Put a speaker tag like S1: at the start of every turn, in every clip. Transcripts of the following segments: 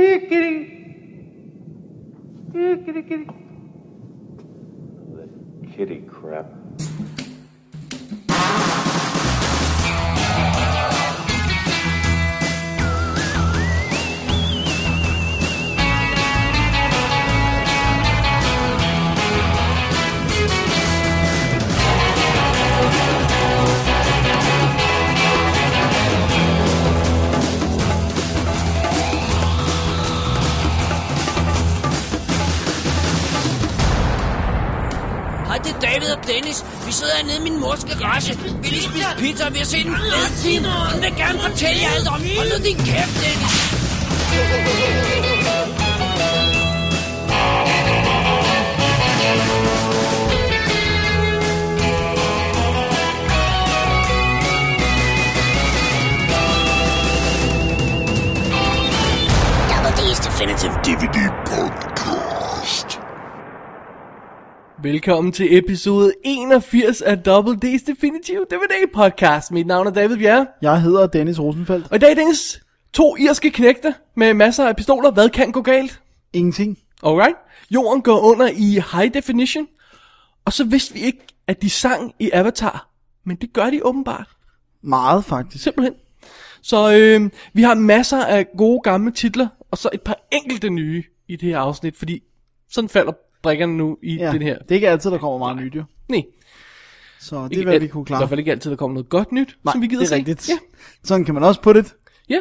S1: Kitty. Kitty, kitty.
S2: That kitty crap.
S3: Hej, det er David og Dennis. Vi sidder hernede i min mors garage. Vi lige spise pizza, og vi har set en fed film. Den vil gerne fortælle jer alt om. Hold nu din kæft, Dennis.
S4: Double D's Definitive DVD
S5: Velkommen til episode 81 af Double D's Definitive DVD podcast. Mit navn er David Bjerre.
S6: Jeg hedder Dennis Rosenfeldt.
S5: Og i dag, Dennis, to irske knægte med masser af pistoler. Hvad kan gå galt?
S6: Ingenting.
S5: Alright. Jorden går under i high definition. Og så vidste vi ikke, at de sang i Avatar. Men det gør de åbenbart.
S6: Meget faktisk.
S5: Simpelthen. Så øh, vi har masser af gode gamle titler, og så et par enkelte nye i det her afsnit, fordi sådan falder brikkerne nu i ja, den her.
S6: Det er ikke altid, der kommer meget nyt jo.
S5: Nej,
S6: Så det
S5: Ikke
S6: er, hvad vi
S5: alt-
S6: kunne
S5: I
S6: klare.
S5: hvert fald ikke altid, der kommer noget godt nyt,
S6: Nej,
S5: som vi gider
S6: det er
S5: se.
S6: rigtigt.
S5: Ja,
S6: Sådan kan man også på det.
S5: ja.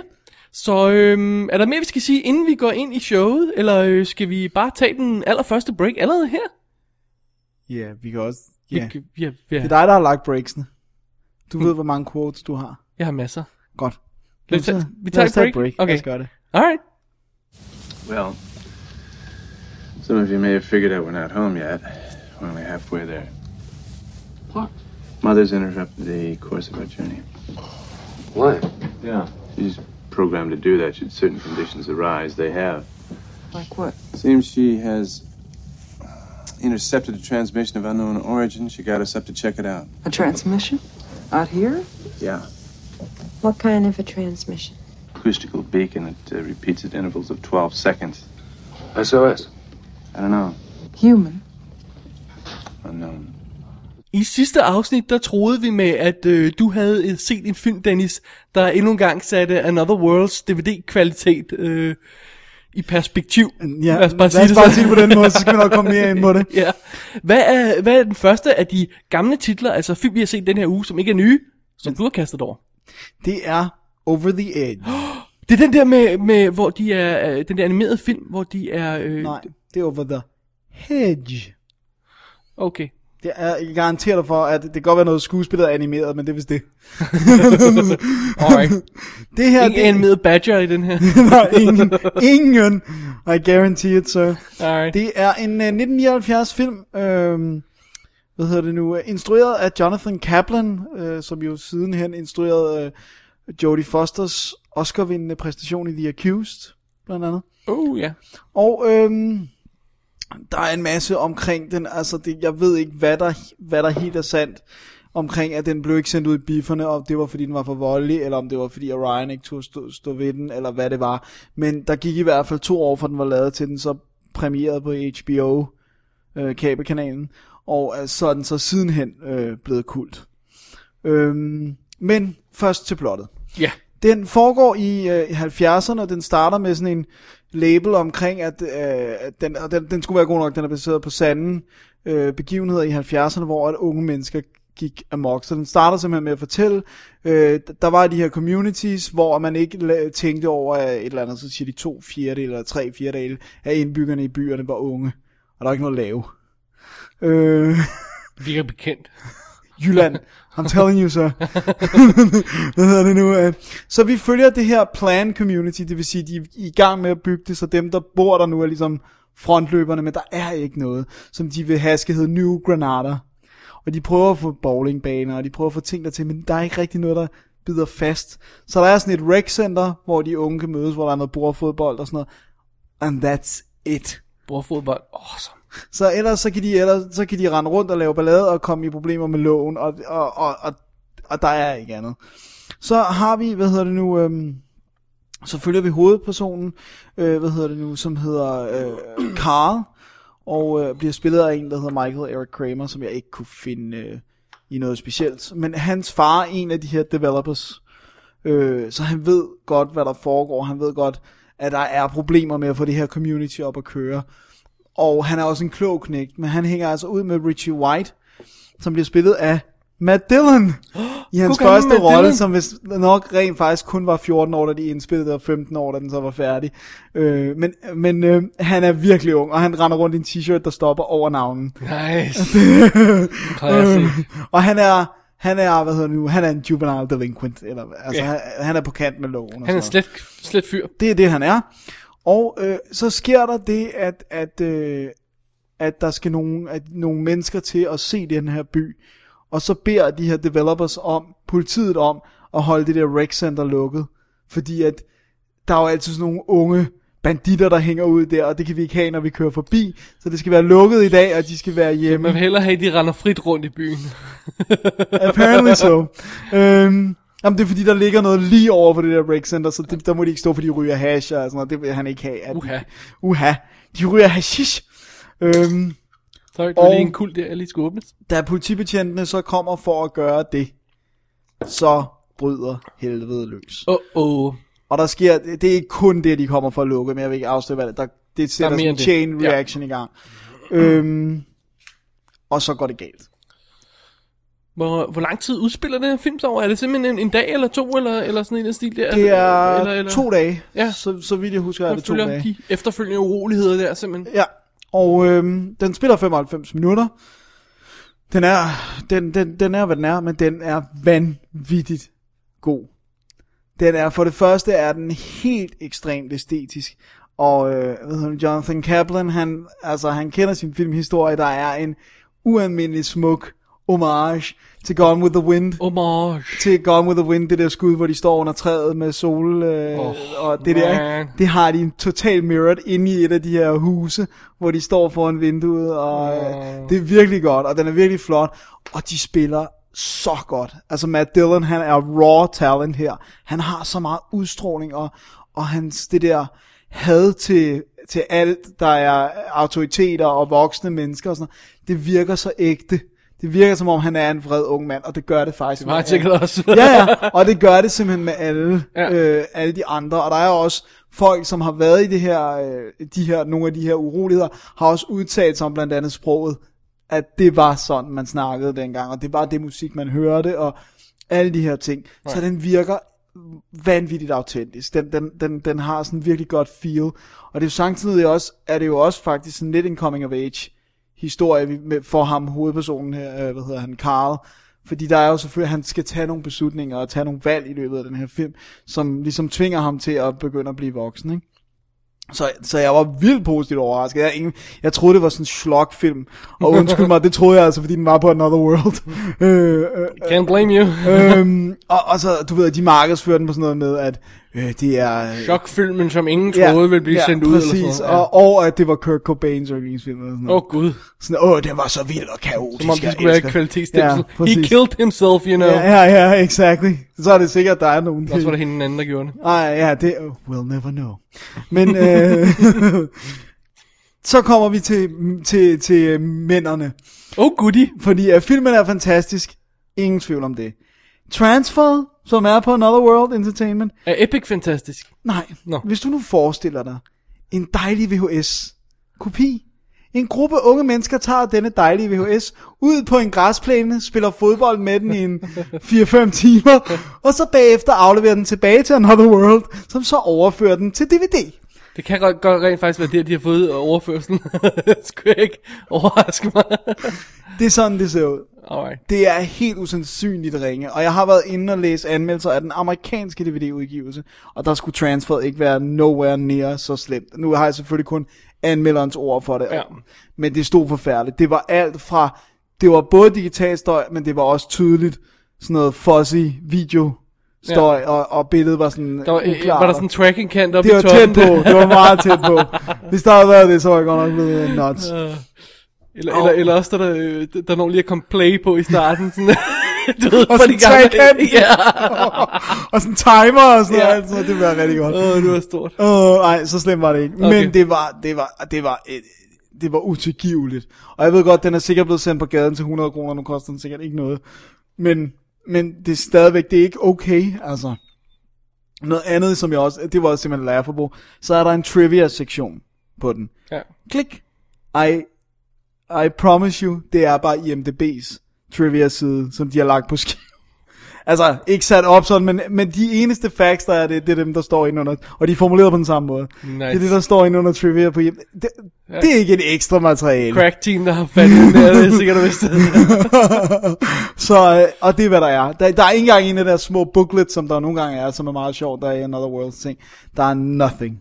S5: Så øhm, er der mere, vi skal sige, inden vi går ind i showet, eller øh, skal vi bare tage den allerførste break allerede her?
S6: Ja, vi kan også... Ja.
S5: Vi, kan- ja, ja.
S6: Det er dig, der har lagt breaksene. Du ved, hvor mange quotes du har.
S5: Jeg har masser.
S6: Godt.
S5: Lad os tage-
S6: Jamen, så-
S5: vi
S6: lad
S5: tager
S6: os
S5: et
S6: tage
S5: break. Okay.
S6: Lad os gøre det.
S5: Alright.
S2: Well, some of you may have figured out we're not home yet. We're only halfway there.
S7: What?
S2: Mother's interrupted the course of our journey.
S7: What?
S2: Yeah. She's programmed to do that should certain conditions arise. They have.
S7: Like what?
S2: Seems she has intercepted a transmission of unknown origin. She got us up to check it out.
S7: A transmission? Out here?
S2: Yeah.
S8: What kind of a transmission?
S2: Acoustical beacon that uh, repeats at intervals of 12 seconds.
S7: SOS.
S2: I don't know.
S7: Human.
S2: Unknown.
S5: I sidste afsnit, der troede vi med, at øh, du havde øh, set en film, Dennis, der endnu en gang satte Another Worlds DVD-kvalitet øh, i perspektiv.
S6: Ja,
S5: lad os bare sige
S6: lad os
S5: det
S6: bare
S5: sådan.
S6: sige det på den måde, så skal vi nok komme mere ind på det.
S5: ja. Hvad er, hvad er den første af de gamle titler, altså film, vi har set den her uge, som ikke er nye, som du har kastet over?
S6: Det er Over the Edge.
S5: Det er den der med, med hvor de er, øh, den der animerede film, hvor de er, øh,
S6: Nej, det er Over the Hedge.
S5: okay.
S6: Det er, jeg garanterer dig for, at det kan godt være noget skuespillet er animeret, men det er vist det.
S5: Alright.
S6: Det her,
S5: Ikke
S6: det,
S5: animerede badger i den her.
S6: Nej, ingen. Ingen. I guarantee it, sir.
S5: Alright.
S6: Det er en uh, 1979-film, øh, hvad hedder det nu, øh, instrueret af Jonathan Kaplan, øh, som jo sidenhen instruerede øh, Jodie Fosters Oscar-vindende præstation i The Accused, blandt andet.
S5: Oh, ja.
S6: Og øhm, der er en masse omkring den, altså det, jeg ved ikke, hvad der, hvad der helt er sandt omkring, at den blev ikke sendt ud i bifferne, og det var fordi den var for voldelig, eller om det var fordi Orion ikke tog stå, stå ved den, eller hvad det var. Men der gik i hvert fald to år, fra den var lavet til den så premieret på HBO, øh, kabelkanalen, og øh, så er den så sidenhen øh, blevet kult. Øhm, men først til plottet.
S5: Ja.
S6: Den foregår i øh, 70'erne, og den starter med sådan en label omkring, at, øh, at den, og den, den skulle være god nok, den er baseret på sande øh, begivenheder i 70'erne, hvor at unge mennesker gik amok. Så den starter simpelthen med at fortælle, øh, der var de her communities, hvor man ikke la- tænkte over at et eller andet, så siger de to fjerdedele eller tre fjerdedele af indbyggerne i byerne var unge, og der var ikke noget at lave. Øh,
S5: Virker bekendt.
S6: Jylland. I'm telling you, sir. Hvad hedder det nu? øh? Så vi følger det her plan community, det vil sige, de er i gang med at bygge det, så dem, der bor der nu, er ligesom frontløberne, men der er ikke noget, som de vil have, skal hedde New Granada. Og de prøver at få bowlingbaner, og de prøver at få ting der til, men der er ikke rigtig noget, der bider fast. Så der er sådan et rec center, hvor de unge kan mødes, hvor der er noget bordfodbold og sådan noget. And that's it.
S5: Bordfodbold. Awesome.
S6: Så ellers så kan de, ellers, så kan de rende rundt og lave ballade og komme i problemer med loven, og, og, og, og, og der er ikke andet. Så har vi, hvad hedder det nu, øhm, Så følger vi hovedpersonen, øh, hvad hedder det nu, som hedder øh, Carl, og øh, bliver spillet af en, der hedder Michael Eric Kramer, som jeg ikke kunne finde øh, i noget specielt. Men hans far er en af de her developers, øh, så han ved godt, hvad der foregår. Han ved godt, at der er problemer med at få det her community op at køre. Og han er også en klog knægt, men han hænger altså ud med Richie White, som bliver spillet af Matt Dillon i hans
S5: God gamle
S6: første
S5: Matt
S6: rolle,
S5: Dillon.
S6: som hvis nok rent faktisk kun var 14 år, da de indspillede det, og 15 år, da den så var færdig. Øh, men men øh, han er virkelig ung, og han render rundt i en t-shirt, der stopper over navnen.
S5: Nice.
S6: Øh,
S5: Classic.
S6: og han er, han er, hvad hedder det nu, han er en juvenile delinquent, eller, altså
S5: Ja.
S6: han, han er på kant med loven. og
S5: Han er
S6: sådan noget.
S5: slet, slet fyr.
S6: Det er det, han er. Og øh, så sker der det, at, at, øh, at der skal nogle, at nogle mennesker til at se den her by. Og så beder de her developers om, politiet om, at holde det der rec center lukket. Fordi at der er jo altid sådan nogle unge banditter, der hænger ud der, og det kan vi ikke have, når vi kører forbi. Så det skal være lukket i dag, og de skal være hjemme.
S5: Man vil hellere have, at de render frit rundt i byen.
S6: Apparently so. Øhm, jamen, det er fordi, der ligger noget lige over for det der break center, så det, der må de ikke stå, fordi de ryger hash og sådan noget. Det vil han ikke have. At
S5: Uha.
S6: De, uha. De ryger hashish. Øhm,
S5: Sorry, det var
S6: Og-
S5: lige en kul der, jeg lige skulle åbne.
S6: da politibetjentene så kommer for at gøre det, så bryder helvede løs.
S5: Åh, oh, oh.
S6: Og der sker, det det er ikke kun det, de kommer for at lukke, men jeg vil ikke afsløre, hvad det der,
S5: Der
S6: Det
S5: er
S6: sætter
S5: mere
S6: sådan en
S5: end det.
S6: chain
S5: Ja.
S6: reaction i gang. Øhm, og så går det galt.
S5: Hvor, hvor lang tid udspiller den her film så over? Er det simpelthen en, en dag eller to, eller, eller sådan en af stil der? Altså,
S6: Det er
S5: eller, eller,
S6: to dage,
S5: Ja.
S6: så, så vidt jeg husker, er
S5: der
S6: det to
S5: følger
S6: dage.
S5: de efterfølgende uroligheder der, simpelthen.
S6: Ja, og øhm, den spiller 95 minutter. Den er, den, den, den er, hvad den er, men den er vanvittigt god. Den er, for det første er den helt ekstremt æstetisk, og øh, hvad hedder han, Jonathan Kaplan, han, altså, han kender sin filmhistorie, der er en ualmindelig smuk homage til Gone with the Wind
S5: Homage.
S6: til Gone with the Wind, det der skud, hvor de står under træet med sol øh, oh,
S5: Åh,
S6: og det der.
S5: man.
S6: Ikke? Det har de en total mirrored inde i et af de her huse, hvor de står foran vinduet, og øh, det er virkelig godt, og den er virkelig flot, og de spiller så godt. Altså Matt Dillon, han er raw talent her. Han har så meget udstråling, og, og hans det der had til, til alt, der er autoriteter og voksne mennesker og sådan noget, det virker så ægte. Det virker som om, han er en vred ung mand, og det gør det faktisk.
S5: Meget
S6: med-
S5: Ah, sikkert også.
S6: ja, ja, og det gør det simpelthen med alle, ja.
S5: Ja.
S6: øh, alle de andre, og der er også folk, som har været i det her, øh, de her, nogle af de her uroligheder, har også udtalt sig om blandt andet sproget, at det var sådan, man snakkede dengang, og det var det musik, man hørte, og alle de her ting. Ja. Så den virker vanvittigt autentisk. Den, den, den, den har sådan en virkelig godt feel, og det er jo samtidig også, er det jo også faktisk sådan lidt en coming of age historie vi- med- for ham, hovedpersonen her, øh, hvad hedder han, Carl. Fordi der er jo selvfølgelig, han skal tage nogle beslutninger og tage nogle valg i løbet af den her film, som ligesom tvinger ham til at begynde at blive voksen, ikke? Så, så jeg var vildt positivt overrasket. Jeg, ingen, jeg troede, det var sådan en slokfilm. Og undskyld mig, det troede jeg altså, fordi den var på Another World. øh, øh,
S5: Can't blame you.
S6: øhm, og, og så, du ved, de markedsfører den på sådan noget med, at øh, det er... øh,
S5: Chokfilmen, som ingen troede ville blive sendt ud.
S6: præcis,
S5: eller sådan noget.
S6: og, og at det var Kurt Cobains yndlingsfilm. Eller
S5: Åh,
S6: sådan noget.
S5: oh, Gud.
S6: Sådan, åh, den var så vild og kaotisk.
S5: Som om
S6: jeg
S5: det skulle være
S6: elsker
S5: et
S6: den."
S5: kvalitetsstempel.
S6: Ja,
S5: Ja, He
S6: præcis.
S5: killed himself, you know.
S6: Ja, ja, ja, exactly. Så er det sikkert, at der er nogen.
S5: Og så var det hende den anden, der gjorde det.
S6: Ej, ja, det... oh, We'll never know. Men... øh, så kommer vi til, til, til mændene.
S5: Oh, goody.
S6: Fordi at filmen er fantastisk. Ingen tvivl om det. Transfer, som er på Another World Entertainment.
S5: Er Epic fantastisk?
S6: Nej,
S5: Nå.
S6: hvis du nu forestiller dig en dejlig VHS-kopi. En gruppe unge mennesker tager denne dejlige VHS ud på en græsplæne, spiller fodbold med den i en 4-5 timer, og så bagefter afleverer den tilbage til Another World, som så overfører den til DVD.
S5: Det kan godt, godt rent faktisk være det, at de har fået overførselen. det skulle jeg ikke overraske mig.
S6: Det er sådan, det ser ud.
S5: Alright.
S6: Det er helt usandsynligt ringe, og jeg har været inde og læse anmeldelser af den amerikanske DVD-udgivelse, og der skulle transferet ikke være nowhere near så slemt. Nu har jeg selvfølgelig kun anmelderens ord for det,
S5: Ja.
S6: men det stod forfærdeligt. Det var alt fra, det var både digital støj, men det var også tydeligt sådan noget fuzzy video støj, ja. og, og billedet var sådan
S5: Der var, øh,
S6: uklart.
S5: var der sådan en tracking kant oppe
S6: det var
S5: i toppen?
S6: tæt på, det var meget tæt på. Hvis der havde været det, så var jeg godt nok blevet nuts.
S5: øh, Eller, eller, eller også, der, der, der er nogen lige at komme play på i starten. Sådan. du ved,
S6: Og
S5: for
S6: sådan
S5: de gamle.
S6: trekant.
S5: Ja.
S6: og sådan timer og sådan
S5: Ja.
S6: noget. alt sådan noget. Det ville være rigtig godt.
S5: Åh, det var stort.
S6: Åh, oh, nej, så slemt var det ikke. Okay.
S5: Okay.
S6: Men det var, det var, det var, et, det var utilgiveligt. Og jeg ved godt, den er sikkert blevet sendt på gaden til 100 kroner, nu koster den sikkert ikke noget. Men, men det er stadigvæk, det er ikke okay, altså. Noget andet, som jeg også, det var også simpelthen laughable, så er der en trivia-sektion på den.
S5: Ja.
S6: Klik. I, I promise you, det er bare IMDB's trivia-side, som de har lagt på skive. Altså, ikke sat op sådan, men, men de eneste facts, der er det, det er dem, der står inde under, og de er formuleret på den samme måde. Nice. Det er det, der står inde under trivia på hjem. Det, det er ikke et ekstra materiale.
S5: Crack team, der har fat i den der, det er sikkert du vidste.
S6: Så, øh, og det er, hvad der er. Der, der er ikke engang en af de der små booklets, som der nogle gange er, som er meget sjov, der er i Another World ting. Der er nothing.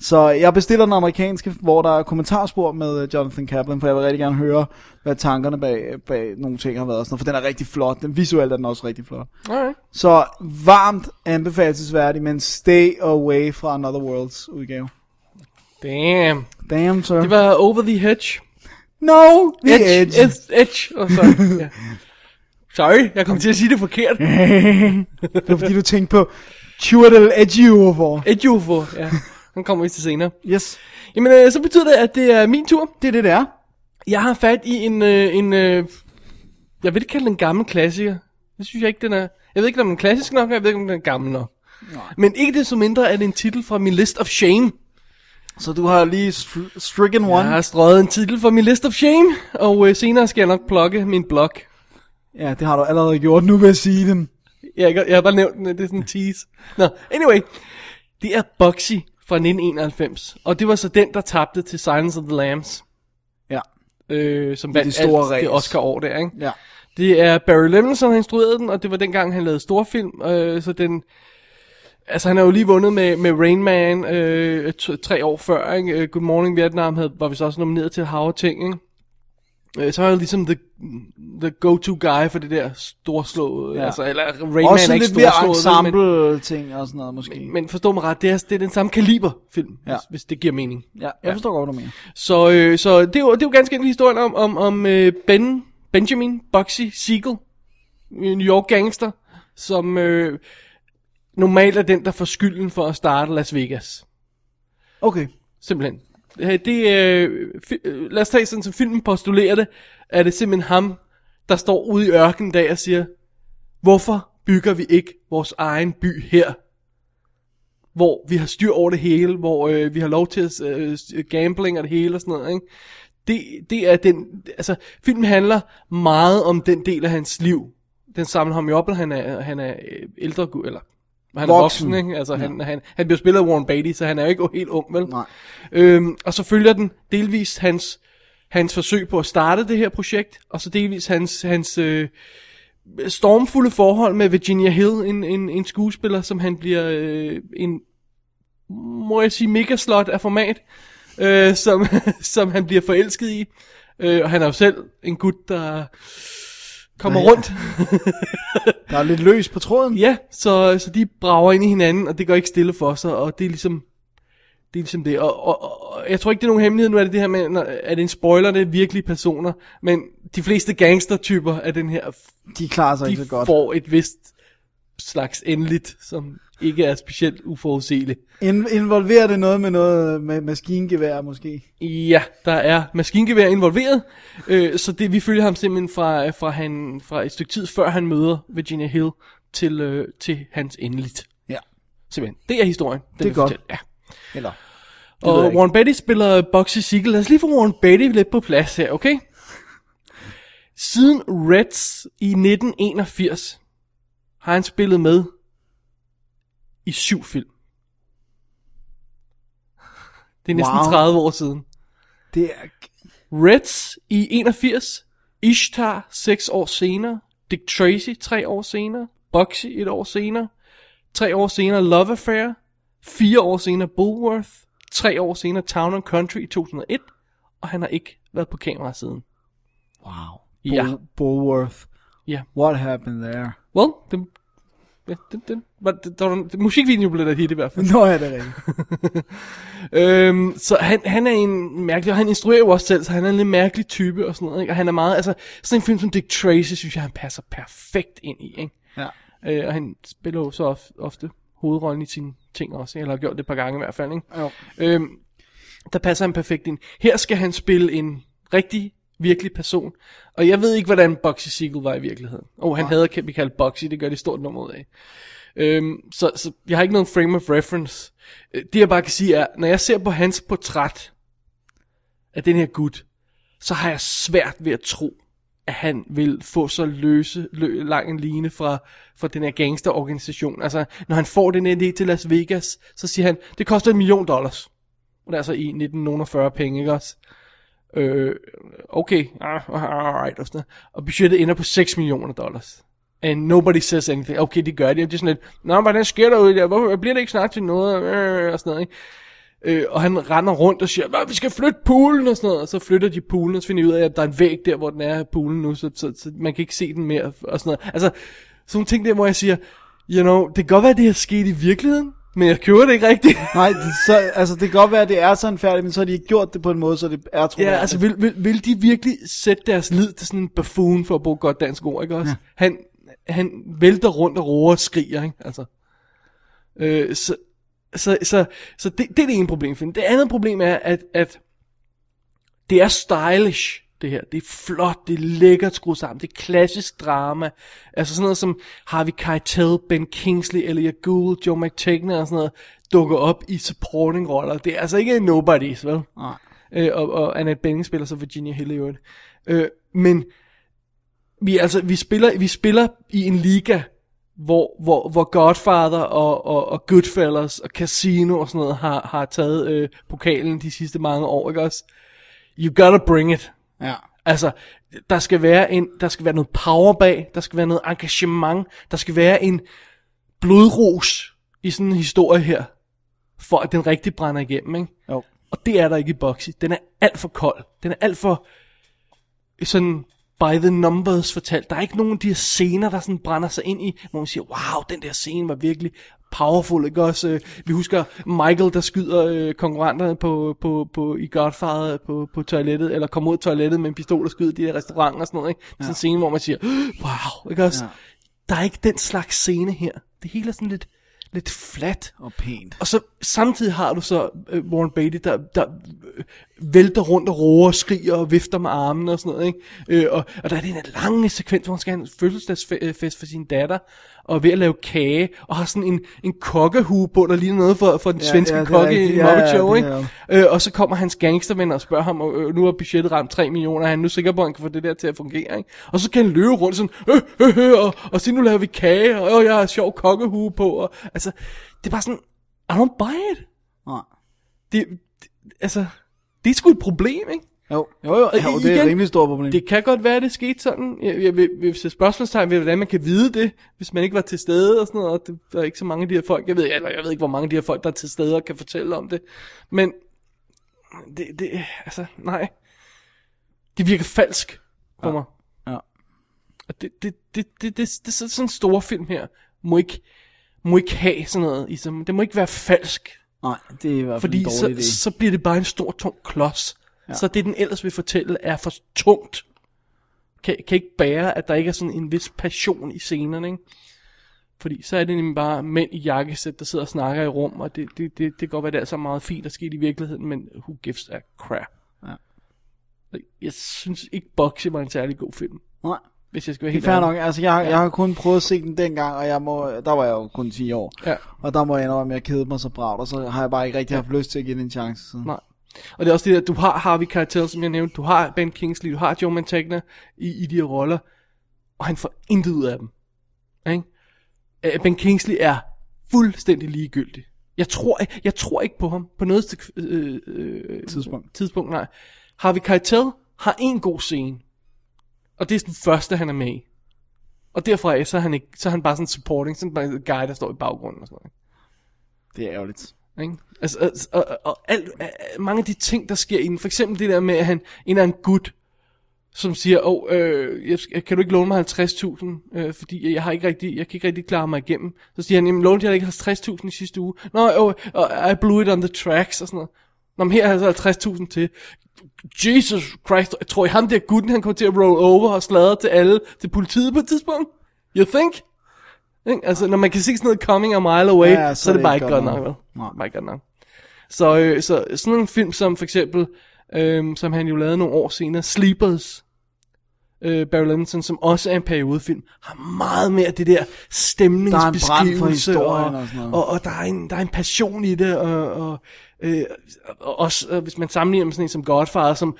S6: Så jeg bestiller den amerikanske, hvor der er kommentarspor med øh, Jonathan Kaplan, for jeg vil rigtig gerne høre, hvad tankerne bag, bag nogle ting har været. og Sådan, noget, for den er rigtig flot. Den, visuelt er den også rigtig flot.
S5: Alright.
S6: Så varmt anbefalesværdigt, men stay away fra Another Worlds udgave.
S5: Damn.
S6: Damn, sir.
S5: Det var Over the Hedge.
S6: No, the
S5: Edge.
S6: edge.
S5: Edge. edge. Oh, sorry. Ja. sorry, jeg kom til at sige det forkert.
S6: Det var fordi, du tænkte på Churl Edgy for.
S5: Edge UFO, ja. Den kommer vi til senere.
S6: Yes.
S5: Jamen, øh, så betyder det, at det er min tur.
S6: Det er det, det er.
S5: Jeg har fat i en, øh, en øh, jeg vil ikke kalde den en gammel klassiker. Det synes jeg ikke, den er. Jeg ved ikke, om den er klassisk nok, og jeg ved ikke, om den er gammel nok. Nej. Men ikke det så mindre er det en titel fra min list of shame.
S6: Så du har lige str- stricken one.
S5: Jeg har strøget en titel fra min list of shame, og øh, senere skal jeg nok plukke min blog.
S6: Ja, det har du allerede gjort. Nu vil jeg sige den.
S5: Jeg, jeg har bare nævnt den, det er sådan en tease. Nå, anyway. Det er Bugsy fra 1991, og det var så den, der tabte til Silence of the Lambs.
S6: Ja.
S5: Øh, som vandt
S6: det store
S5: alt det
S6: ræs.
S5: Oscar-år der, ikke?
S6: Ja.
S5: Det er Barry Levinson, der instruerede den, og det var dengang, han lavede storfilm, øh, så den... Altså, han har jo lige vundet med, med Rain Man øh, t- tre år før, ikke? Øh, Good Morning Vietnam havde, var vi så også nomineret til Hav Ting, ikke? Øh, så er han ligesom the, the go-to guy for det der storslåede, ja.
S6: Ja.
S5: altså, eller Rain
S6: Også
S5: Man er
S6: sådan
S5: ikke
S6: lidt mere
S5: storslået, men,
S6: ensemble-ting og sådan noget måske. Men,
S5: men forstå mig ret, det er, det er den samme kaliber film, ja.
S6: Ja.
S5: hvis, hvis det giver mening.
S6: ja, jeg forstår godt, hvad du mener.
S5: Så, øh, så det, er jo, det er jo ganske enkelt historien om, om, om øh, ben, Benjamin Bugsy Siegel, en New York gangster, som øh, normalt er den, der får skylden for at starte Las Vegas.
S6: Okay.
S5: Simpelthen. Øh, Det, øh, fi, øh, lad os tage sådan, som filmen postulerer det, er det simpelthen ham, der står ude i ørkenen en dag og siger, hvorfor bygger vi ikke vores egen by her? Hvor vi har styr over det hele, hvor øh, vi har lov til at øh, s- gambling og det hele og sådan noget, ikke? Det, det er den, altså filmen handler meget om den del af hans liv. Den samler ham jo op, når han er, han er øh, ældre, gu- eller han er voksen,
S6: Voksen.
S5: ikke? Altså han, han, han bliver spillet af Warren Beatty, så han er jo ikke helt ung, vel?
S6: Nej.
S5: Øhm, og så følger den delvis hans, hans forsøg på at starte det her projekt, og så delvis hans, hans øh, stormfulde forhold med Virginia Hill, en, en, en skuespiller, som han bliver øh, en, må jeg sige, megaslot af format, øh, som, som han bliver forelsket i. Øh, og han er jo selv en gut, der kommer rundt.
S6: Der er lidt løs på tråden.
S5: Ja, så, så de brager ind i hinanden, og det går ikke stille for sig, og det er ligesom det. Er ligesom det. Og, og, og, og jeg tror ikke, det er nogen hemmelighed, nu er det det her med, når- er det en spoiler, det er virkelige personer, men de fleste gangstertyper af den her,
S6: De klarer sig ikke
S5: de
S6: så godt.
S5: får et vist slags endeligt, som ikke er specielt uforudsigeligt.
S6: In- involverer det noget med noget med maskingevær måske?
S5: Ja, der er maskingevær involveret, øh, så det, vi følger ham simpelthen fra, fra, han, fra et stykke tid, før han møder Virginia Hill, til, øh, til hans endeligt.
S6: Ja.
S5: Simpelthen. Det er historien. Den
S6: Det er
S5: vil
S6: godt.
S5: fortælle. Ja.
S6: Eller? ved jeg
S5: Og
S6: ikke.
S5: Warren Beatty spiller Bugsy Siegel. Lad os lige få Warren Beatty lidt på plads her, okay? Siden Reds i 1981 har han spillet med i syv film. Det er næsten
S6: Wow.
S5: 30 år siden.
S6: Det er...
S5: Reds i 81, Ishtar 6 år senere, Dick Tracy 3 år senere, Bugsy et år senere, 3 år senere Love Affair, 4 år senere Bullworth, 3 år senere Town and Country i 2001, og han har ikke været på kamera siden.
S6: Wow.
S5: Ja.
S6: Bulworth.
S5: Ja.
S6: What happened there?
S5: Well, det, Ja, den, den, var, den, der var, den, musikvideoen blev da et hit i hvert fald.
S6: Nå ja, det er rigtigt.
S5: Øhm, så han, han er en mærkelig, og han instruerer jo også selv, så han er en lidt mærkelig type og sådan noget, ikke? Og han er meget, altså, sådan en film som Dick Tracy, synes jeg, han passer perfekt ind i, ikke?
S6: Ja.
S5: Øh, og han spiller jo så of, ofte hovedrollen i sine ting også, ikke? eller har gjort det et par gange i hvert fald, ikke?
S6: Jo.
S5: Øhm, der passer han perfekt ind. Her skal han spille en rigtig, virkelig person. Og jeg ved ikke, hvordan Boxy Siegel var i virkeligheden. Og oh, han havde kan vi kalde Boxy, det gør det stort nummer ud af. Øhm, så, så jeg har ikke nogen frame of reference. Øh, Det jeg bare kan sige er, når jeg ser på hans portræt af den her gut, så har jeg svært ved at tro, at han vil få så løse, lø, lang en line fra, fra den her gangsterorganisation. Altså, når han får den her idé til Las Vegas, så siger han, det koster en million dollars. Og det er altså i 1940 penge, ikke også? Øh, okay, ah, ah, alright, og, sådan noget. og budgettet ender på 6 millioner dollars. And nobody says anything. Okay, det gør de. Og Det er sådan lidt, Nå, men hvordan sker der ud der? Hvorfor bliver det ikke snart til noget? Øh, og sådan noget, ikke? Øh, og han render rundt og siger, "Hvad, vi skal flytte poolen og sådan noget. Og så flytter de poolen, og så finder de ud af, at der er en væg der, hvor den er poolen nu, så, så, så man kan ikke se den mere og sådan noget. Altså, sådan nogle ting der, hvor jeg siger, you know, det kan godt være, at det her sket i virkeligheden, men jeg køber det ikke rigtigt.
S6: Nej, det, så, altså det kan godt være, at det er sådan færdigt, men så har de ikke gjort det på en måde, så det er troværdigt.
S5: Ja, altså vil, vil, vil de virkelig sætte deres lid til sådan en buffoon for at bruge godt dansk ord, ikke også? Ja. Han, han vælter rundt og roer og skriger, ikke? Altså. Øh, så så, så, så det, det er det ene problem, Finn. Det andet problem er, at, at det er stylish, det her. Det er flot, det er lækkert skruet sammen, det er klassisk drama. Altså sådan noget som Harvey Keitel, Ben Kingsley, Elia Gould, Joe McTaggart og sådan noget, dukker op i supporting roller. Det er altså ikke nobodies, vel?
S6: Nej.
S5: Øh, og, og Annette Bening spiller så Virginia Hill i øvrigt. Øh, men vi, altså, vi, spiller, vi spiller i en liga, hvor, hvor, hvor Godfather og, og, og Goodfellas og Casino og sådan noget har, har taget øh, pokalen de sidste mange år, ikke også? You gotta bring it.
S6: Ja.
S5: Altså, der skal, være en, der skal være noget power bag, der skal være noget engagement, der skal være en blodros i sådan en historie her, for at den rigtig brænder igennem, ikke?
S6: Jo.
S5: Og det er der ikke i Boxy. Den er alt for kold. Den er alt for sådan by the numbers fortalt. Der er ikke nogen af de her scener, der sådan brænder sig ind i, hvor man siger, wow, den der scene var virkelig powerful, ikke også? Øh, Vi husker Michael, der skyder øh, konkurrenterne på, på, på, i Godfather på, på toilettet, eller kommer ud af toilettet med en pistol og skyder de der restauranter og sådan noget, ikke? Sådan en scene, hvor man siger, wow, ikke også?
S6: Ja.
S5: Der er ikke den slags scene her. Det hele er sådan lidt, lidt flat.
S6: Og pænt.
S5: Og så samtidig har du så øh, Warren Beatty, der, der øh, vælter rundt og roer og skriger og vifter med armene og sådan noget. Ikke? Øh, og, og der er den her lange sekvens, hvor han skal have en fødselsdagsfest for sin datter, og er ved at lave kage, og har sådan en, en kokkehue på, der ligner noget for, for den
S6: Ja,
S5: svenske
S6: ja, det er
S5: kokke
S6: rigtigt.
S5: i
S6: Ja,
S5: Muppet
S6: ja,
S5: Show.
S6: det
S5: Ikke? Øh, og så kommer hans gangstervenner og spørger ham, øh, nu har budgettet ramt 3 millioner, er han nu sikker på, at han kan få det der til at fungere? Ikke? Og så kan han løbe rundt sådan, øh, øh, øh, og, og sige, nu laver vi kage, og øh, jeg har sjov kokkehue på. Og, altså, det er bare sådan, I don't buy it.
S6: Nej.
S5: Det, det altså, det er sgu et problem, ikke?
S6: Jo, jo, jo, jo det er
S5: igen,
S6: et rimelig stort problem.
S5: Det kan godt være, at det skete sådan. Jeg, jeg vil, vil sætte spørgsmålstegn ved, hvordan man kan vide det, hvis man ikke var til stede og sådan noget. Og det, der er ikke så mange af de her folk, jeg ved, eller jeg ved ikke, hvor mange af de her folk, der er til stede og kan fortælle om det. Men det, det altså, nej. Det virker falsk på ja. mig.
S6: ja.
S5: Og det, det, det, det, det, det, det, sådan en stor film her må ikke, må ikke have sådan noget i sig. Det må ikke være falsk.
S6: Nej, det er i hvert fald
S5: Fordi
S6: en dårlig
S5: så,
S6: idé.
S5: så bliver det bare en stor, tung klods. Ja. Så det, den ellers vil fortælle, er for tungt. Kan, kan ikke bære, at der ikke er sådan en vis passion i scenerne, ikke? Fordi så er det nemlig bare mænd i jakkesæt, der sidder og snakker i rum, og det, det, det, det kan godt være, det er så meget fint at ske i virkeligheden, men who gives a crap?
S6: Ja.
S5: Så Jeg synes ikke, Boxy var en særlig god film,
S6: Nej.
S5: hvis jeg skal være
S6: Det er
S5: helt
S6: fair
S5: ærlig.
S6: nok. Altså, jeg, har- jeg har kun prøvet at se den dengang, og jeg må, der var jeg jo kun 10 år.
S5: Ja.
S6: Og der må jeg indrømme, at jeg kedede mig så bragt, og så har jeg bare ikke rigtig haft lyst til at give den en chance. siden.
S5: Nej. Og det er også det der, du har Harvey Keitel, som jeg nævnte, du har Ben Kingsley, du har Joe Mantegna i, i de her roller, og han får intet ud af dem. Ikke? Øh, Ben Kingsley er fuldstændig ligegyldig. Jeg tror, jeg tror ikke på ham på noget stik- øh, øh,
S6: Tidspunkt.
S5: tidspunkt. Nej. Harvey Keitel har en god scene, og det er den første, han er med i. Og derfra af, så er han, ikke, så er han bare sådan supporting, sådan bare en guy, der står i baggrunden og sådan noget.
S6: Det er ærgerligt.
S5: Ikke? Altså, altså, og, og, og alt, øh, mange af de ting, der sker i den, for eksempel det der med, at han, en eller anden gut, som siger, åh, øh, jeg skal- kan du ikke låne mig 50.000, øh, fordi jeg har ikke rigtig, jeg kan ikke rigtig klare mig igennem. Så siger han, jamen lånte jeg dig ikke 50.000 i sidste uge? Nå, øh, øh, I blew it on the tracks og sådan noget. Nå, men her er altså 50.000 til. Jesus Christ, tror I ham der gutten, han kommer til at roll over og sladre til alle, til politiet på et tidspunkt? You think? Ikke? Altså, når man kan se sådan noget coming a mile away, ja, så, så er det bare ikke godt nok, vel?
S6: Nej.
S5: Bare ikke godt nok. Så, øh, så sådan en film som for eksempel, øh, som han jo lavede nogle år senere, Sleepers, øh, Barry Levinson, som også er en periodefilm, har meget mere det der stemningsbeskrivelse.
S6: Der er en brand for historien
S5: og,
S6: og sådan noget.
S5: og, og der, er en, der er en passion i det, og, og, øh, og også, øh, hvis man sammenligner med sådan en som Godfather, som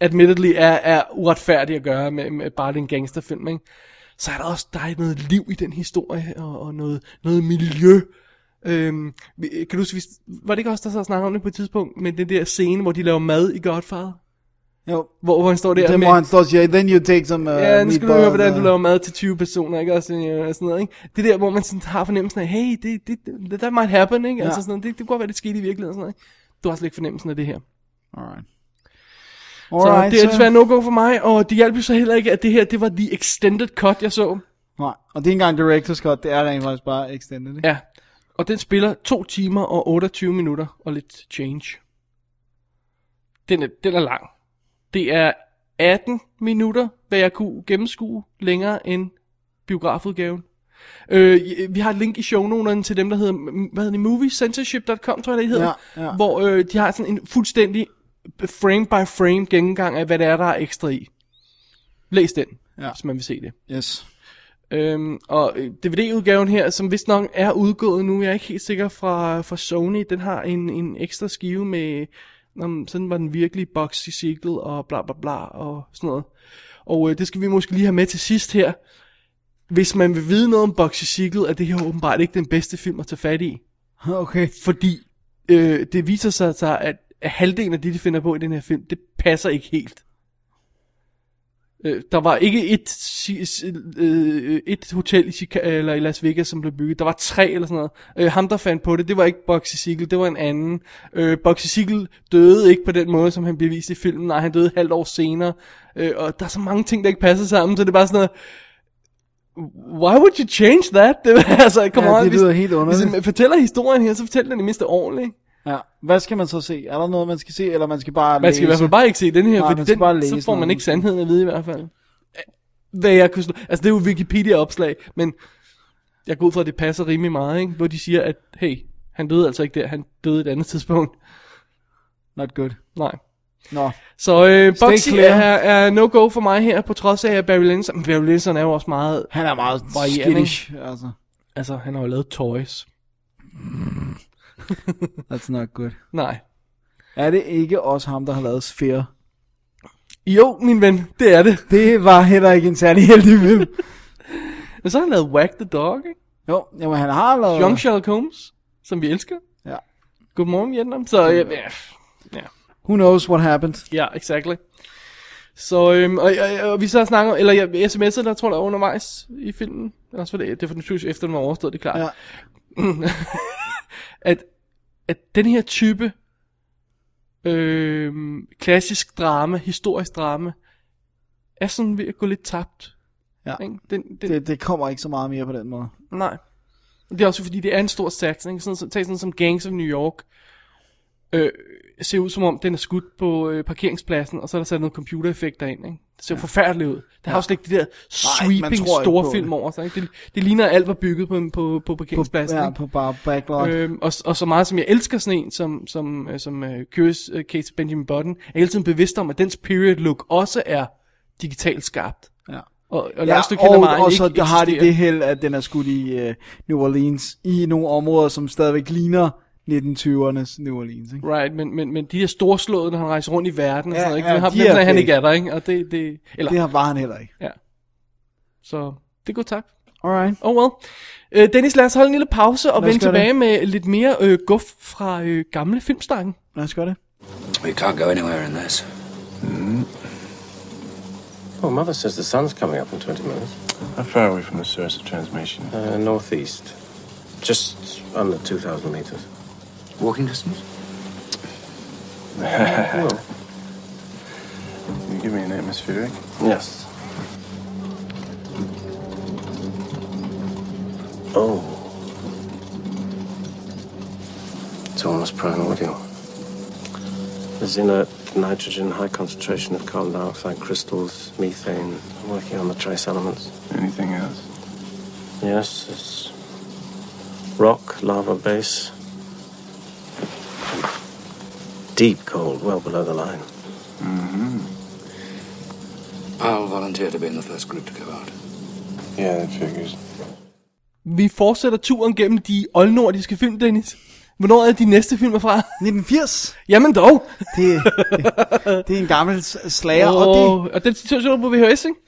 S5: admittedly er, er uretfærdig at gøre med, med bare det er en gangsterfilm, ikke? så er der også der er noget liv i den historie, og, og noget, noget miljø. Øhm, vi- kan du huske, vi- var det ikke også der så snakkede om det på et tidspunkt, med den der scene, hvor de laver mad i Godfather?
S6: Jo.
S5: Hvor, hvor han står der
S6: Det
S5: med...
S6: må han står og siger, then you take some uh,
S5: Ja, nu skal du høre, hvordan du
S6: meatballs,
S5: laver mad til 20 personer, ikke? Og sådan, ja, og sådan noget, ikke? Det der, hvor man sådan har fornemmelsen af, hey, det, det, det that might happen, ikke? Ja. Altså
S6: Ja.
S5: sådan noget, det, det kunne godt være, det skete i virkeligheden, og sådan noget, ikke? Du har slet ikke fornemmelsen af det her.
S6: uh, Alright.
S5: Så
S6: Alright,
S5: det er desværre no-go for mig, og det hjalp jo så heller ikke, at det her, det var the extended cut, jeg så.
S6: Nej, og det er ikke engang director's cut, det er rent faktisk bare extended, ikke?
S5: Ja. Og den spiller 2 timer og 28 minutter og lidt change. Den er, den er lang. Det er 18 minutter, hvad jeg kunne gennemskue længere end biografudgaven. Øh, vi har et link i shownoterne til dem, der hedder, m- hvad hedder det, moviecensorship.com, tror jeg det hedder,
S6: Ja, ja.
S5: hvor øh, de har sådan en fuldstændig frame by frame gennemgang af, hvad det er, der er ekstra i. Læs den, ja.
S6: Ja.
S5: hvis man vil se det.
S6: Yes.
S5: Øhm, og øh, DVD-udgaven her, som vist nok er udgået nu, jeg er ikke helt sikker fra, fra Sony, den har en, en ekstra skive med, om, sådan var den virkelig boxy sequel og bla bla bla og sådan noget. Og øh, det skal vi måske lige have med til sidst her. Hvis man vil vide noget om boxy sequel, er det her åbenbart ikke den bedste film at tage fat i.
S6: Okay.
S5: Fordi øh, det viser sig, så, at, at halvdelen af det, de finder på i den her film, det passer ikke helt. Øh, der var ikke et, si- si- øh, et hotel i, Chica- eller i Las Vegas, som blev bygget. Der var tre eller sådan noget. Øh, ham, der fandt på det, det var ikke Boxy Siegel, det var en anden. Øh, Boxy Siegel døde ikke på den måde, som han blev vist i filmen. Nej, han døde et halvt år senere. Øh, og der er så mange ting, der ikke passer sammen, så det er bare sådan noget... Why would you change that? Det, var- altså, come
S6: Ja,
S5: on,
S6: det
S5: hvis-
S6: lyder helt underligt.
S5: Hvis man fortæller historien her, så fortæl den i mindste ordentligt.
S6: Ja. Hvad skal man så se? Er der noget, man skal se, eller man skal bare
S5: Man skal i hvert fald bare ikke se den her,
S6: Nej,
S5: fordi
S6: man skal
S5: den,
S6: bare
S5: så
S6: læse
S5: får man
S6: noget.
S5: ikke sandheden at vide i hvert fald. Hvad jeg kunne slå. Altså det er jo Wikipedia-opslag, men jeg går ud fra, at det passer rimelig meget, ikke? hvor de siger, at hey, han døde altså ikke der, han døde et andet tidspunkt.
S6: Not good.
S5: Nej.
S6: Nå.
S5: Så øh,
S6: Stay
S5: Boxy er,
S6: clear.
S5: er no-go for mig her, på trods af, at Barry Levinson, men Barry Levinson er jo også meget,
S6: Han er meget
S5: Varierende,
S6: skittish, altså.
S5: altså han har jo lavet Toys.
S6: That's not good.
S5: Nej.
S6: Er det ikke også ham, der har lavet Sphere?
S5: Jo, min ven, det er det.
S6: Det var heller ikke en særlig heldig film.
S5: Men så har han lavet Whack the Dog, ikke?
S6: jo, jamen han har lavet...
S5: Young Sherlock Holmes, som vi elsker.
S6: Ja.
S5: Godmorgen Vietnam. Så ja, ja,
S6: Who knows what happened?
S5: ja exactly. Så øhm, og, og, og, vi så snakker, eller jeg sms'ede der tror jeg undervejs i filmen. Også for det, det var naturligvis efter den var overstået, det er klart.
S6: Ja.
S5: at, at den her type øhm, klassisk drama, historisk drama, er sådan ved at gå lidt tabt.
S6: Ja.
S5: Ikke? Den, den,
S6: Det, det kommer ikke så meget mere på den måde.
S5: Nej. Det er også fordi, det er en stor satsning. Sådan, så- tag sådan som Gangs of New York. Øh, ser ud som om, den er skudt på øh, parkeringspladsen, og så er der sat nogle computereffekter ind. Ikke? Det ser ja. forfærdeligt ud. Det har jo slet ikke de der
S6: man
S5: sweeping
S6: tror ikke
S5: store
S6: på
S5: film
S6: det.
S5: over sig. Ikke? Det, det ligner alt, var bygget på, en- på, på
S6: På,
S5: parkeringspladsen.
S6: ja,
S5: ikke?
S6: på bare backlog. Øh,
S5: Øhm, og, og så meget som jeg elsker sådan en som, som, øh, som øh, Curious øh, Case of Benjamin Button Jeg er hele tiden bevidst om at dens period look også er digitalt skarpt
S6: ja.
S5: Og, og
S6: Ja,
S5: langt stykke hen ad
S6: og,
S5: vejen
S6: og
S5: ikke
S6: så har de
S5: eksisterer.
S6: det held, at den er skudt i uh, New Orleans, i nogle områder, som stadigvæk ligner 1920'ernes New Orleans. Ikke?
S5: Right, men, men, men de her storslåede, når han rejser rundt i verden og
S6: Ja,
S5: sådan noget, ikke?
S6: ja,
S5: Ja, har
S6: de
S5: de
S6: er
S5: at han
S6: fake.
S5: ikke er der, ikke? Og det, det, eller,
S6: Det har var han heller ikke.
S5: ja. Så det er godt tak.
S6: Alright.
S5: Oh well. Øh, Dennis, lad os holde en lille pause og
S6: Lad os
S5: vende
S6: gøre det.
S5: tilbage med lidt mere øh, guf fra øh, gamle filmstakken.
S6: Lad os gøre det.
S4: We can't go anywhere in this.
S9: Well, Mother says the sun's coming up in 20 minutes.
S2: How far are we from the source of transmission?
S9: Uh, northeast. Just under 2,000 meters.
S4: Walking distance?
S9: well,
S2: You You mean atmospheric?
S9: Yes. Oh. It's almost primordial. There's inert nitrogen, high concentration of carbon dioxide crystals, methane. I'm working on the trace elements.
S2: Anything else?
S9: Yes, it's rock, lava base. Deep cold, well below the line.
S4: I'll volunteer to be in the first group to go out.
S2: Yeah, that figures.
S5: Vi fortsætter turen gennem de oldnordiske film, Dennis. Hvornår er de næste film fra?
S6: 1980.
S5: Jamen dog!
S6: Det, det, det er en gammel s- slager, oh. og det...
S5: og, og den situation på VHS, ikke?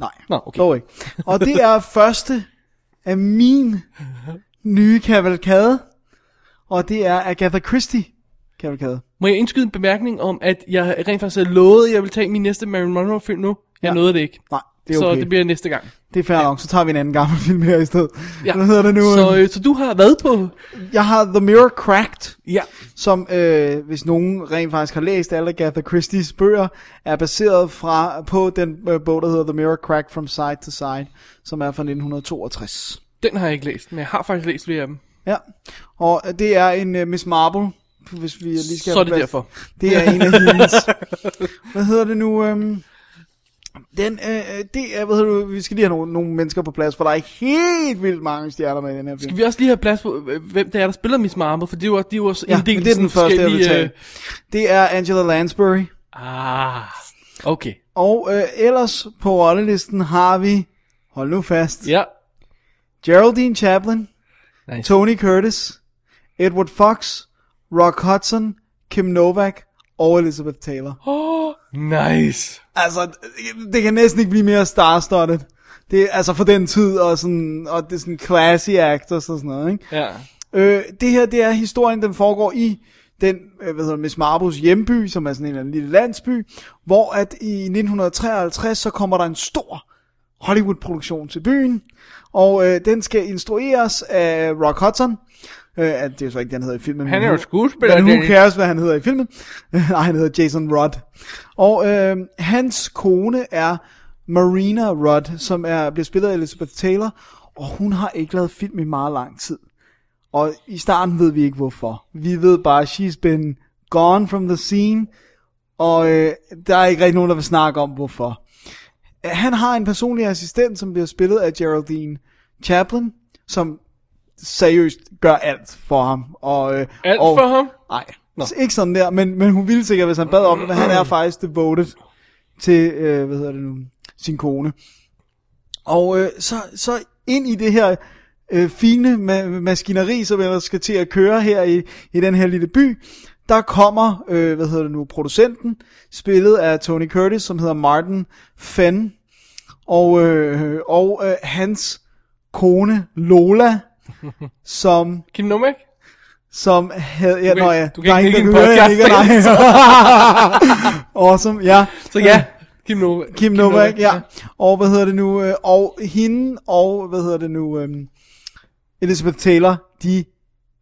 S6: Nej,
S5: Nå, okay.
S6: dog ikke. Og det er første af min nye kavalkade, og det er Agatha Christie kavalkade.
S5: Må jeg indskyde en bemærkning om, at jeg rent faktisk havde lovet, at jeg ville tage min næste Marilyn Monroe-film nu? Jeg
S6: Ja.
S5: nåede det ikke.
S6: Nej, det er okay.
S5: Så det
S6: bliver...
S5: bliver næste gang.
S6: det er fair nok, så tager vi en anden gammel film her i stedet. Ja. Hvad hedder det nu?
S5: Så, øh, så du har været på...
S6: Jeg har The Mirror Cracked,
S5: Ja.
S6: som øh, hvis nogen rent faktisk har læst alle Agatha Christie's bøger, er baseret fra på den øh, bog, der hedder The Mirror Cracked From Side to Side, som er fra 1962.
S5: Den har jeg ikke læst, men jeg har faktisk læst flere af dem.
S6: Ja, og øh, det er en uh, Miss Marple, hvis vi lige skal...
S5: Så er det
S6: have-
S5: derfor.
S6: Det er en af hendes... Hvad hedder det nu? Øhm, den, øh, det er, hvad hedder du, vi skal lige have nogle, nogle mennesker på plads, for der er helt vildt mange stjerner med i den her film.
S5: Skal vi også lige have plads på, øh, hvem det er, der spiller Miss Marple? For det er jo, det er jo også
S6: Ja,
S5: en del
S6: men det er
S5: sådan
S6: den første, jeg vil
S5: forskellige, øh?
S6: tage. Det er Angela Lansbury.
S5: Ah, okay.
S6: Og øh, ellers på rollelisten har vi, hold nu fast,
S5: Ja.
S6: Geraldine Chaplin,
S5: Nice.
S6: Tony Curtis, Edward Fox, Rock Hudson, Kim Novak og Elizabeth Taylor.
S5: Nice.
S6: Altså, det kan næsten ikke blive mere starstudded. Det er altså for den tid, og, sådan, og det er sådan classy actors og sådan noget, ikke?
S5: Ja.
S6: Øh, det her, det er historien, den foregår i den, øh, hvad hedder det, Miss Marbles hjemby, som er sådan en eller anden lille landsby, hvor at i 1953, så kommer der en stor Hollywood-produktion til byen, og øh, den skal instrueres af Rock Hudson, øh, at det er jo så ikke det, han hedder i filmen.
S5: Han
S6: men
S5: er jo
S6: who-
S5: skuespiller,
S6: Men who
S5: Dennis.
S6: cares, hvad han hedder i filmen? Nej, han hedder Jason Rudd. Og øh, hans kone er Marina Rudd, som er, bliver spillet af Elizabeth Taylor, og hun har ikke lavet film i meget lang tid. Og i starten ved vi ikke hvorfor. Vi ved bare, she's been gone from the scene, og øh, der er ikke rigtig nogen, der vil snakke om hvorfor. Han har en personlig assistent, som bliver spillet af Geraldine Chaplin, som seriøst gør alt for ham. Og, øh,
S5: Alt
S6: og,
S5: for ham?
S6: Nej, ikke sådan der, men, men hun ville sikkert, hvis han bad om det, men han er faktisk devoted til, øh, hvad hedder det nu, sin kone. Og øh, så, så ind i det her øh, fine ma- maskineri, som ellers skal til at køre her i, i den her lille by, der kommer, øh, hvad hedder det nu, producenten, spillet af Tony Curtis, som hedder Martin Fenn, og, øh, og øh, hans kone Lola, som
S5: Kim Novak?
S6: som havde... Ja,
S5: Du kan-
S6: nå ja,
S5: du kan ikke nikke i en
S6: podcast. awesome, ja. Øh,
S5: Så ja, Kim Novak.
S6: Kim Novak, ja. Og hvad hedder det nu? øh, Og hende og, hvad hedder det nu? øhm, Elizabeth Taylor, de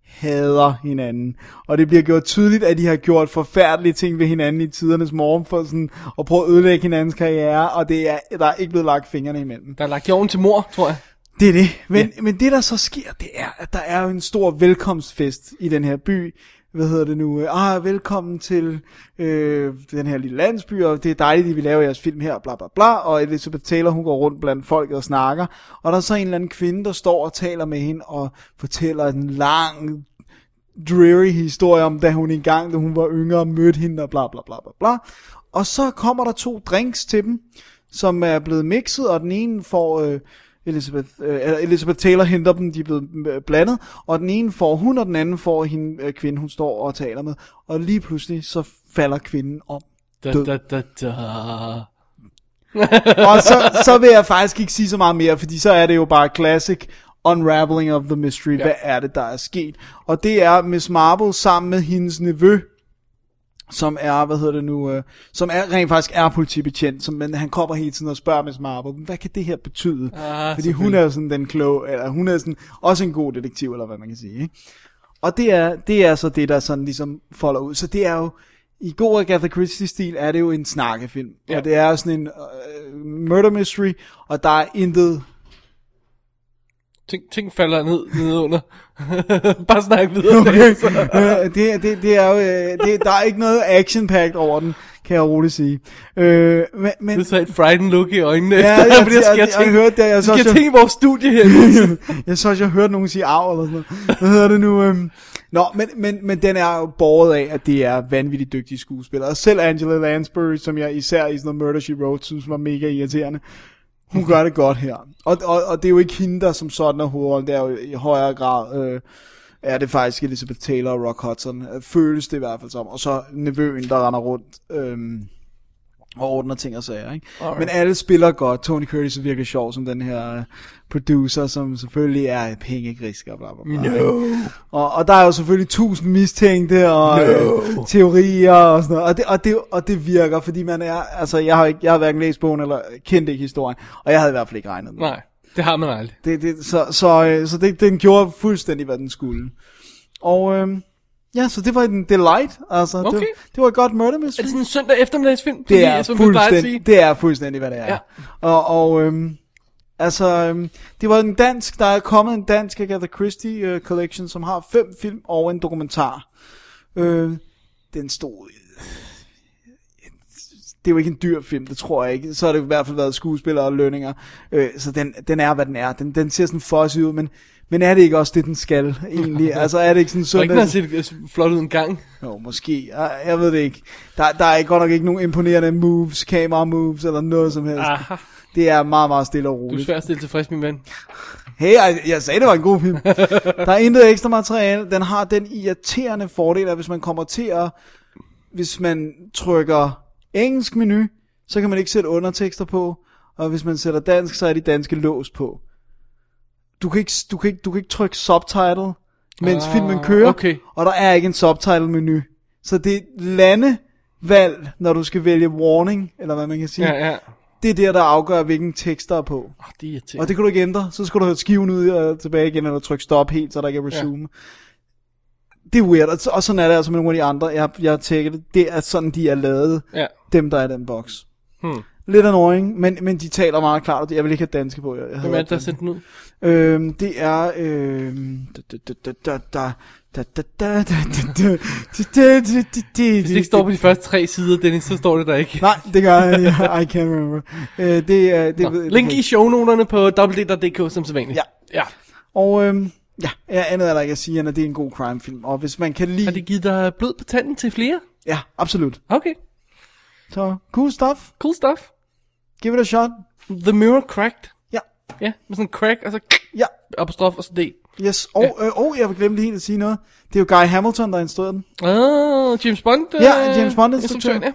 S6: hader hinanden. Og det bliver gjort tydeligt, at de har gjort forfærdelige ting ved hinanden i tidernes morgen, for sådan at prøve at ødelægge hinandens karriere, og det er, der er ikke blevet lagt fingrene imellem.
S5: Der er lagt jorden til mor, tror jeg.
S6: Det er det. Men, ja. men det, der så sker, det er, at der er jo en stor velkomstfest i den her by. Hvad hedder det nu? Øh, Ah, velkommen til øh, den her lille landsby, og det er dejligt, at vi laver jeres film her, og bla bla bla. Og Elizabeth Taylor, hun går rundt blandt folket og snakker. Og der er så en eller anden kvinde, der står og taler med hende, og fortæller en lang dreary historie om, da hun engang, da hun var yngre, mødte hende og bla bla bla bla bla. Og så kommer der to drinks til dem, som er blevet mixet, og den ene får øh, Elizabeth, øh, eller Elizabeth Taylor henter dem, de er blevet øh, blandet, og den ene får hun, og den anden får hende, øh, kvinde, hun står og taler med. Og lige pludselig, så falder kvinden om.
S5: Da,
S6: Død.
S5: da, da, da.
S6: Og så, så vil jeg faktisk ikke sige så meget mere, fordi så er det jo bare classic unraveling of the mystery. Ja. Hvad er det, der er sket? Og det er Miss Marple sammen med hendes nevø, som er, hvad hedder det nu, øh, som er, rent faktisk er politibetjent, som, men han kommer hele tiden og spørger Miss Marple, hvad kan det her betyde? Ah, fordi hun er jo sådan den kloge, eller hun er sådan, også en god detektiv, eller hvad man kan sige. Ikke? Og det er, det er så det, der sådan ligesom folder ud. Så det er jo i god Agatha Christie-stil er det jo en snakkefilm.
S5: Ja.
S6: Ja. Og det er sådan en uh, murder mystery, og der er intet...
S5: Ting, ting falder ned, ned under. Bare snak videre.
S6: Okay. Øh, det, det, det er jo, øh, det, der er ikke noget action-packed over den, kan jeg roligt sige. Øh, men, men,
S5: Det er så et frighten look i øjnene.
S6: Ja,
S5: efter,
S6: ja,
S5: fordi jeg,
S6: ja,
S5: skal
S6: jeg
S5: tænke,
S6: hørte det, jeg
S5: jeg
S6: så
S5: skal
S6: også-
S5: tænke i vores studie her.
S6: jeg så også, jeg hørte nogen sige arv eller sådan noget. Hvad hedder det nu? Øhm? Nå, men, men, men den er jo båret af, at det er vanvittigt dygtige skuespillere. Og Selv Angela Lansbury, som jeg især i sådan noget Murder, She Wrote, synes var mega irriterende. Hun gør det godt her. Og, og, og det er jo ikke hende, der som sådan er hovedrollen. Det er jo i højere grad... Øh, er det faktisk Elizabeth Taylor og Rock Hudson. Øh, Føles det i hvert fald som. Og så nevøen, der render rundt. Øhm, og ordner ting og sager, ikke? Alright. Men alle spiller godt. Tony Curtis virker sjov som den her øh, producer, som selvfølgelig er pengegrisk og bla bla bla. No. Og, og der er jo selvfølgelig tusind mistænkte og no. øh, teorier og sådan noget. Og det, og, det, og det virker, fordi man er... Altså, jeg har, ikke, jeg har hverken læst bogen eller kendt ikke historien, og jeg havde i hvert fald ikke regnet med det.
S5: Nej, det har man aldrig.
S6: Det, det, så så, øh, så det, den gjorde fuldstændig, hvad den skulle. Og øh, ja, så det var en delight. Altså,
S5: Okay.
S6: det, det var et godt murder
S5: Er
S6: mystery.
S5: det sådan en søndag eftermiddagsfilm?
S6: Det
S5: Fordi,
S6: er,
S5: som vi plejer at sige.
S6: fuldstænd- det er fuldstændig, hvad det er.
S5: Ja.
S6: Og, og øhm, altså, øhm, det var en dansk, der er kommet en dansk Agatha Christie øh, collection, som har fem film og en dokumentar. Øh, den stod... Det er jo ikke en dyr film, det tror jeg ikke. Så har det i hvert fald været skuespillere og lønninger. Øh, så den, den er, hvad den er. Den, den ser sådan fossig ud, men, men er det ikke også det, den skal egentlig? altså er det ikke sådan
S5: Så ikke, den
S6: søndag...
S5: har set øh, flot ud en gang.
S6: Jo, måske. Jeg, jeg ved det ikke. Der, der er godt nok ikke nogen imponerende moves, kamera moves eller noget som helst.
S5: Aha,
S6: Det er meget, meget stille og
S5: du er
S6: roligt.
S5: svært at stille tilfreds, min ven.
S6: Hey, jeg, jeg sagde, det var en god film. der er intet ekstra materiale. Den har den irriterende fordel, at hvis man kommer til at... Hvis man trykker engelsk menu, så kan man ikke sætte undertekster på. Og hvis man sætter dansk, så er de danske lås på. Du kan ikke, du kan ikke, du kan ikke trykke subtitle, mens
S5: Ah,
S6: ah, filmen kører.
S5: okay.
S6: Og der er ikke en subtitle-menu. Så det er et landevalg, når du skal vælge warning, eller hvad man kan sige.
S5: Ja,
S6: Ja.
S5: ja.
S6: Det er der, der afgør, hvilken tekst der er på.
S5: Oh, det er irriterende.
S6: Og det kan du ikke ændre. Så skal du have skiven ud og tilbage igen, eller trykke stop helt, så der ikke er resume. Ja. Det er weird, og så- og sådan er det altså med nogle af de andre. Jeg, jeg har tjekket det. Det er sådan, de er lavet,
S5: Ja.
S6: dem der er i den boks.
S5: Hmm.
S6: Lidt annoying, men, men de taler meget klart, og jeg vil ikke have danske på. Jeg, jeg
S5: Hvem er det, der har sendt den ud?
S6: Øhm, det er... øhm, da, da, da, da, da, da, da, da, da, da, da, da, da, da, da,
S5: Hvis det ikke står på de første tre sider, Dennis, så står det der ikke.
S6: Nej, det gør jeg. I can't remember. Øh, det er...
S5: Nå,
S6: Det, ved-
S5: Link i shownoterne på E www.dk som sædvanligt.
S6: Ja.
S5: ja.
S6: Og øhm, ja, ja, andet er der ikke at sige, end at det er en god crimefilm. Og hvis man kan lide...
S5: Har det givet dig blod på tanden til flere?
S6: Ja, absolut.
S5: Okay,
S6: Så cool stuff.
S5: cool stuff.
S6: Give it a shot.
S5: The Mirror Cracked.
S6: Ja,
S5: Ja, med sådan en crack, og så
S6: ja.
S5: apostrof, og så D.
S6: Yes. Og, ja. øh, og jeg glemte helt at sige noget. Det er jo Guy Hamilton, der instruerede den.
S5: Ah, James Bond. øh,
S6: Ja, James Bond instruktøren.
S5: instruktøren, Ja.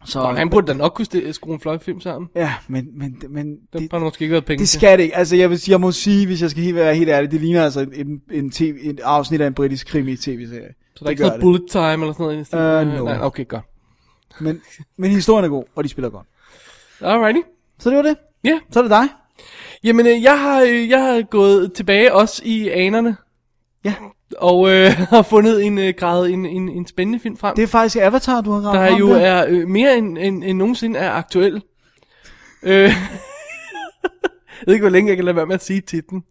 S5: Og
S6: Så,
S5: han burde da nok kunne sti- skrue en fløjfilm sammen.
S6: ja, men, men, men
S5: Det,
S6: det,
S5: har der måske ikke været penge
S6: det
S5: til.
S6: skal det ikke. Altså, jeg, vil, sige- jeg må sige, hvis jeg skal helt være helt ærlig, det ligner altså en, en, en TV, et afsnit af en britisk krimi-tv-serie.
S5: Så der er ikke sådan noget bullet time eller sådan noget? i den stil?
S6: Øh,
S5: Øh,
S6: no.
S5: Nej, okay, godt.
S6: Men, men historien er god, og de spiller godt.
S5: Alrighty.
S6: Så det var det.
S5: Ja, yeah.
S6: Så er det dig.
S5: jamen øh, jeg har, øh, jeg har gået tilbage også i anerne.
S6: Ja.
S5: Og øh, har fundet en øh, gravet en, en, en spændende film frem.
S6: Det er faktisk Avatar, du har gravet
S5: der
S6: frem
S5: jo
S6: der.
S5: er øh, mere end, end, end nogensinde er aktuel. Øh, jeg ved ikke, hvor længe jeg kan lade være med at sige titlen.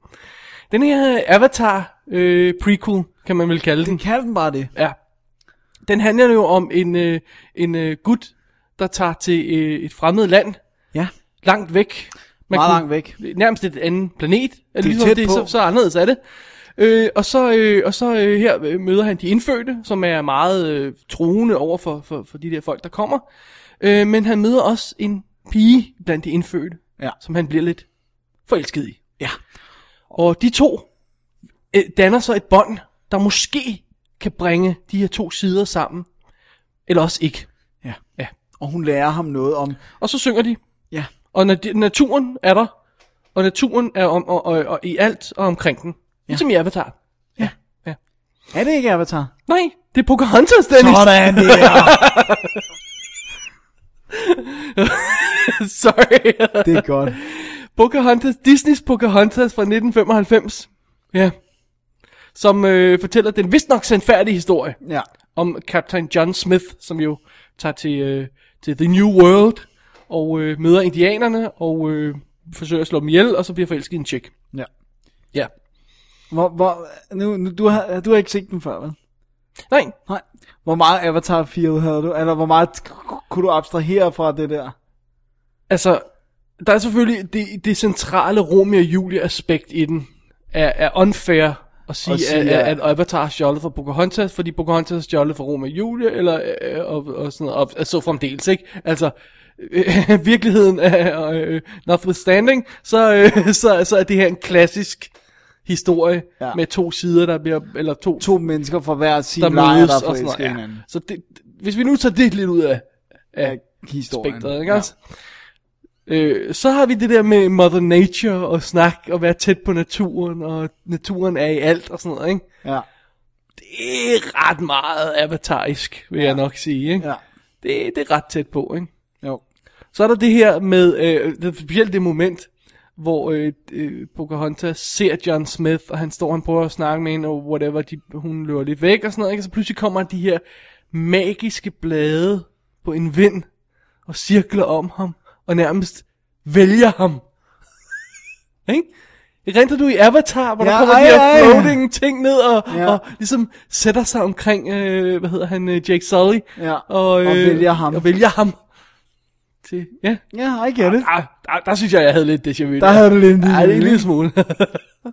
S5: Den her øh, Avatar øh, prequel, kan man vel kalde den.
S6: Den kalder den bare det.
S5: Ja. Den handler jo om en, øh, en øh, gut, der tager til øh, et fremmed land,
S6: Ja,
S5: langt væk. Man
S6: meget langt væk.
S5: Nærmest et andet planet. Det ligesom
S6: tæt
S5: det,
S6: på.
S5: Så, så anderledes er det. Øh, og så, øh, og så øh, her øh, møder han de indfødte, som er meget øh, troende over for, for, for de der folk, der kommer. Øh, men han møder også en pige blandt de indfødte,
S6: Ja.
S5: som han bliver lidt forelsket i.
S6: Ja.
S5: Og de to øh, danner så et bånd, der måske kan bringe de her to sider sammen. Eller også ikke.
S6: Ja.
S5: Ja.
S6: Og hun lærer ham noget om...
S5: Og så synger de.
S6: Ja.
S5: Og nat- naturen er der. Og naturen er om, og, og, og i alt og omkring den. Ja. Ligesom i Avatar.
S6: Er det ikke Avatar?
S5: Nej, det er Pocahontas, Dennis.
S6: Sådan der.
S5: Sorry.
S6: det er godt.
S5: Pocahontas, Disneys Pocahontas fra 1995. Ja. Som øh, fortæller den vist nok sandfærdige historie
S6: Ja.
S5: om kaptajn John Smith, som jo tager til, øh, til The New World og øh, møder indianerne og øh, forsøger at slå dem ihjel, og så bliver forelsket i en chick.
S6: Ja.
S5: Ja.
S6: Hvor, hvor, nu, nu, du, har, du har ikke set den før, vel?
S5: Nej,
S6: Nej. Hvor meget Avatar feel havde du? Eller hvor meget kunne du abstrahere fra det der?
S5: altså, der er selvfølgelig det, det centrale Romeo og Julie aspekt i den, er, er unfair at sige,
S6: At
S5: at,
S6: sige,
S5: at,
S6: ja.
S5: at Avatar har stjålet fra Pocahontas, fordi Pocahontas har stjålet fra Romeo og Julie, eller øh, og, og sådan noget, og, og så fremdeles, ikke? Altså, øh, virkeligheden er, øh, notwithstanding, så, øh, så, så er det her en klassisk historie,
S6: Ja.
S5: ja. med to sider, der bliver, eller to,
S6: To mennesker fra hver sin
S5: der
S6: lejr, der
S5: mødes,
S6: er
S5: og sådan
S6: forelsket i
S5: noget. Ja.
S6: hinanden.
S5: Så det, hvis vi nu tager det lidt ud af,
S6: Ja.
S5: af
S6: Historien.
S5: spektret, ikke også? Øh, så har vi det der med Mother Nature og snak og være tæt på naturen, og naturen er i alt og sådan noget, ikke?
S6: Ja. ja.
S5: Det er ret meget avatarisk, vil ja. jeg nok sige, ikke?
S6: Ja.
S5: Det, det er ret tæt på, ikke?
S6: Jo.
S5: Så er der det her med, øh, det er specielt det moment, hvor øh, øh, Pocahontas ser John Smith, og han står, og han prøver at snakke med hende, og whatever, de, hun løber lidt væk og sådan noget, ikke? Og så pludselig kommer de her magiske blade på en vind, og cirkler om ham, og nærmest vælger ham. ikke? Renter du i Avatar, hvor ja,
S6: Ja,
S5: der kommer
S6: ej,
S5: de
S6: ej.
S5: her floating ting ned, og,
S6: Ja.
S5: ja. og ligesom sætter sig omkring, øh, hvad hedder han, øh, Jake Sully,
S6: Ja,
S5: og, øh,
S6: og vælger ham.
S5: Og vælger ham. Til, ja,
S6: Ja, I get it.
S5: Ah, der, der synes jeg, jeg havde lidt déjà vu.
S6: Der havde du lidt en lille
S5: Ja, det er en
S6: smule,
S5: lille smule.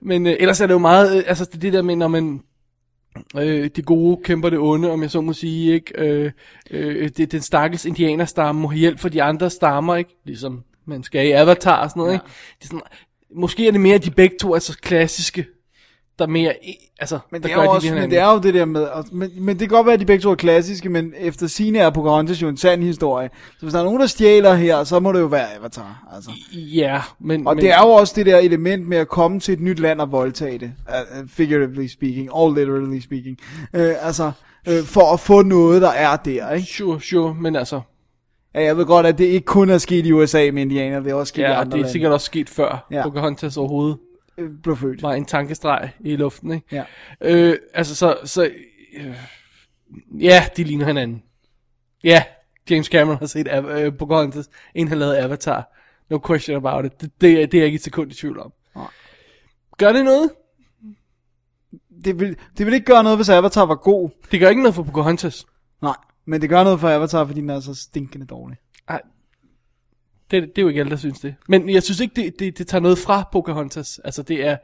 S5: Men øh, ellers er det jo meget, øh, altså det, det der med, når man, øh, det gode kæmper det onde, om jeg så må sige, ikke? Øh, øh, det, den stakkels indianerstamme må have hjælp for de andre stammer, ikke? Ligesom man skal i Avatar og sådan noget, ja. ikke? Det er sådan, måske er det mere, at de begge to er så klassiske, der mere, i- altså,
S6: Men
S5: der
S6: det, er
S5: gør
S6: jo
S5: de
S6: også,
S5: ved
S6: men
S5: hinanden.
S6: det er jo det der med, og- men, men det kan godt være, at de begge to er klassiske, men efter sine er Pocahontas jo en sand historie. Så hvis der er nogen, der stjæler her, så må det jo være Avatar. Altså.
S5: Ja, men...
S6: Og
S5: men,
S6: det er jo også det der element med at komme til et nyt land og voldtage det, uh, uh, figuratively speaking, og literally speaking. Uh, altså, uh, for at få noget, der er der, ikke?
S5: Sure, sure, men altså...
S6: Ja, jeg ved godt, at det ikke kun er sket i USA med indianer, det er også sket i
S5: Ja, og
S6: andre
S5: det er
S6: lande.
S5: sikkert også sket før,
S6: Ja.
S5: ja. Pocahontas overhovedet
S6: Øh, blev født.
S5: var en tankestreg i luften, ikke?
S6: Ja.
S5: Øh, altså, så... så øh, ja, de ligner hinanden. Ja, James Cameron har set Av- øh, Pocahontas, inden han lavede Avatar. No question about it. Det, det, er- det er jeg ikke et sekund i tvivl om.
S6: Nej.
S5: Gør det noget?
S6: Det, vil, det vil ikke gøre noget, hvis Avatar var god.
S5: Det gør ikke noget for Pocahontas.
S6: Nej, men det gør noget for Avatar, fordi den er så stinkende dårlig.
S5: Ej. Det, det er jo ikke alle, der synes det. Men jeg synes ikke, det, det, det tager noget fra Pocahontas. Altså, det er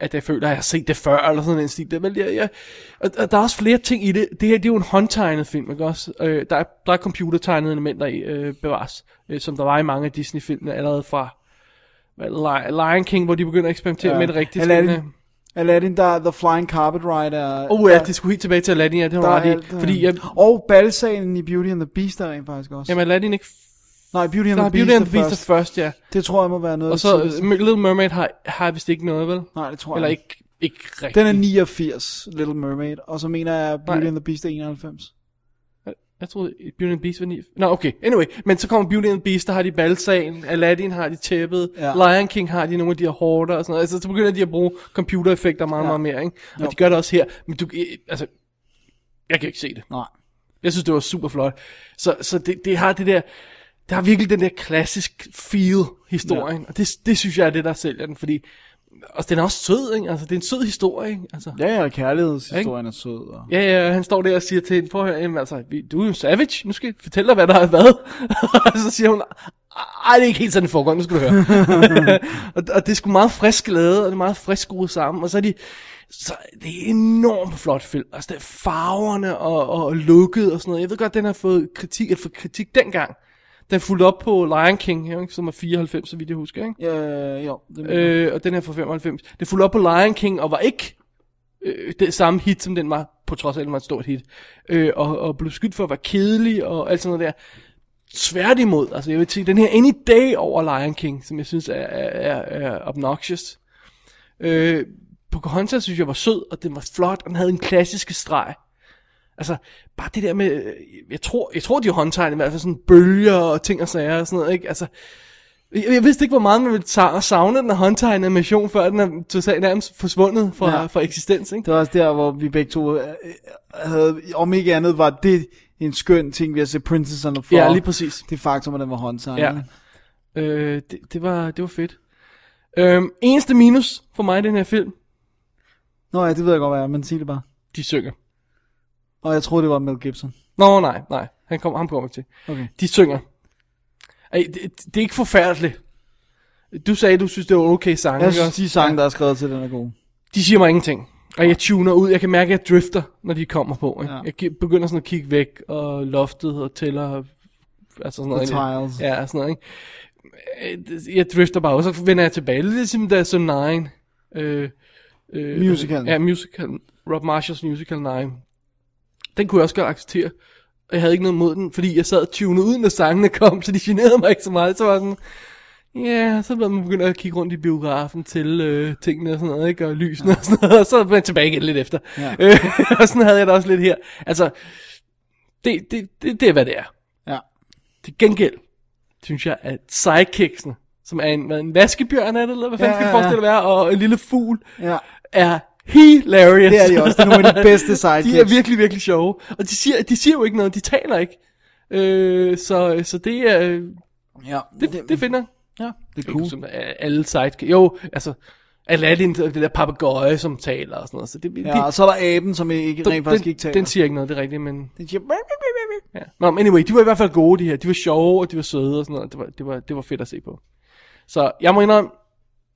S5: at jeg føler, at jeg har set det før, eller sådan en stil. Det, men jeg, jeg, og, og der er også flere ting i det. Det her, det er jo en håndtegnet film, ikke også? Øh, der, er, der er computertegnede elementer i, øh, bevares, øh, som der var i mange af Disney-filmene allerede fra hvad, Li- Lion King, hvor de begynder at eksperimentere
S6: Ja.
S5: ja. med det rigtige.
S6: Aladdin.
S5: sådan, øh,
S6: Aladdin, der er The Flying Carpet Ride. Er,
S5: Åh oh, ja, det skulle helt tilbage til Aladdin, ja, det
S6: der
S5: har
S6: er
S5: du ret
S6: alt,
S5: i.
S6: øh,
S5: Fordi, jeg,
S6: Og balsalen i Beauty and the Beast er rent faktisk også.
S5: jamen, Aladdin ikke...
S6: Nej, Beauty and
S5: Der
S6: the
S5: er
S6: Beast,
S5: Beauty and the Beast først.
S6: først.
S5: først, ja.
S6: Det tror jeg må være noget.
S5: Og så
S6: af det
S5: øh, Little Mermaid har, har vist ikke noget, vel?
S6: Nej, det tror
S5: Eller
S6: jeg
S5: ikke, ikke rigtigt.
S6: Den er 89, Little Mermaid. Og så mener jeg, Beauty
S5: Nej.
S6: and the Beast er 91.
S5: Jeg troede, Beauty and the Beast var 9. Nå, okay. Anyway, men så kommer Beauty and the Beast, der har de balsagen, Aladdin har de tæppet,
S6: Ja.
S5: ja. Lion King har de nogle af de her hårder og sådan noget. Altså, så begynder de at bruge computereffekter meget,
S6: Ja.
S5: ja. meget mere, ikke? Og
S6: Jo.
S5: de gør det også her. Men du, eh, altså, jeg kan ikke se det.
S6: Nej.
S5: Jeg synes, det var super flot. Så, så det, det har det der, der har virkelig den der klassisk feel-historien. Ja. Og det, det synes jeg er det, der sælger den, fordi... Og den er også sød, ikke? Altså, det er en sød historie, ikke? Altså.
S6: Ja, ja, kærlighedshistorien er sød. Og...
S5: Ja, ja, han står der og siger til hende, prøv at høre, jamen, altså, vi- du er jo savage, nu skal jeg fortælle dig, hvad der har været. og så siger hun, ej, det er ikke helt sådan, det foregår, nu skal du høre. og, og det er sgu meget frisk lavet, og det er meget frisk skruet sammen, og så er de, så det er enormt flot film, altså det er farverne og, og lukket og sådan noget. Jeg ved godt, den har fået kritik, at få kritik dengang. Den fulgte op på Lion King, her, ikke, som er 94, så vidt jeg husker, ikke?
S6: Øh, jo, det mener jeg.
S5: Øh, og den her fra 95. Det fulgte op på Lion King og var ikke øh, det samme hit, som den var, på trods af, at den var et stort hit. Øh, og, og blev skyldt for at være kedelig og alt sådan noget der. Tværtimod, altså jeg vil sige, den her any day over Lion King, som jeg synes er, er, er, er obnoxious. Øh, Pocahontas synes jeg var sød, og den var flot, og den havde en klassisk streg. Altså, bare det der med, øh, jeg tror, jeg tror de håndtegner i hvert fald sådan bølger og ting og sager og sådan noget, ikke? Altså, Jeg, jeg vidste ikke, hvor meget man ville sa- savne den her håndtegnet animation, før den er totalt nærmest forsvundet fra,
S6: Ja.
S5: ja. fra eksistens, ikke?
S6: Det var også der, hvor vi begge to øh, øh, havde, om ikke andet, var det en skøn ting, vi har set Princess and the Frog.
S5: Ja, lige præcis.
S6: Det faktum, at den var håndtegnet.
S5: Ja. Øh, det, det, var, det var fedt. Øhm, eneste minus for mig i den her film,
S6: Nå ja, det ved jeg godt, hvad jeg er, men sig det bare.
S5: de synger.
S6: Og jeg troede, det var Mel Gibson.
S5: Nå, nej, nej. Han kom, ham kommer vi til.
S6: Okay.
S5: De synger. Ej, det, det, er ikke forfærdeligt. Du sagde, du synes, det var okay sange.
S6: Jeg
S5: ikke
S6: synes,
S5: også?
S6: de sange, der er skrevet til den er gode.
S5: De siger mig ingenting. Og jeg tuner ud. Jeg kan mærke, at jeg drifter, når de kommer på. Ikke?
S6: Ja.
S5: Ja. Jeg gi- begynder sådan at kigge væk og loftet og tæller... Altså sådan noget.
S6: The
S5: ikke?
S6: tiles.
S5: Ja, sådan noget, ikke? Øh, det- Jeg drifter bare, og så vender jeg tilbage. Lidt ligesom da Søn 9. Øh, øh,
S6: Musicalen.
S5: Ja, musicalen. Rob Marshalls musical 9. Den kunne jeg også godt acceptere. Og jeg havde ikke noget mod den, fordi jeg sad og tunede ud, når sangene kom, så de generede mig ikke så meget. Så var jeg sådan, Ja, yeah, så blev man begyndt at kigge rundt i biografen til øh, tingene og sådan noget, ikke? Og lysene ja. og sådan noget, og så blev man tilbage igen lidt efter.
S6: Ja.
S5: Øh, og sådan havde jeg det også lidt her. Altså, det, det, det, det er, hvad det er.
S6: Ja.
S5: Til gengæld, synes jeg, at sidekicksene, som er en, hvad, en vaskebjørn, er det, eller hvad fanden
S6: Ja,
S5: skal
S6: ja,
S5: det
S6: ja.
S5: forestille at være, og en lille fugl,
S6: Ja.
S5: er hilarious.
S6: Det er de også. Det er nogle af de bedste sidekicks.
S5: De er virkelig, virkelig sjove. Og de siger, de siger jo ikke noget, de taler ikke. Øh, så, så det er, øh,
S6: Ja,
S5: det, det finder
S6: ja, det er
S5: Cool.
S6: cool.
S5: Som er- alle sidekick. Jo, altså, Aladdin, det der papegøje, som taler og sådan noget. Så det, det-
S6: Ja, og så er der aben, som ikke, rent faktisk
S5: den,
S6: ikke taler.
S5: den siger ikke noget, det er rigtigt, men...
S6: den siger... "Bip, bip, bip, bip, bip."
S5: Ja. Nå, men anyway, de var i hvert fald gode, de her. De var sjove, og de var søde og sådan noget. Det var, det var, det var fedt at se på. Så jeg må indrømme,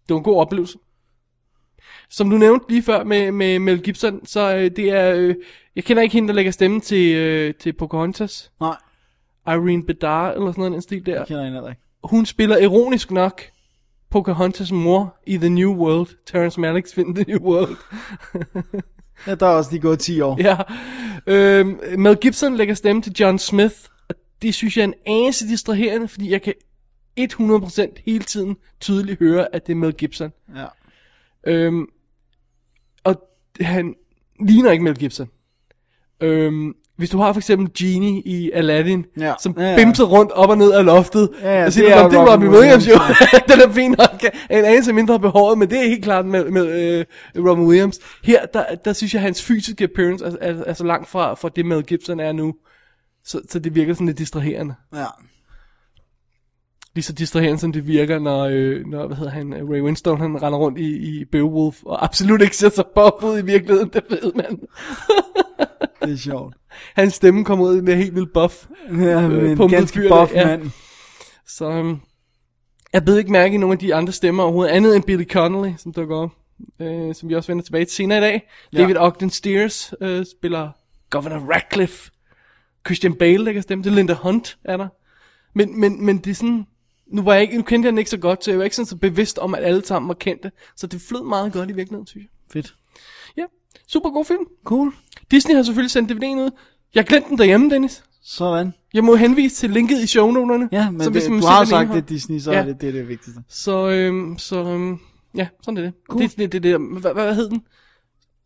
S5: det var en god oplevelse. Som du nævnte lige før med, med Mel Gibson, så øh, det er... Øh, jeg kender ikke hende, der lægger stemme til, øh, til Pocahontas.
S6: Nej,
S5: Irene Bedard, eller sådan noget, i den stil der.
S6: det kender jeg heller ikke.
S5: hun spiller ironisk nok Pocahontas mor i The New World. Terrence Malick's film The New World.
S6: Ja, der er også lige gået 10 år.
S5: ja. Øhm, Mel Gibson lægger stemme til John Smith. Og det synes jeg er en anelse distraherende, fordi jeg kan 100% hele tiden tydeligt høre, at det er Mel Gibson.
S6: Ja.
S5: Øhm, og han ligner ikke Mel Gibson. Øhm, hvis du har for eksempel Genie i Aladdin,
S6: Ja.
S5: som
S6: Ja, ja.
S5: bimser rundt op og ned af loftet,
S6: Ja, ja,
S5: og siger,
S6: det er
S5: det, det var
S6: Robin
S5: Robin
S6: Williams."
S5: Williams, jo. den er fin nok, en anelse mindre behåret, men det er helt klart med, med øh, Robin Williams. Her, der, der synes jeg, hans fysiske appearance er, er, er så langt fra, fra det, Mel Gibson er nu, så, så det virker sådan lidt distraherende.
S6: ja.
S5: Lige så distraherende som det virker, når, øh, når hvad hedder han, øh, Ray Winstone, han render rundt i, i Beowulf, og absolut ikke ser så bob ud i virkeligheden, det ved man.
S6: Det er sjovt.
S5: Hans stemme kommer ud med helt vildt buff.
S6: Ja, men en
S5: pumpet
S6: ganske
S5: Øh, fyr,
S6: buff
S5: ja.
S6: mand.
S5: Så øhm, jeg blev ikke mærke i nogen af de andre stemmer overhovedet, andet end Billy Connolly, som dukker op, øh, som vi også vender tilbage til senere i dag.
S6: Ja.
S5: Ja. David Ogden Steers øh, spiller Governor Ratcliffe. Christian Bale lægger stemme til Linda Hunt, er der. Men, men, men det er sådan, nu, var jeg ikke, nu kendte jeg den ikke så godt, så jeg var ikke sådan så bevidst om, at alle sammen var kendte. Så det flød meget godt i virkeligheden, synes jeg.
S6: Fedt.
S5: Ja, super god film.
S6: Cool.
S5: Disney har selvfølgelig sendt DVD'en ud. Jeg glemte den derhjemme, Dennis.
S6: Sådan.
S5: Jeg må henvise til linket i shownoterne.
S6: Ja, men
S5: så
S6: det,
S5: hvis man
S6: du
S5: ser
S6: har jo
S5: den ene
S6: sagt,
S5: hånd-
S6: det er Disney, så
S5: Ja.
S6: er det, det er det vigtigste.
S5: Så, øhm, så øhm, ja, sådan er det.
S6: Cool.
S5: Cool. Det, det, det, det hvad, hvad hed den?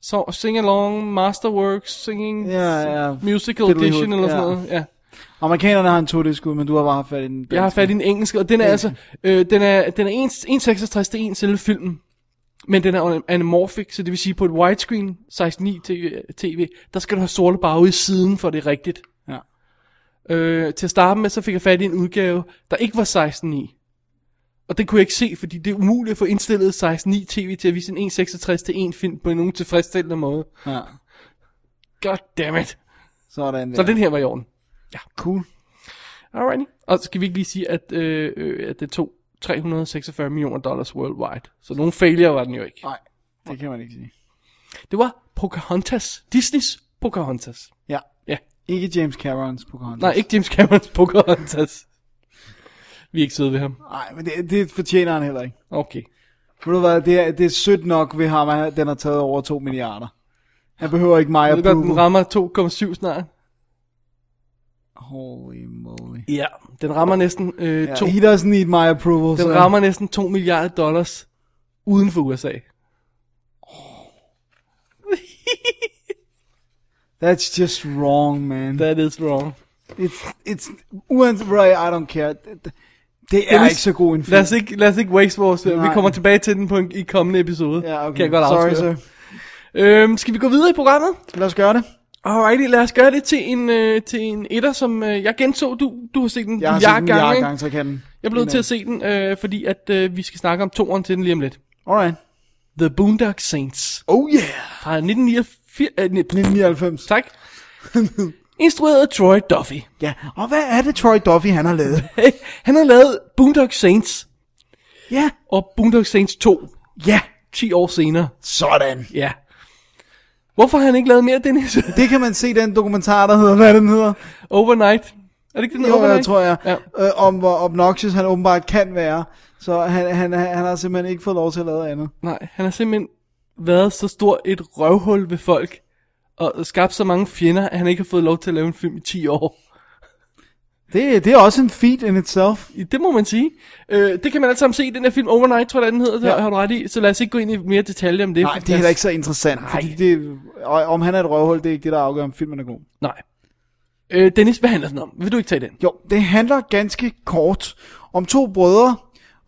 S5: Så Sing Along, Masterworks, Singing,
S6: Ja, ja.
S5: Musical
S6: Fiddly
S5: Edition
S6: Hood,
S5: eller sådan
S6: ja.
S5: noget. Ja.
S6: Amerikanerne har en to skud, men du har bare fat i den.
S5: Jeg har fat i den engelske, og den er altså, øh, den er, den er 1- 1,66 til 1 selve filmen. Men den er anamorphic, så det vil sige på et widescreen 16.9 TV, tv, der skal du have sorte bare ude i siden, for det er rigtigt.
S6: Ja.
S5: Øh, til at starte med, så fik jeg fat i en udgave, der ikke var 16.9. Og det kunne jeg ikke se, fordi det er umuligt at få indstillet 16.9 tv til at vise en 1.66 til 1 film på nogen tilfredsstillende måde.
S6: Ja,
S5: God damn it.
S6: sådan der.
S5: Så den her var i orden.
S6: cool.
S5: Alrighty. Og så skal vi ikke lige sige, at, øh, øh, at det tog 346 millioner dollars worldwide. Så nogen failure var den jo ikke.
S6: Nej, det kan man ikke sige.
S5: Det var Pocahontas. Disneys Pocahontas.
S6: Ja.
S5: Ja.
S6: Ikke James Camerons Pocahontas.
S5: Nej, ikke James Camerons Pocahontas. Vi er ikke søde ved ham.
S6: Nej, men det, det fortjener han heller ikke.
S5: Okay.
S6: Ved du hvad, det er, det er sødt nok ved ham, at den har taget over 2 milliarder. Han behøver ikke mig
S5: Jeg
S6: at
S5: ved godt, den
S6: bruge.
S5: rammer 2,7 snart.
S6: Holy moly.
S5: Ja. Den rammer næsten øh,
S6: Ja,
S5: to,
S6: he doesn't need my approval.
S5: den rammer næsten 2 milliarder dollars uden for USA.
S6: That's just wrong, man.
S5: That is wrong.
S6: It's, it's, uanset, right, I don't care. Det- det- Det er
S5: Dennis,
S6: ikke så god en film.
S5: Lad os ikke, lad os ikke waste vores... øh, Vi
S6: Nej.
S5: kommer tilbage til den på en, i kommende episode.
S6: Ja, okay.
S5: Kan jeg godt
S6: Sorry,
S5: afsløre. Øhm, skal vi gå videre i programmet?
S6: sir. Lad os gøre det.
S5: Alrighty, lad os gøre det til en, øh, til en etter, som øh, jeg genså. Du, du har set den
S6: Jeg har
S5: jeg
S6: set den jeg
S5: ikke?
S6: gang, så jeg kan den.
S5: Jeg blev nødt til at se den, øh, fordi at øh, vi skal snakke om toeren til den lige om lidt.
S6: Alright.
S5: The Boondock Saints
S6: Oh yeah.
S5: fra 1989... Øh, nej, pff,
S6: 1999.
S5: tak. Instrueret af Troy Duffy.
S6: Ja. Og hvad er det, Troy Duffy, han har lavet?
S5: Han har lavet Boondock Saints
S6: ja.
S5: og Boondock Saints 2,
S6: Ja.
S5: 10 år senere.
S6: Sådan.
S5: Ja. Hvorfor har han ikke lavet mere, Dennis?
S6: Det kan man se i den dokumentar, der hedder, hvad den hedder.
S5: Overnight. Er det ikke den
S6: Jo,
S5: Overnight?
S6: jeg tror jeg.
S5: Ja.
S6: Ja. Øh, om hvor obnoxious han åbenbart kan være. Så han, han, han han har simpelthen ikke fået lov til at lave andet.
S5: Nej, han har simpelthen været så stor et røvhul ved folk, og skabt så mange fjender, at han ikke har fået lov til at lave en film i 10 år.
S6: Det, det er også en feat in itself.
S5: Det må man sige. Øh, det kan man alt sammen se i den her film Overnight, tror jeg, den hedder. Ja.
S6: Ja.
S5: Har du ret i? Så lad os ikke gå ind i mere detaljer om det.
S6: Nej,
S5: fordi
S6: det er
S5: lad
S6: heller
S5: os-
S6: ikke så interessant. Fordi det, og om han er et røvhul, det er ikke det, der afgør, om filmen er god.
S5: Nej. Øh, Dennis, hvad handler den om? Vil du ikke tage den?
S6: Jo, det handler ganske kort om to brødre,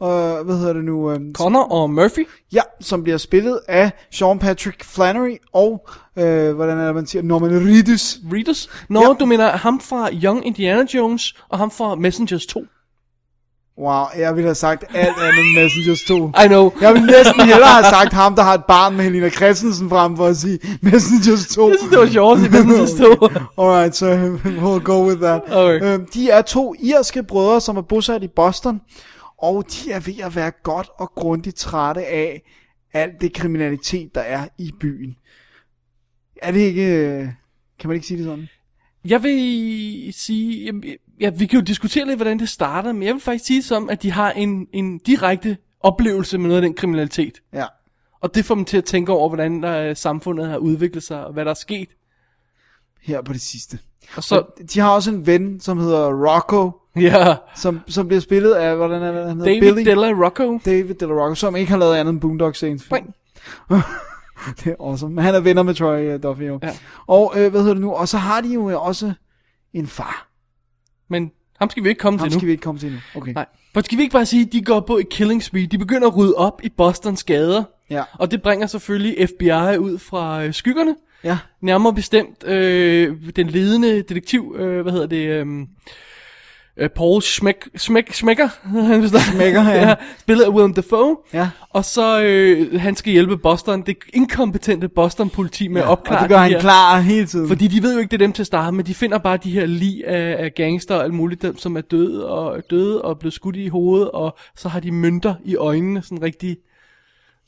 S6: øh, hvad hedder det nu? Øh,
S5: Connor og Murphy.
S6: ja, som bliver spillet af Sean Patrick Flannery og, øh, hvordan er det, man siger, Norman Reedus.
S5: Readers. Nå, ja.
S6: Ja.
S5: du mener ham fra Young Indiana Jones og ham fra Messengers 2.
S6: Wow, jeg ville have sagt alt andet end Messengers 2.
S5: I know.
S6: Jeg ville næsten hellere have sagt ham, der har et barn med Helena Christensen frem for at sige Messengers 2.
S5: Jeg synes, det var sjovt at se Messengers 2.
S6: Alright, so we'll go with that.
S5: Alright.
S6: Øhm, de er to irske brødre, som er bosat i Boston, og de er ved at være godt og grundigt trætte af alt det kriminalitet, der er i byen. Er det ikke... øh, Kan man ikke sige det sådan?
S5: Jeg vil sige, jamen, ja, vi kan jo diskutere lidt, hvordan det starter, men jeg vil faktisk sige det som, at de har en, en direkte oplevelse med noget af den kriminalitet.
S6: Ja.
S5: Og det får dem til at tænke over, hvordan der, øh, samfundet har udviklet sig, og hvad der er sket.
S6: Her på det sidste.
S5: Og så,
S6: Så... De har også en ven, som hedder Rocco,
S5: ja,
S6: som, som bliver spillet af, hvordan er det, han hedder?
S5: David
S6: Billy.
S5: Della Rocco.
S6: David Del Rocco, som ikke har lavet andet end Boondock Saints.
S5: Nej.
S6: det er awesome. Men han er venner med Troy øh, Duffy jo.
S5: Ja.
S6: Og øh, hvad hedder det nu? Og så har de jo øh, også en far.
S5: Men ham skal vi ikke komme
S6: Ham
S5: til nu.
S6: skal vi ikke komme til nu. Okay.
S5: Nej. For skal vi ikke bare sige, at de går på et killing spree. De begynder at rydde op i Bostons gader.
S6: Ja.
S5: Og det bringer selvfølgelig FBI ud fra øh, skyggerne.
S6: Ja.
S5: Nærmere bestemt øh, den ledende detektiv, øh, hvad hedder det, øh, øh, Paul Schmeck, Schmeck, Schmecker,
S6: Schmecker, ja.
S5: spillet af Willem Dafoe.
S6: Ja.
S5: Og så øh, han skal hjælpe Boston, det inkompetente Boston-politi med ja, at opklare
S6: Og det gør
S5: de
S6: han
S5: her-
S6: klar hele tiden.
S5: Mm. Fordi de ved jo ikke, det er dem til at starte, men de finder bare de her lig af, af gangster og alt muligt, dem som er døde og, døde og blevet skudt i hovedet, og så har de mønter i øjnene, sådan rigtig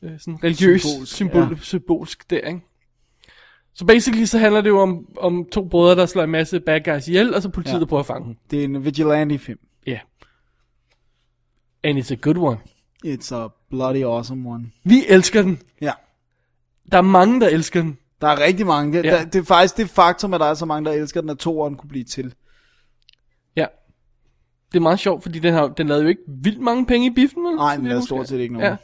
S5: øh, sådan religiøs symbolsk,
S6: Symbolsk,
S5: symbol, ja.
S6: ja.
S5: symbolsk der, ikke? Så basically så handler det jo om, om to brødre, der slår en masse bad guys ihjel, og så politiet, ja.
S6: Ja.
S5: der prøver at fange dem.
S6: Det er en vigilante film.
S5: Ja. Yeah. And it's a good one.
S6: It's a bloody awesome one.
S5: Vi elsker den.
S6: Ja.
S5: Der er mange, der elsker den.
S6: Der er rigtig mange. Det,
S5: Ja.
S6: ja. der, det er faktisk det faktum, at der er så mange, der elsker den, at toeren kunne blive til.
S5: Ja. Det er meget sjovt, fordi den, har, den lavede jo ikke vildt mange penge i biffen, vel?
S6: Nej,
S5: Så
S6: men
S5: vidt
S6: der er
S5: jeg
S6: stort
S5: husker.
S6: set ikke nogen.
S5: Ja.
S6: Ja.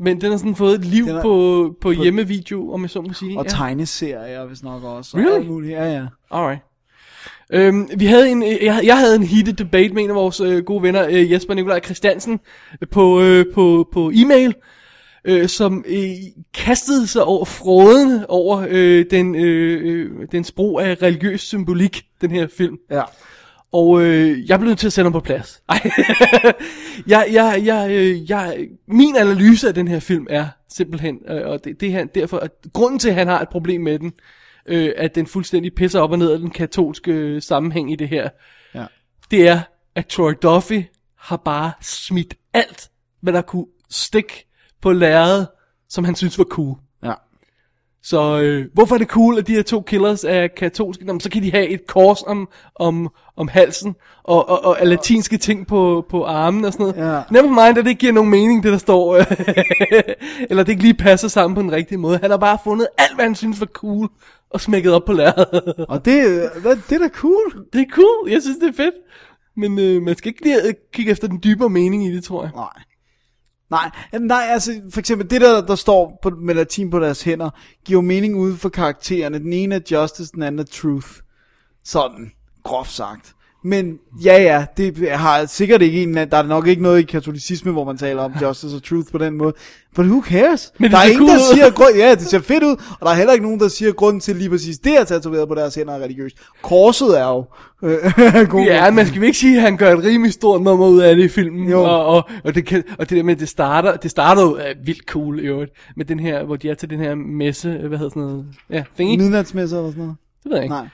S5: Men den har sådan fået et liv
S6: Den
S5: på,
S6: er-
S5: på, på hjemmevideo, om jeg så må sige.
S6: Og
S5: ja.
S6: tegneserier, hvis nok også. og
S5: Really?
S6: alt muligt. Ja, ja.
S5: Alright. Øhm, vi havde en, øh, jeg, jeg havde en heated debate med en af vores øh, gode venner, øh, Jesper Nikolaj Christiansen, øh, på, øh, på, på e-mail, øh, som øh, kastede sig over froden over øh, den, øh, øh, dens brug af religiøs symbolik, den her film.
S6: Ja.
S5: Og øh, jeg blev nødt til at sætte ham på plads. Ej. jeg, jeg, jeg, øh, jeg, min analyse af den her film er simpelthen, øh, og det, det her, derfor, at grunden til, at han har et problem med den, øh, at den fuldstændig pisser op og ned af den katolske øh, sammenhæng i det her,
S6: Ja.
S5: det er, at Troy Duffy har bare smidt alt, hvad der kunne stikke på lærredet, som han synes var cool.
S6: Ja.
S5: Så øh, hvorfor er det cool, at de her to killers er katolske? Nå, men så kan de have et kors om, om, om halsen, og, og, og, og latinske ting på, på armen og sådan noget.
S6: Ja.
S5: Never mind, at det ikke giver nogen mening, det der står. øh, Eller det ikke lige passer sammen på den rigtige måde. Han har bare fundet alt, hvad han synes var cool, og smækket op på lærredet.
S6: Og det, det, det er da cool.
S5: det er cool, jeg synes det er fedt. Men øh, man skal ikke lige øh, kigge efter den dybere mening i det, tror jeg.
S6: Nej. Nej, jamen, nej, altså for eksempel det der, der står på, med latin på deres hænder, giver jo mening ude for karaktererne. Den ene er justice, den anden er truth. Sådan, groft sagt. Men ja, ja, det har sikkert ikke en, der er nok ikke noget i katolicisme, hvor man taler om justice og truth på den måde. But who cares?
S5: Men det
S6: der er
S5: ser
S6: ingen,
S5: cool
S6: der
S5: ud.
S6: siger, grund, ja, det ser fedt ud, og der er heller ikke nogen, der siger, grunden til lige præcis det er tatoveret på deres hænder er religiøst. Korset er jo øh, god
S5: Ja,
S6: grund.
S5: man skal vi ikke sige, at han gør et rimelig stort nummer ud af det i filmen.
S6: Jo.
S5: Og, og, og, det kan, og det der med, at det starter, det starter jo er vildt cool i øvrigt. Med den her, hvor de er til den her messe, øh, hvad hedder sådan noget? Ja, thingy.
S6: Midnatsmesse eller sådan noget.
S5: Det ved jeg ikke.
S6: Nej.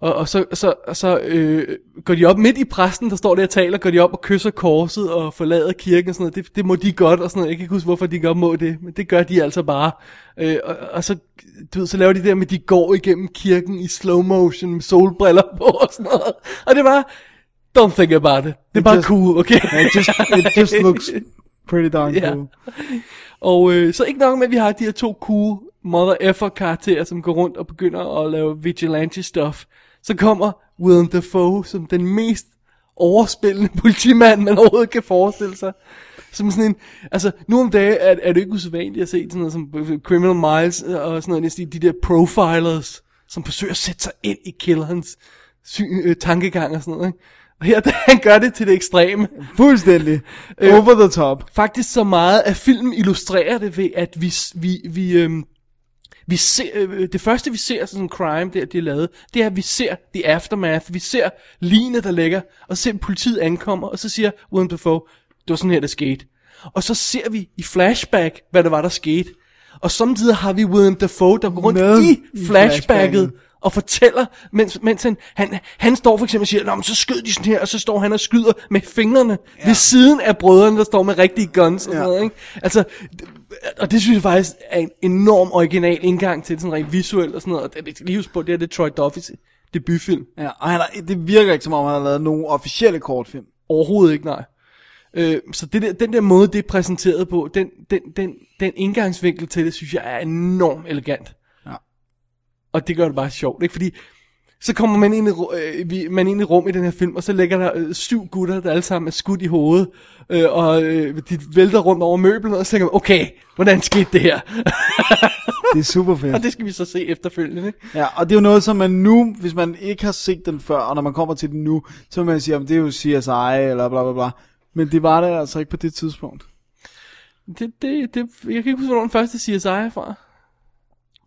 S5: Og, og så, så, så øh, går de op midt i præsten, der står der og taler, går de op og kysser korset og forlader kirken og sådan noget. Det, det må de godt og sådan noget. Jeg kan ikke huske, hvorfor de godt må det, men det gør de altså bare. Øh, og, og så, du ved, så laver de det der med, at de går igennem kirken i slow motion med solbriller på og sådan noget. Og det var, don't think about it. Det er
S6: It
S5: bare
S6: just-
S5: cool, okay?
S6: It just, it just looks pretty darn
S5: Ja.
S6: cool.
S5: Og øh, så ikke nok med, at vi har de her to cool mother effer karakterer, som går rundt og begynder at lave vigilante stuff. Så kommer Willem Dafoe som den mest overspillende politimand, man overhovedet kan forestille sig. Som sådan en, altså nu om dagen er, er det ikke usædvanligt at se sådan noget som øh, Criminal Minds øh, og sådan noget, næsten de der profilers, som forsøger at sætte sig ind i killerens syn, øh, tankegang og sådan noget. Ikke? Og her, der, han gør det til det ekstreme.
S6: Fuldstændig.
S5: Øh,
S6: Over the top.
S5: Faktisk så meget, at filmen illustrerer det ved, at vi, s- vi, vi, øhm, vi ser, øh, det første vi ser sådan en crime, der de er lavet, det er, at vi ser the aftermath, vi ser ligene, der ligger, og så ser vi, politiet ankommer, og så siger Willem Dafoe, det var sådan her, det skete. Og så ser vi i flashback, hvad der var, der skete. Og samtidig har vi Willem Dafoe, der går rundt
S6: Med
S5: i
S6: i flashbacket.
S5: flashbacket, og fortæller, mens, mens han, han, han står for eksempel og siger, Nå, men så skød de sådan her, og så står han og skyder med fingrene ja. ved siden af brødrene, der står med rigtige guns og sådan
S6: Ja.
S5: ja. noget, ikke? Altså, d- og det synes jeg faktisk er en enorm original indgang til det, sådan rent visuelt og sådan noget, og det, det, lige husk på, det her det er Troy Duffys debutfilm.
S6: Ja, og han har, det virker ikke, som om han har lavet nogen officielle kortfilm.
S5: Overhovedet ikke, nej. Øh, så det der, den der måde, det er præsenteret på, den, den, den, den indgangsvinkel til det, synes jeg er enormt elegant.
S6: Ja.
S5: Og det gør det bare sjovt, ikke? Fordi så kommer man ind, i, ru- øh, vi- man ind i rum i den her film, og så ligger der øh, syv gutter, der alle sammen er skudt i hovedet, øh, og øh, de vælter rundt over møblen, og så tænker man, okay, hvordan skete det her?
S6: Det er super fedt.
S5: og det skal vi så se efterfølgende, ikke?
S6: Ja, og det er jo noget, som man nu, hvis man ikke har set den før, og når man kommer til den nu, så vil man sige, om det er jo CSI, eller bla bla bla. Men det var det altså ikke på det tidspunkt.
S5: Det, det, det, jeg kan ikke huske, hvornår den første CSI er fra.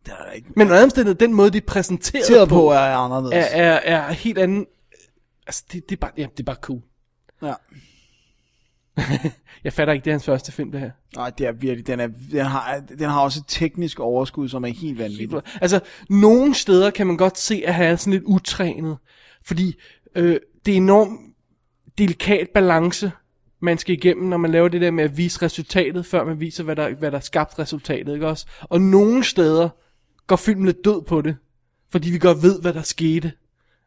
S6: Det er der ikke.
S5: Men under alle omstændigheder, den måde, det er præsenteret
S6: Teret
S5: på
S6: på er anderledes.
S5: er, er, er helt anden... Altså, det, det, er bare, ja, det er bare cool.
S6: Ja.
S5: Jeg fatter ikke, det er hans første film, det her.
S6: Nej, det er virkelig, den, er, den, har, den har også et teknisk overskud, som er helt vanvittigt.
S5: Altså, nogle steder kan man godt se, at han er sådan lidt utrænet. Fordi øh, det er enormt delikat balance, man skal igennem, når man laver det der med at vise resultatet, før man viser, hvad der, hvad der skabte resultatet, ikke også? Og nogle steder går filmen lidt død på det, fordi vi godt ved, hvad der skete,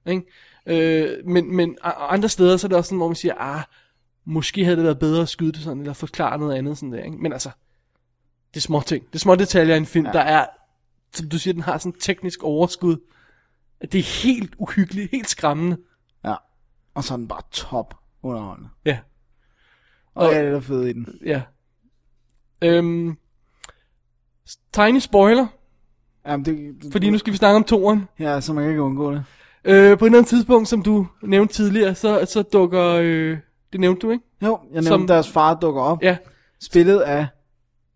S5: ikke? Øh, men, men a- andre steder, så er det også sådan, hvor man siger, ah, måske havde det været bedre at skyde det sådan, eller forklare noget andet sådan der, ikke? Men altså, det er små ting. Det er små detaljer i en film, ja. der er, som du siger, den har sådan en teknisk overskud. Det er helt uhyggeligt, helt skræmmende.
S6: Ja. Og så er den bare top underholdende.
S5: Ja,
S6: Og
S5: Og-
S6: alt er fedt i den.
S5: ja. Øhm, tiny spoiler,
S6: Jamen, det,
S5: fordi nu skal vi snakke om toren.
S6: Ja, så man kan ikke undgå det.
S5: Øh, på et eller andet tidspunkt, som du nævnte tidligere, så, så dukker... Øh, det nævnte du, ikke?
S6: Jo, jeg nævnte,
S5: Som-
S6: som... deres far dukker op.
S5: Ja.
S6: Spillet af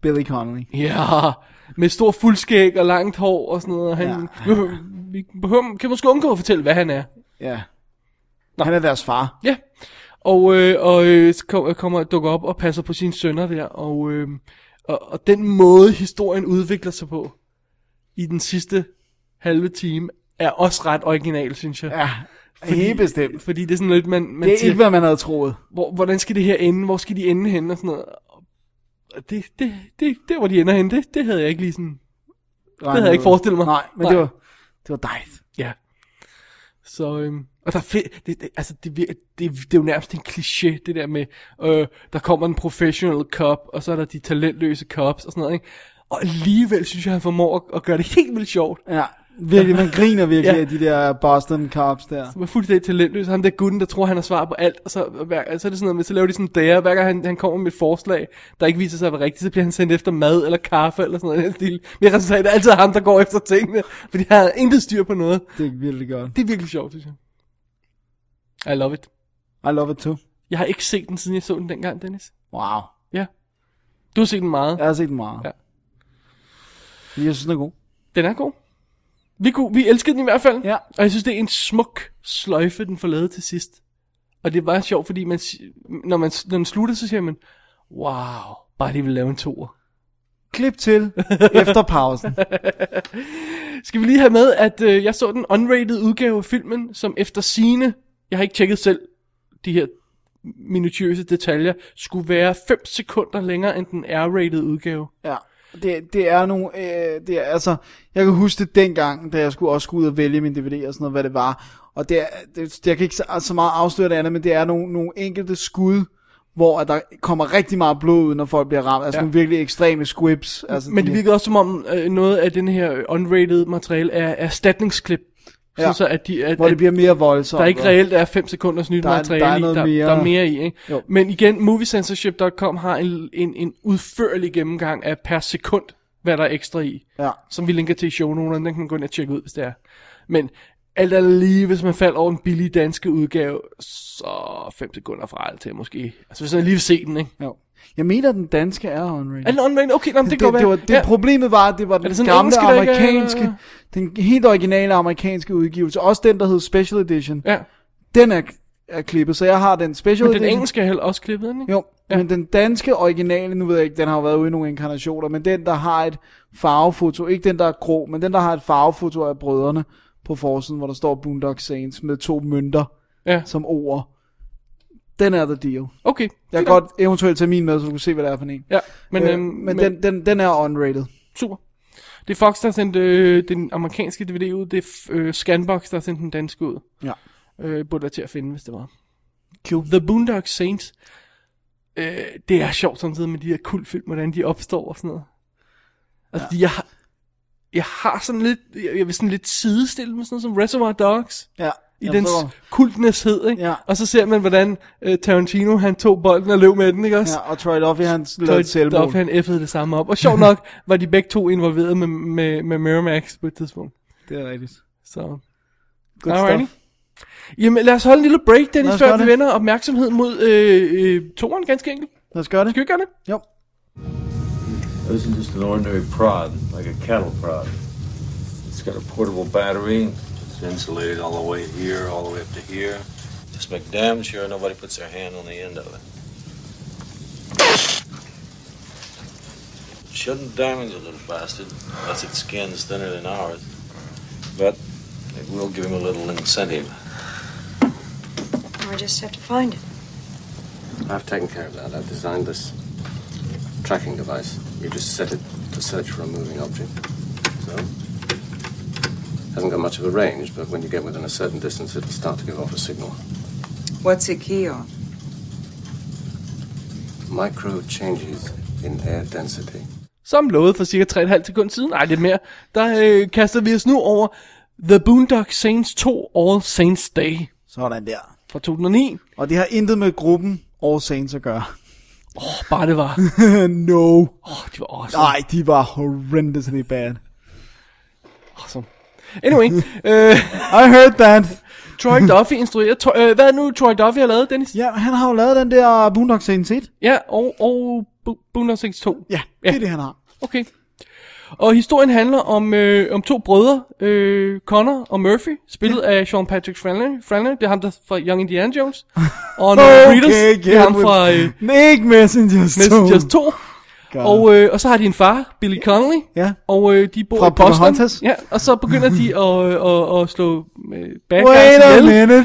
S6: Billy Connolly.
S5: Ja, med stor fuldskæg og langt hår og sådan noget. Og han,
S6: Ja.
S5: ja. Vi behøver, kan måske undgå at fortælle, hvad han er.
S6: Ja. Han er deres far.
S5: Ja, og, øh, og øh, så kom, kommer dukker op og passer på sine sønner der, og, øh, og, og den måde historien udvikler sig på i den sidste halve time, er også ret original, synes jeg.
S6: Ja, helt bestemt.
S5: Fordi det er sådan lidt, man, man
S6: Det er
S5: siger,
S6: ikke, hvad man havde troet.
S5: hvor, hvordan skal det her ende, hvor skal de ende henne og sådan noget. Og det, det, det, der hvor de ender henne, det, det havde jeg ikke lige sådan,
S6: Det
S5: havde jeg ikke forestillet mig.
S6: Nej, men
S5: Nej.
S6: Det, var, det var dejligt.
S5: ja. Så, øhm, og der er fedt, det, det, altså det, vir- det, det er jo nærmest en kliché, det der med, øh, der kommer en professional cop, og så er der de talentløse cops og sådan noget, ikke? Og alligevel synes jeg, han formår at, at gøre det helt vildt sjovt.
S6: Ja, virkelig, man griner virkelig
S5: Ja.
S6: af de der Boston Cops der.
S5: Han er fuldstændig talentløs. Ham der gutten, der tror, han har svar på alt. Og så, og hver, så er det sådan noget med, så laver de sådan en dære. Hver gang han, han kommer med et forslag, der ikke viser sig at være rigtigt, så bliver han sendt efter mad eller kaffe eller sådan noget. i den stil. Men resultatet er altid ham, der går efter tingene. Fordi han har intet styr på noget.
S6: Det er virkelig godt.
S5: Det er virkelig sjovt, synes jeg. I love it.
S6: I love it too.
S5: Jeg har ikke set den, siden jeg så den dengang, Dennis.
S6: Wow.
S5: Ja. Du har set den meget.
S6: Jeg har set den meget.
S5: Ja.
S6: Jeg synes, den er god.
S5: Den er god. Vi, kunne, vi elskede den i hvert fald.
S6: Ja.
S5: Og jeg synes, det er en smuk sløjfe, den får lavet til sidst. Og det var sjovt, fordi man, si- når, man, når den slutter, så siger man, wow, bare de vil lave en toer.
S6: Klip til efter pausen.
S5: Skal vi lige have med, at øh, jeg så den unrated udgave af filmen, som efter sine, jeg har ikke tjekket selv de her minutiøse detaljer, skulle være 5 sekunder længere end den R-rated udgave.
S6: Ja. Det, det er nogle, øh, det er, altså, jeg kan huske det dengang, da jeg skulle også skulle ud og vælge min DVD og sådan noget, hvad det var. Og det, er, det jeg kan ikke så, altså, så meget afsløre det andet, men det er nogle, nogle enkelte skud, hvor at der kommer rigtig meget blod ud, når folk bliver ramt. Altså
S5: Ja.
S6: nogle virkelig ekstreme squibs. Altså,
S5: Men det
S6: de-
S5: virkede også som om øh, noget af den her unrated materiale er erstatningsklip. Ja.
S6: Ja.
S5: Sådan så at, de, at,
S6: hvor det
S5: at
S6: bliver mere voldsomt.
S5: der ikke
S6: og-
S5: reelt er 5 sekunders nyt
S6: Der er-
S5: materiale
S6: der er
S5: i.
S6: noget
S5: der,
S6: mere.
S5: der er mere i. Ikke?
S6: Jo.
S5: Men igen, moviecensorship.com har en, en, en udførlig gennemgang af per sekund, hvad der er ekstra i.
S6: Ja.
S5: Som vi linker til i shownoterne, den kan man gå ind og tjekke ud, hvis det er. Men alt andet lige, hvis man falder over en billig danske udgave, så 5 sekunder fra alt til måske. Altså hvis man lige vil se den, ikke?
S6: Jo. Jeg mener, den danske er unrated.
S5: Er den unrated? Okay, nå, men det,
S6: det,
S5: går
S6: det, det, var, det
S5: ja.
S6: problemet var, at det var den
S5: det sådan en
S6: gamle
S5: engelsk, der ikke er-
S6: amerikanske, den helt originale amerikanske udgivelse, også den, der hed Special Edition.
S5: ja.
S6: Den er, er klippet, så jeg har den Special
S5: Men den
S6: Edition.
S5: engelske er heller også klippet, ikke?
S6: Jo,
S5: Ja.
S6: ja. men den danske originale, nu ved jeg ikke, den har jo været ude i nogle inkarnationer, men den, der har et farvefoto, ikke den, der er grå, men den, der har et farvefoto af brødrene på forsiden, hvor der står Boondock Saints med to mønter
S5: Ja,
S6: som ord. Den er the deal.
S5: okay.
S6: Jeg kan
S5: Fint nok.
S6: godt eventuelt tage min med, så du kan se, hvad det er for en.
S5: Ja, men,
S6: øh,
S5: øhm,
S6: men, men den, den, den er unrated.
S5: Super. Det er Fox, der har sendt øh, den amerikanske DVD ud. Det er f- øh, Scanbox, der har sendt den danske ud.
S6: Ja.
S5: Øh, burde være til at finde, hvis det var.
S6: Cool.
S5: The Boondock Saints. Øh, det er sjovt samtidig med de her kultfilm, hvordan de opstår og sådan noget. Altså, ja. jeg, har- jeg har sådan lidt, jeg, jeg vil sådan lidt sidestille med sådan noget som Reservoir Dogs.
S6: Ja.
S5: I
S6: jeg
S5: dens
S6: forstår.
S5: kultnæshed, ikke?
S6: Ja.
S5: Og så ser man, hvordan øh, Tarantino, han tog bolden og løb med den, ikke også?
S6: Ja, og Troy Duffy, han lavede
S5: Lloyd
S6: et selvmål.
S5: Duff, han effede det samme op. Og sjovt nok var de begge to involveret med, med, med Miramax på et tidspunkt.
S6: Det er rigtigt.
S5: Så.
S6: Good
S5: Alrighty.
S6: stuff.
S5: Jamen lad os holde en lille break,
S6: Lad
S5: Dennis,
S6: os
S5: før
S6: gøre
S5: vi
S6: det.
S5: vender opmærksomhed mod øh, øh, toren ganske enkelt.
S6: Lad os gøre det.
S5: Skal vi ikke gøre det?
S6: Jo.
S10: This isn't just an ordinary prod, like a cattle prod. It's got a portable battery. It's insulated all the way here, all the way up to here. Just make damn sure nobody puts their hand on the end of it. Shouldn't damage a little bastard, unless its skin's thinner than ours. But it will give him a little incentive.
S8: Or I just have to find it.
S9: I've taken care of that. I've designed this tracking device. You just set it to search for a moving object. So, hasn't got much of a range, but when you get within a certain distance, it'll start to give off a signal.
S7: What's it key on?
S9: Micro changes in air density.
S5: Som lovet for cirka 3,5 sekunder siden, nej lidt mere, der øh, kaster vi os nu over The Boondock Saints 2 All Saints Day
S6: Sådan der.
S5: fra 2009.
S6: Og det har intet med gruppen All Saints at gøre.
S5: Åh, oh, bare det var.
S6: no.
S5: Åh, oh, de var awesome.
S6: Nej, de var horrendously bad.
S5: awesome. Anyway, øh,
S6: I heard that.
S5: Troy Duffy instruerer. Tro- øh, hvad er det nu, Troy Duffy har lavet, Dennis?
S6: Ja, han har jo lavet den der Boondock Saints 1.
S5: Ja, og, og Bo- Boondock Saints 2.
S6: Ja,
S5: Ja.
S6: det er det, han har.
S5: Okay. Og historien handler om, øh, om to brødre, øh, Connor og Murphy, spillet ja. af Sean Patrick Flannery. Flannery. Det er ham der fra Young Indiana Jones. Og Norman Reedus, det er ham
S6: with-
S5: fra øh,
S6: Ikke Messenger Stone.
S5: Messengers 2.
S6: God.
S5: Og, øh, og så har de en far, Billy Connolly.
S6: Ja.
S5: Og øh, de bor
S6: Fra
S5: i Boston.
S6: Pocahontas.
S5: Ja, og så begynder de at, at, at, at slå øh, bad
S6: Wait a
S5: guys ihjel.
S6: minute.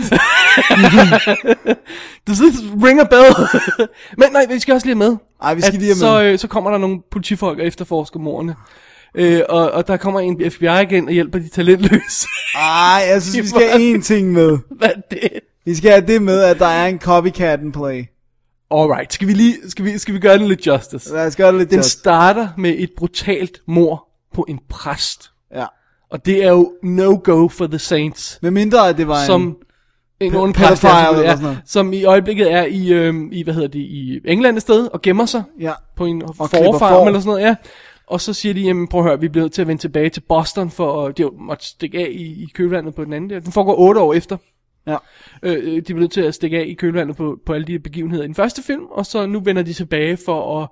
S5: Does this ring a bell? Men nej, vi skal også lige have med.
S6: Ej, vi skal
S5: at
S6: lige have
S5: Så,
S6: med.
S5: øh, så kommer der nogle politifolk og efterforsker morerne. Øh, og, og der kommer en FBI igen og hjælper de talentløse.
S6: Ej, jeg synes, vi skal have én ting med.
S5: Hvad er det?
S6: Vi skal have det med, at der er en copycat in play.
S5: Alright, skal vi lige skal vi, skal vi gøre den lidt justice?
S6: Lad os gøre det lidt
S5: Den
S6: just.
S5: starter med et brutalt mor på en præst.
S6: Ja.
S5: Og det er jo no-go for the saints.
S6: Med mindre, at det var en...
S5: som en
S6: Pæ-
S5: ond præst,
S6: pædofile
S5: ja,
S6: eller sådan noget.
S5: som i øjeblikket er i, øhm, i, hvad hedder det, i England et sted, og gemmer sig
S6: Ja.
S5: på en
S6: klipper
S5: forfarm
S6: får.
S5: eller sådan noget, ja. Og så siger de, jamen prøv at høre, vi bliver nødt til at vende tilbage til Boston, for at- det er jo måtte stikke af i, i kølvandet på den anden der. Den foregår otte år efter.
S6: Ja.
S5: Øh, øh, de blev nødt til at stikke af i kølvandet på, på alle de begivenheder i den første film, og så nu vender de tilbage for at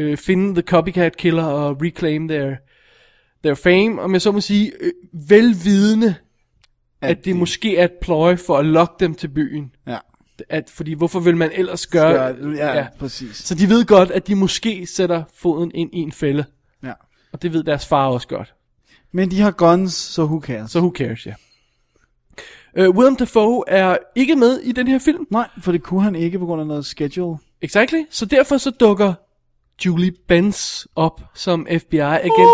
S5: øh, finde The Copycat Killer og reclaim their, their fame, og jeg så må sige, øh, velvidende, at, at det de... måske er et pløje for at lokke dem til byen.
S6: Ja.
S5: At, fordi hvorfor vil man ellers gøre...
S6: Skal- ja, præcis.
S5: Så de ved godt, at de måske sætter foden ind i en fælde,
S6: Ja.
S5: og det ved deres far også godt.
S6: Men de har guns, så who cares?
S5: Så who cares, ja. Uh, Willem Dafoe er ikke med i den her film.
S6: Nej, for det kunne han ikke på grund af noget schedule.
S5: Exactly. Så derfor så dukker Julie Benz op som FBI-agent.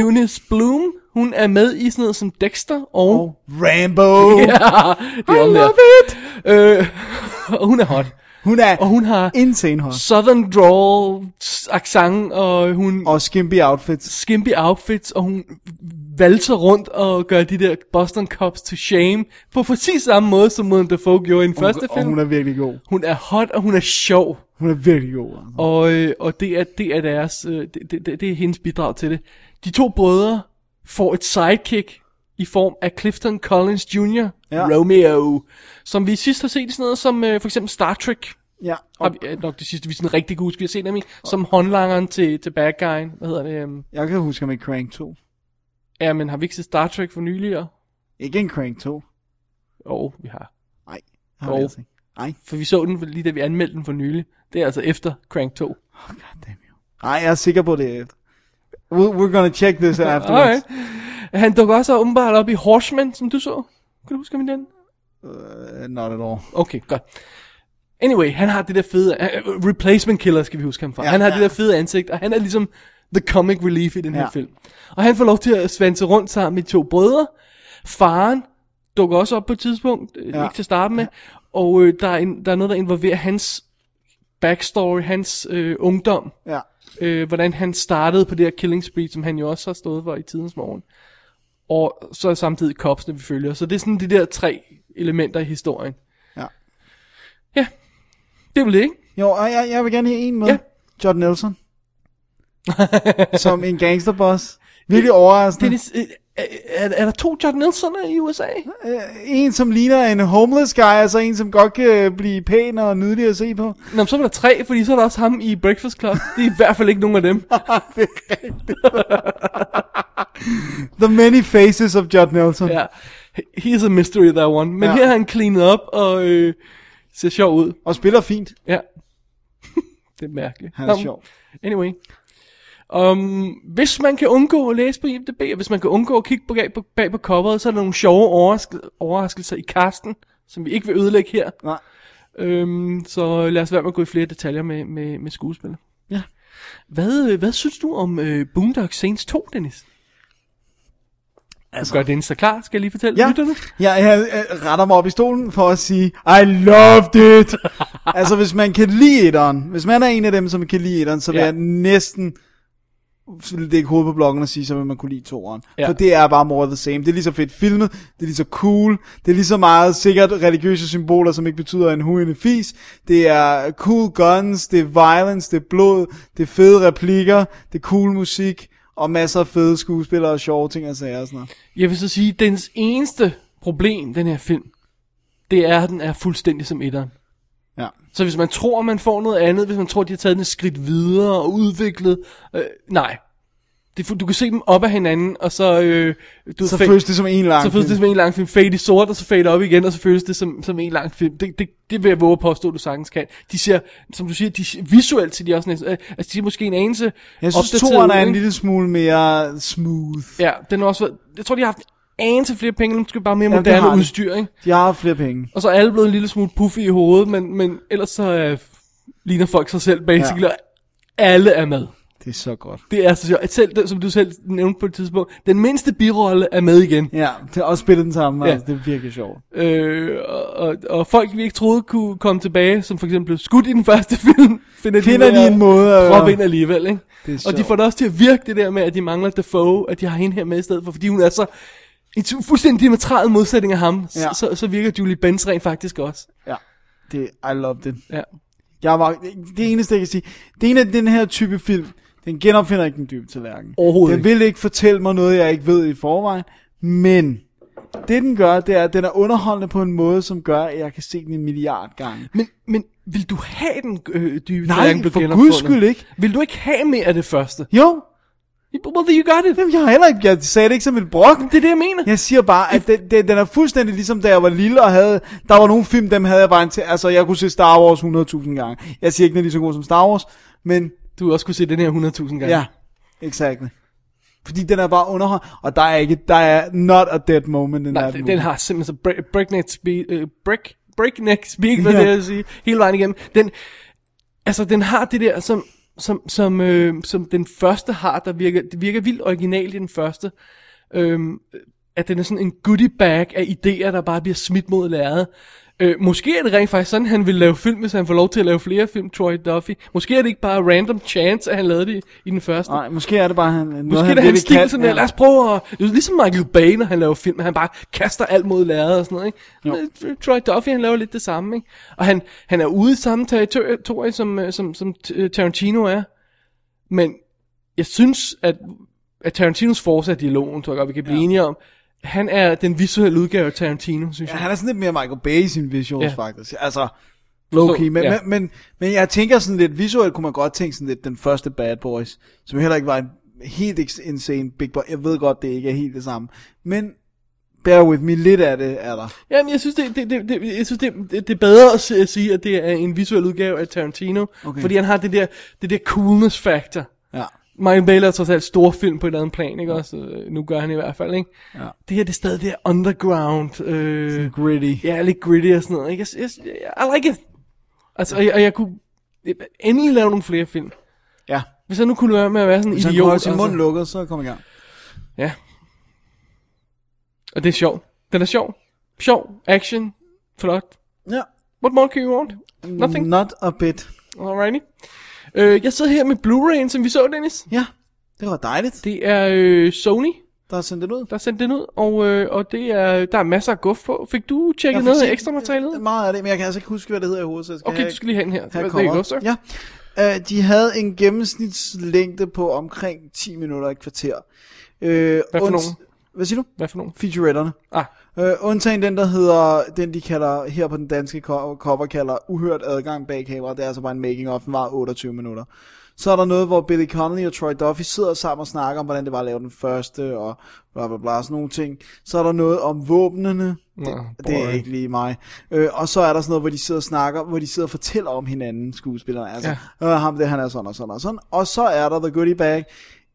S5: Eunice Bloom, hun er med i sådan noget som Dexter og...
S6: Og Rambo!
S5: ja, det er
S6: Oh. I
S5: om der.
S6: love it!
S5: Øh, og hun er hot.
S6: Hun er
S5: Og hun har
S6: insane hot.
S5: Southern drawl, s- accent, og hun
S6: Og skimpy outfits.
S5: skimpy outfits, og hun valser rundt og gør de der Boston Cops to shame, på præcis samme måde, som Willem Dafoe gjorde i den første
S6: og
S5: film.
S6: hun er virkelig god.
S5: hun er hot, og hun er sjov.
S6: Hun er virkelig god. altså.
S5: Og, øh, og det, er, det er deres, øh, det, det, det, det er hendes bidrag til det. De to brødre får et sidekick i form af Clifton Collins Jr.,
S6: Ja.
S5: ja. Romeo, som vi sidst har set i sådan noget som øh, for eksempel Star Trek.
S6: Ja,
S5: Har
S6: og
S5: vi, øh, nok det sidste, vi sådan rigtig kunne huske, vi har set dem i, som håndlangeren til, til bad guyen. Hvad hedder det? øhm,
S6: jeg kan huske ham i Crank 2.
S5: Ja, men har vi ikke set Star Trek for nylig? Og...
S6: Ikke en Crank 2.
S5: Jo, oh, vi har.
S6: Nej, har vi
S5: Jo.
S6: altså ikke. Nej,
S5: For vi så den lige da vi anmeldte den for nylig. Det er altså efter Crank 2.
S6: damn you. Nej, jeg er sikker på det. er efter. We'll, we're gonna check this afterwards.
S5: Alright. Han dukker også åbenbart op i Horseman, som du så. Kan du huske ham i den?
S6: Uh, not at all.
S5: Okay, godt. Anyway, han har det der fede... Uh, replacement killer skal vi huske ham fra.
S6: Ja,
S5: Ja, han har
S6: ja.
S5: ja. det der fede ansigt, og han er ligesom the comic relief i den her
S6: Ja.
S5: ja. film. Og han får lov til at svanse rundt sammen med de to brødre. Faren dukker også op på et tidspunkt,
S6: Ja.
S5: ja. ikke til at starte med. Og øh, der, er en, der er noget, der involverer hans backstory, hans øh, ungdom.
S6: Ja.
S5: Øh, hvordan han startede på det her killing spree, som han jo også har stået for i tidens morgen. Og så er samtidig kopsene, vi følger. Så det er sådan de der tre elementer i historien.
S6: Ja.
S5: Ja. Det er vel det, ikke?
S6: Jo, og jeg, jeg vil gerne have en med.
S5: Ja.
S6: John Nelson. Som en gangsterboss. Virkelig overraskende.
S5: Dennis, øh, er, er, er der to John Nielsener i USA?
S6: En, som ligner en homeless guy, altså en, som godt kan blive pæn og nydelig at se på.
S5: Nå, men så var der tre, fordi så er der også ham i Breakfast Club. Det er i hvert fald ikke nogen af dem.
S6: det er rigtigt. The many faces of Judd Nelson.
S5: Ja. He's a mystery, that one. Men
S6: Ja.
S5: ja. her er han cleanet op og øh, ser sjov ud.
S6: Og spiller fint.
S5: Ja. det er mærkeligt.
S6: Han er
S5: Nå,
S6: sjov.
S5: Anyway. Um, hvis man kan undgå at læse på IMDb, og hvis man kan undgå at kigge på, bag, på, bag på coveret, så er der nogle sjove overraske- overraskelser i kasten, som vi ikke vil ødelægge her.
S6: Nej.
S5: Øhm, så lad os være med at gå i flere detaljer med, med, med skuespillet.
S6: Ja.
S5: Hvad, øh, hvad synes du om øh, Boondock Saints 2, Dennis? Altså. Du gør den så klar, skal jeg lige fortælle
S6: Ja,
S5: lytterne.
S6: jeg, jeg, jeg retter mig op i stolen for at sige, I loved it! altså, hvis man kan lide etteren, hvis man er en af dem, som kan lide etteren, så vil ja.
S5: Ja.
S6: jeg næsten lægge hovedet på blokken og sige, så vil man kunne lide toeren. Ja.
S5: Ja.
S6: For det er bare more of the same. Det er lige så fedt filmet, det er lige så cool, det er lige så meget sikkert religiøse symboler, som ikke betyder en huen fis. Det er cool guns, det er violence, det er blod, det er fede replikker, det er cool musik, og masser af fede skuespillere og sjove ting og sager og sådan noget.
S5: Jeg vil så sige, dens eneste problem, den her film, det er, at den er fuldstændig som etteren.
S6: Ja.
S5: Så hvis man tror, man får noget andet, hvis man tror, de har taget den et skridt videre og udviklet, øh, nej. Det, er fu- du kan se dem op af hinanden, og så... Øh, du ved,
S6: Så
S5: fa-
S6: føles det som en lang
S5: Så føles det
S6: film.
S5: som en lang film. Fade i sort, og så fade op igen, og så føles det som, som en lang film. Det, det, det vil jeg våge at påstå, du sagtens kan. De ser, som du siger, de, ser- visuelt ser de også næsten... Øh, altså, de er måske en anelse
S6: Jeg synes,
S5: opdateret
S6: toeren
S5: ud,
S6: er en
S5: ikke?
S6: lille smule mere smooth.
S5: Ja, den er også... været- Jeg tror, de har haft en anelse flere penge, men måske bare mere
S6: Ja, det har
S5: moderne
S6: de.
S5: udstyr, ikke?
S6: De har haft flere penge.
S5: Og så er alle blevet en lille smule puffy i hovedet, men, men ellers så øh, ligner folk sig selv basically,
S6: Ja.
S5: ja. og alle er med.
S6: Det er så godt.
S5: Det er så sjovt. Selv, den- som du selv nævnte på et tidspunkt, den mindste birolle er med igen.
S6: Ja, det er også spillet den samme. Ja.
S5: Ja.
S6: Altså, det er virkelig sjovt.
S5: Øh, og, og, og folk, vi ikke troede kunne komme tilbage, som for eksempel blev skudt i den første film, finder,
S6: Finder
S5: ud af
S6: de en måde at-
S5: at proppe ind alligevel. Ikke?
S6: Det er
S5: og de
S6: sjovt.
S5: får det også til at virke det der med, at de mangler Defoe, at de har hende her med i stedet for, fordi hun er så en tu- fuldstændig diametral modsætning af ham.
S6: Ja.
S5: Ja. Så, så virker Julie Benz rent faktisk også.
S6: Ja, det, I loved it.
S5: Ja.
S6: Jeg var, det eneste, jeg kan sige, det er en af den her type film, den genopfinder ikke den dybe tallerken.
S5: Overhovedet
S6: Den vil ikke fortælle mig noget, jeg ikke ved i forvejen, men Det den gør, det er, at den er underholdende på en måde, som gør, at jeg kan se den en milliard gange.
S5: Men, men vil du have den øh, dybe
S6: Nej,
S5: tallerken blev
S6: for guds
S5: genopfundet?
S6: skyld ikke.
S5: Vil du ikke have mere af det første?
S6: Jo,
S5: Well, you got it.
S6: Jamen, jeg, har heller ikke, jeg sagde det ikke som et brok.
S5: Det er det, jeg mener.
S6: Jeg siger bare, at den, den, den er fuldstændig ligesom, da jeg var lille og havde... Der var nogle film, dem havde jeg bare en til... Altså, jeg kunne se Star Wars 100.000 gange. Jeg siger ikke, den er lige så god som Star Wars, men...
S5: Du har også kunne se den her 100.000 gange.
S6: Ja, exakt. Fordi den er bare underhold, og der er ikke, der er not a dead moment in
S5: Nej,
S6: that
S5: den,
S6: movie.
S5: den har simpelthen så break, breakneck speed, øh, break, breakneck speed, hvad det er at sige, hele vejen igennem. Den, altså, den har det der, som, som, som, øh, som den første har, der virker, det virker vildt originalt i den første, øh, at den er sådan en goodie bag af idéer, der bare bliver smidt mod lærredet. Øh, måske er det rent faktisk sådan, han vil lave film, hvis han får lov til at lave flere film, Troy Duffy. Måske er det ikke bare random chance, at han lavede det i, i den første.
S6: Nej, måske er det bare han, noget,
S5: Måske
S6: han
S5: er det hans
S6: virkelig
S5: stil
S6: kan.
S5: sådan, ja.
S6: Ja.
S5: lad os prøve at... Det er ligesom Michael Bay, når han laver film, han bare kaster alt mod lærredet og sådan noget,
S6: Jo.
S5: ikke? Men Troy Duffy, han laver lidt det samme, ikke? Og han, han er ude i samme territorie, som, øh, som, som øh, Tarantino er. Men jeg synes, at, at Tarantinos force af dialogen, tror jeg godt, vi kan blive ja. enige om, han er den visuelle udgave af Tarantino, synes
S6: Ja,
S5: jeg.
S6: han er sådan lidt mere Michael Bay i sine visuals,
S5: Ja.
S6: ja. faktisk. Altså, low key. Men,
S5: ja.
S6: ja. men, men, men jeg tænker sådan lidt, visuelt kunne man godt tænke sådan lidt, den første Bad Boys, som heller ikke var en helt ex- insane big boy. Jeg ved godt, det ikke er helt det samme. Men bear with me, lidt af det er der.
S5: Jamen, jeg synes, det, det, det, det, jeg synes det, det, det er bedre at si- at sige, at det er en visuel udgave af Tarantino, okay.
S6: Okay.
S5: fordi han har det der, det der coolness factor.
S6: Ja.
S5: Michael Bay laver trods alt store film på et eller andet plan, ikke også? Øh, Nu gør han i hvert fald, ikke? Ja. Det her, det er stadig det her underground. Øh,
S6: Gritty.
S5: ja, lidt gritty og sådan noget, ikke? Jeg, jeg, jeg, I like it. Altså, og jeg, og jeg kunne endelig lave nogle flere film.
S6: Ja.
S5: Hvis jeg nu kunne være med at være sådan en
S6: Hvis han
S5: idiot.
S6: kunne holde sin
S5: altså.
S6: mund lukket, så kom i gang.
S5: Ja. Og det er sjovt. Den er sjov. Sjov. Action. Flot.
S6: Ja.
S5: What more can you want? Nothing.
S6: Not a bit.
S5: Alrighty. Øh, jeg sidder her med Blu-ray'en, som vi så, Dennis.
S6: Ja, det var dejligt,
S5: Det er øh, Sony,
S6: der har sendt den ud.
S5: der sendte den ud, og, øh, og det er, der er masser af guf på. Fik du tjekket
S6: fik
S5: noget af
S6: set-
S5: ekstra materiale ud?
S6: Meget af det, men jeg kan altså ikke huske, hvad det hedder i hovedet, så jeg skal
S5: Okay,
S6: have-
S5: du skal lige hen her.
S6: Her
S5: Hvad-
S6: kommer.
S5: there you go, sir.
S6: Ja. Øh, de havde en gennemsnitslængde på omkring 10 minutter i et kvarter. Øh,
S5: Hvad for
S6: uns-
S5: nogen?
S6: Hvad siger du?
S5: Hvad for nogen?
S6: Featuretterne.
S5: Ah,
S6: Øh, undtagen den, der hedder, den de kalder, her på den danske co- cover, kalder Uhørt adgang bag kamera. Det er altså bare en making of, den var 28 minutter. Så er der noget, hvor Billy Connolly og Troy Duffy sidder sammen og snakker om, hvordan det var at lave den første, og bla bla bla, sådan nogle ting. Så er der noget om våbnene.
S5: Nå,
S6: det, det er
S5: boring.
S6: ikke lige mig. Øh, og så er der sådan noget, hvor de sidder og snakker, hvor de sidder og fortæller om hinanden, skuespillerne. Altså, ja. øh, ham det, han er sådan og sådan og sådan. Og så er der The Goodie Bag,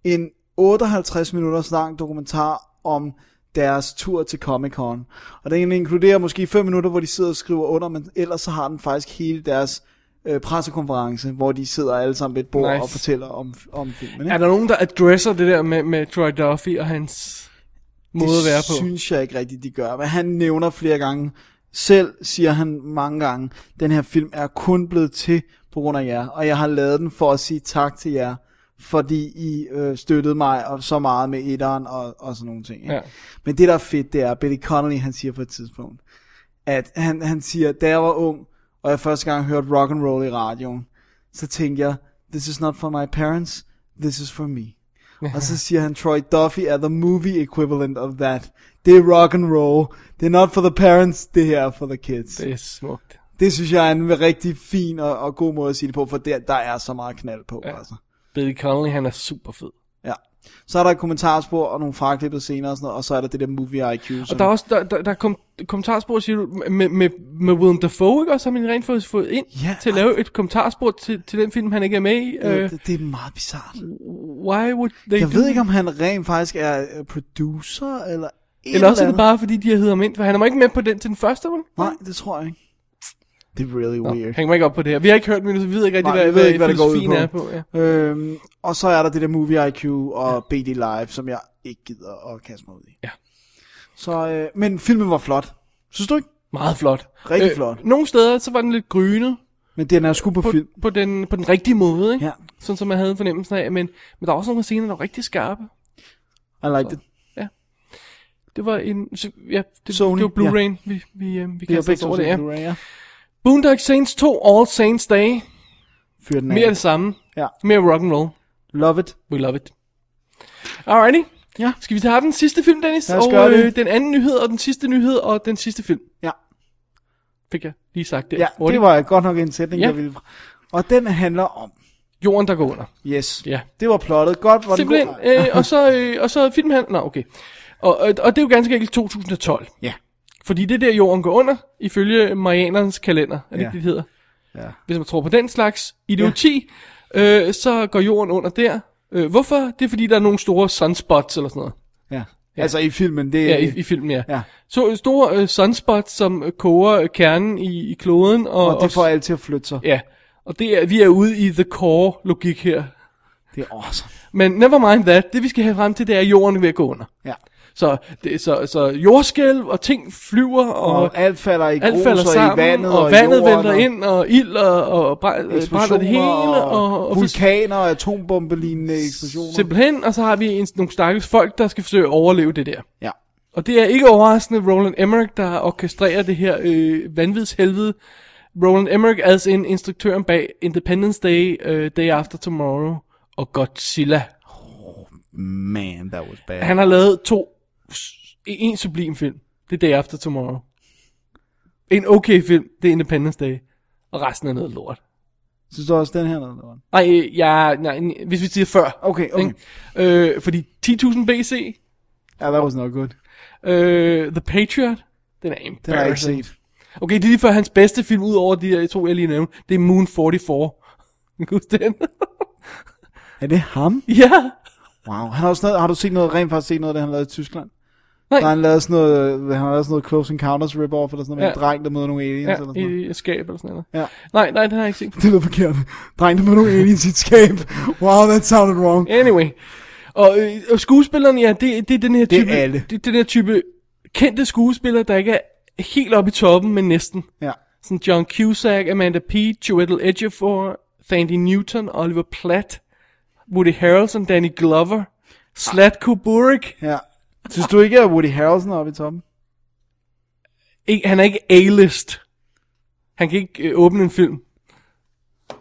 S6: en 58 minutters lang dokumentar om deres tur til Comic Con. Og den inkluderer måske 5 minutter, hvor de sidder og skriver under, men ellers så har den faktisk hele deres øh, pressekonference, hvor de sidder alle sammen ved et bord
S5: Nice.
S6: nice. og fortæller om, om filmen. Ikke?
S5: er der nogen, der addresser det der med, med Troy Duffy og hans måde at være på?
S6: Det synes jeg ikke rigtigt, de gør. Men han nævner flere gange, selv siger han mange gange, den her film er kun blevet til på grund af jer, og jeg har lavet den for at sige tak til jer, fordi I øh, støttede mig og så meget med etteren og, og sådan nogle ting. Ikke?
S5: Ja.
S6: Men det, der er fedt, det er, Billy Connolly, han siger på et tidspunkt, at han, han siger, da jeg var ung, og jeg første gang hørte rock and roll i radioen, så tænkte jeg, this is not for my parents, this is for me. og så siger han, Troy Duffy er the movie equivalent of that. Det er rock and roll. Det er not for the parents, det her er for the kids.
S5: Det
S6: Det,
S5: er smukt.
S6: det synes jeg er en rigtig fin og, og god måde at sige det på, for der, der er så meget knald på. Ja. Altså.
S5: Billy Connolly, han er super fed.
S6: Ja. Så er der et kommentarspor og nogle fraklippet scener og sådan noget, og så er der det der movie IQ.
S5: Og der er også der, der, der er kom, kommentarspor, siger du, med, med, med Willem Dafoe, ikke også? Har man rent faktisk fået ind
S6: Ja,
S5: til at
S6: ej.
S5: lave et kommentarspor til, til den film, han ikke er med i? Øh,
S6: det, det, det er meget bizart.
S5: why would they
S6: Jeg
S5: do
S6: ved ikke, om han rent faktisk er øh, producer, eller et
S5: Eller også er det
S6: andet.
S5: bare, fordi de har hedder ham ind, for han var ikke med på den til den første, vel?
S6: Nej, det tror jeg ikke. Det er really Nå, weird.
S5: Hæng mig ikke op på det her. Vi har ikke hørt det, så vi ved ikke rigtig,
S6: Nej,
S5: hvad,
S6: jeg ved ikke, hvad det går ud
S5: filosofien
S6: på.
S5: er på. Ja.
S6: Øhm, og så er der det der Movie IQ og BD Live, som jeg ikke gider at kaste mig ud i.
S5: Ja.
S6: Så, øh, men filmen var flot. Synes du ikke?
S5: Meget flot. Øh,
S6: Rigtig flot.
S5: Nogle steder, så var den lidt grynet
S6: Men den er sgu på,
S5: på,
S6: film.
S5: på, den, på den rigtige måde, ikke?
S6: Ja.
S5: Sådan som man havde fornemmelsen af. Men, men der er også nogle scener, der er rigtig skarpe.
S6: I like it.
S5: Det var en... så- Ja, det,
S6: Sony,
S5: det var Blue Rain, vi, vi, øh, vi
S6: Det er
S5: kastede os
S6: begge
S5: over
S6: to
S5: det,
S6: set
S5: ja.
S6: Blu-ray, ja.
S5: Boondock Saints 2, All Saints Day.
S6: Fyr den
S5: Mere af
S6: af.
S5: det samme.
S6: Ja.
S5: Mere rock and roll.
S6: Love it.
S5: We love it. Alrighty. Ja. Skal vi tage den sidste film, Dennis?
S6: Lad os
S5: og øh,
S6: gøre det.
S5: den anden nyhed, og den sidste nyhed, og den sidste film.
S6: Ja.
S5: Fik jeg lige sagt det.
S6: Ja, det var godt nok en sætning,
S5: Ja.
S6: ja. jeg ville... Og den handler om...
S5: Jorden, der går under.
S6: Yes.
S5: Ja.
S6: Det var plottet. Godt, var
S5: Simpelthen.
S6: den
S5: Øh,
S6: god.
S5: og så, øh, og så filmhandler... Nå, okay. Og, og, og det er jo ganske enkelt 2012.
S6: Ja.
S5: Fordi det er der, jorden går under, ifølge Marianernes kalender. Er det
S6: Ja.
S5: ikke, det det hedder?
S6: Ja.
S5: Hvis man tror på den slags idioti, ja. øh, så går jorden under der. Øh, hvorfor? Det er fordi, der er nogle store sunspots eller sådan noget.
S6: ja. Altså i filmen, det...
S5: Ja, i, i filmen, ja.
S6: Ja.
S5: Så store øh, sunspots, som øh, koger øh, kernen i, i kloden. Og,
S6: Og det får alt til at flytte sig.
S5: Ja, og det er, vi er ude i the core-logik her.
S6: Det er awesome.
S5: Men never mind that, det vi skal have frem til, det er, at jorden er ved at gå under.
S6: Ja.
S5: Så, det, så, så jordskælv, og ting flyver, og,
S6: Og, og alt falder i grus,
S5: alt falder
S6: og
S5: sammen,
S6: i vandet,
S5: og,
S6: og, i
S5: vandet
S6: jorden,
S5: vælter
S6: og
S5: ind, og ild, og, og bræ- brænder
S6: Eksplosioner,
S5: det hele, og, og
S6: vulkaner, og atombombelignende eksplosioner.
S5: simpelthen, og så har vi en, nogle stakkels folk, der skal forsøge at overleve det der.
S6: Ja.
S5: Og det er ikke overraskende Roland Emmerich, der orkestrerer det her øh, vanvidshelvede. Roland Emmerich altså en instruktøren bag Independence Day, øh, Day After Tomorrow og Godzilla.
S6: Man, that was bad.
S5: Han har lavet to, en sublim film. Det er Day After Tomorrow. En okay film, det er Independence Day. Og resten er noget lort.
S6: Synes du også, den her noget? lort?
S5: Nej, øh, ja, nej, hvis vi siger før.
S6: Okay, okay.
S5: Ikke? Øh, fordi 10.000 BC,
S6: Ja, that was not good.
S5: øh, The Patriot, den er embarrassing.
S6: Den har jeg ikke set.
S5: Okay, det er lige før hans bedste film, ud over de her to, jeg lige nævnte. Det er Moon 44. Kan du huske den?
S6: Er det ham?
S5: ja.
S6: Wow. Han har, også noget, har du set noget, rent faktisk set noget, af det han lavede i Tyskland?
S5: Nej.
S6: Der har han lavet sådan noget, øh, han har lavet sådan noget Close Encounters rip-off, eller sådan noget, med
S5: Ja.
S6: en dreng, der møder nogle aliens, eller sådan
S5: ja
S6: noget.
S5: i et skab eller sådan noget.
S6: Ja.
S5: Nej, nej, den har jeg ikke set.
S6: Det lyder forkert. Dreng, der møder nogle aliens i et skab. Wow, that sounded wrong.
S5: Anyway. Og, øh, og skuespillerne, ja, det, det er den her
S6: Det er
S5: type...
S6: alle.
S5: Det, det er den her type kendte skuespillere, der ikke er helt oppe i toppen, men næsten.
S6: Ja.
S5: Sådan John Cusack, Amanda Peet, Joelle Edgefor, Thandie Newton, Oliver Platt, Woody Harrelson, Danny Glover, Slatko Burek.
S6: Ja. Synes du ikke, at Woody Harrelson er oppe i toppen?
S5: ikke, han er ikke A-list. Han kan ikke øh, åbne en film.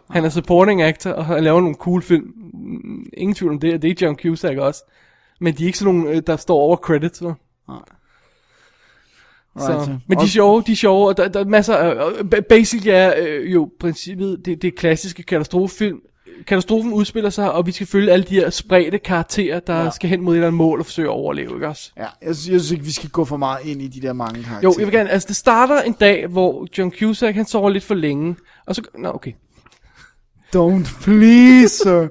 S5: Han er supporting actor, og han laver nogle cool film. Mm, Ingen tvivl om det, og det er John Cusack også. Men de er ikke sådan nogle, øh, der står over credits, vel?
S6: Right,
S5: Så. Men de er sjove, de er sjove, og der, der er masser af... og øh, ba- Basically er øh, jo princippet, det, det er klassiske katastrofefilm. Katastrofen udspiller sig, og vi skal følge alle de her spredte karakterer, der ja. skal hen mod et eller andet mål og forsøge at overleve, ikke også?
S6: Ja, jeg synes, jeg synes ikke, vi skal gå for meget ind i de der mange karakterer.
S5: Jo, jeg vil gerne, altså det starter en dag, hvor John Cusack, han sover lidt for længe, og så, nå okay.
S6: Don't please, sir.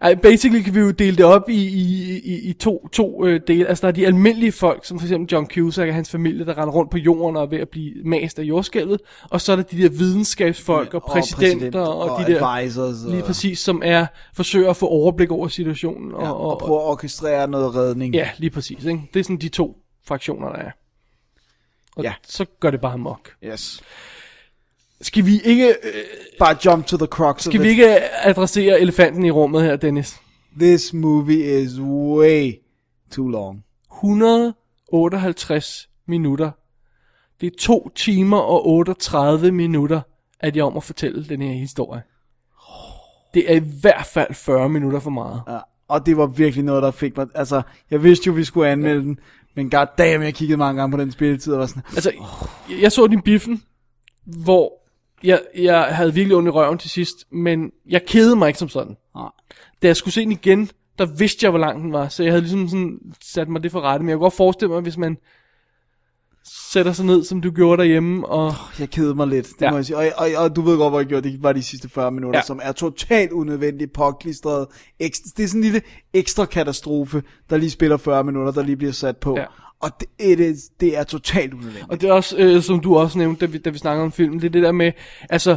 S5: Ej, basically kan vi jo dele det op i, i, i, i to, to øh, dele. Altså der er de almindelige folk, som for eksempel John Cusack og hans familie, der render rundt på jorden og er ved at blive mast af jordskælvet. Og så er der de der videnskabsfolk og præsidenter og, og, de der,
S6: advisors.
S5: lige præcis, som er forsøger at få overblik over situationen. Og, ja,
S6: og, og
S5: og, og,
S6: prøve at orkestrere noget redning.
S5: ja lige præcis. Ikke? Det er sådan de to fraktioner, der er. Og
S6: Ja.
S5: så gør det bare mok.
S6: Yes.
S5: Skal vi ikke... Øh,
S6: Bare jump to the crux
S5: Skal
S6: of
S5: vi
S6: it.
S5: ikke adressere elefanten i rummet her, Dennis?
S6: This movie is way too long.
S5: 158 minutter. Det er to timer og 38 minutter, at jeg om at fortælle den her historie. Det er i hvert fald 40 minutter for meget.
S6: Ja, og det var virkelig noget, der fik mig... Altså, jeg vidste jo, vi skulle anmelde den, men goddamn, jeg kiggede mange gange på den spilletid og var sådan...
S5: Altså, jeg- jeg så din biffen, hvor jeg, jeg havde virkelig ondt i røven til sidst, men jeg kedede mig ikke som sådan.
S6: Nej.
S5: Da jeg skulle se den igen, der vidste jeg, hvor lang den var, så jeg havde ligesom sådan sat mig det for rette, men jeg kunne godt forestille mig, hvis man sætter sig ned, som du gjorde derhjemme, og
S6: Jeg kedede mig lidt, det
S5: Ja.
S6: ja. må jeg sige. Og, og, og, du ved godt, hvor jeg gjorde det. Det var de sidste 40 minutter,
S5: Ja.
S6: ja. som er totalt unødvendigt påklistret. Ekstra, det er sådan en lille ekstra katastrofe, der lige spiller 40 minutter, der lige bliver sat på.
S5: Ja.
S6: Ja. Og det, it is, det er totalt unødvendigt.
S5: Og det er også, øh, som du også nævnte, da vi, da vi snakker om filmen, det er det der med, altså,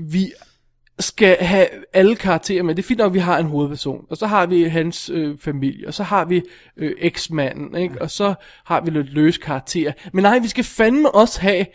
S5: vi skal have alle karakterer med. Det er fint nok, at vi har en hovedperson, og så har vi hans øh, familie, og så har vi øh, eksmanden, ikke? og så har vi lidt løse karakterer. Men nej, vi skal fandme også have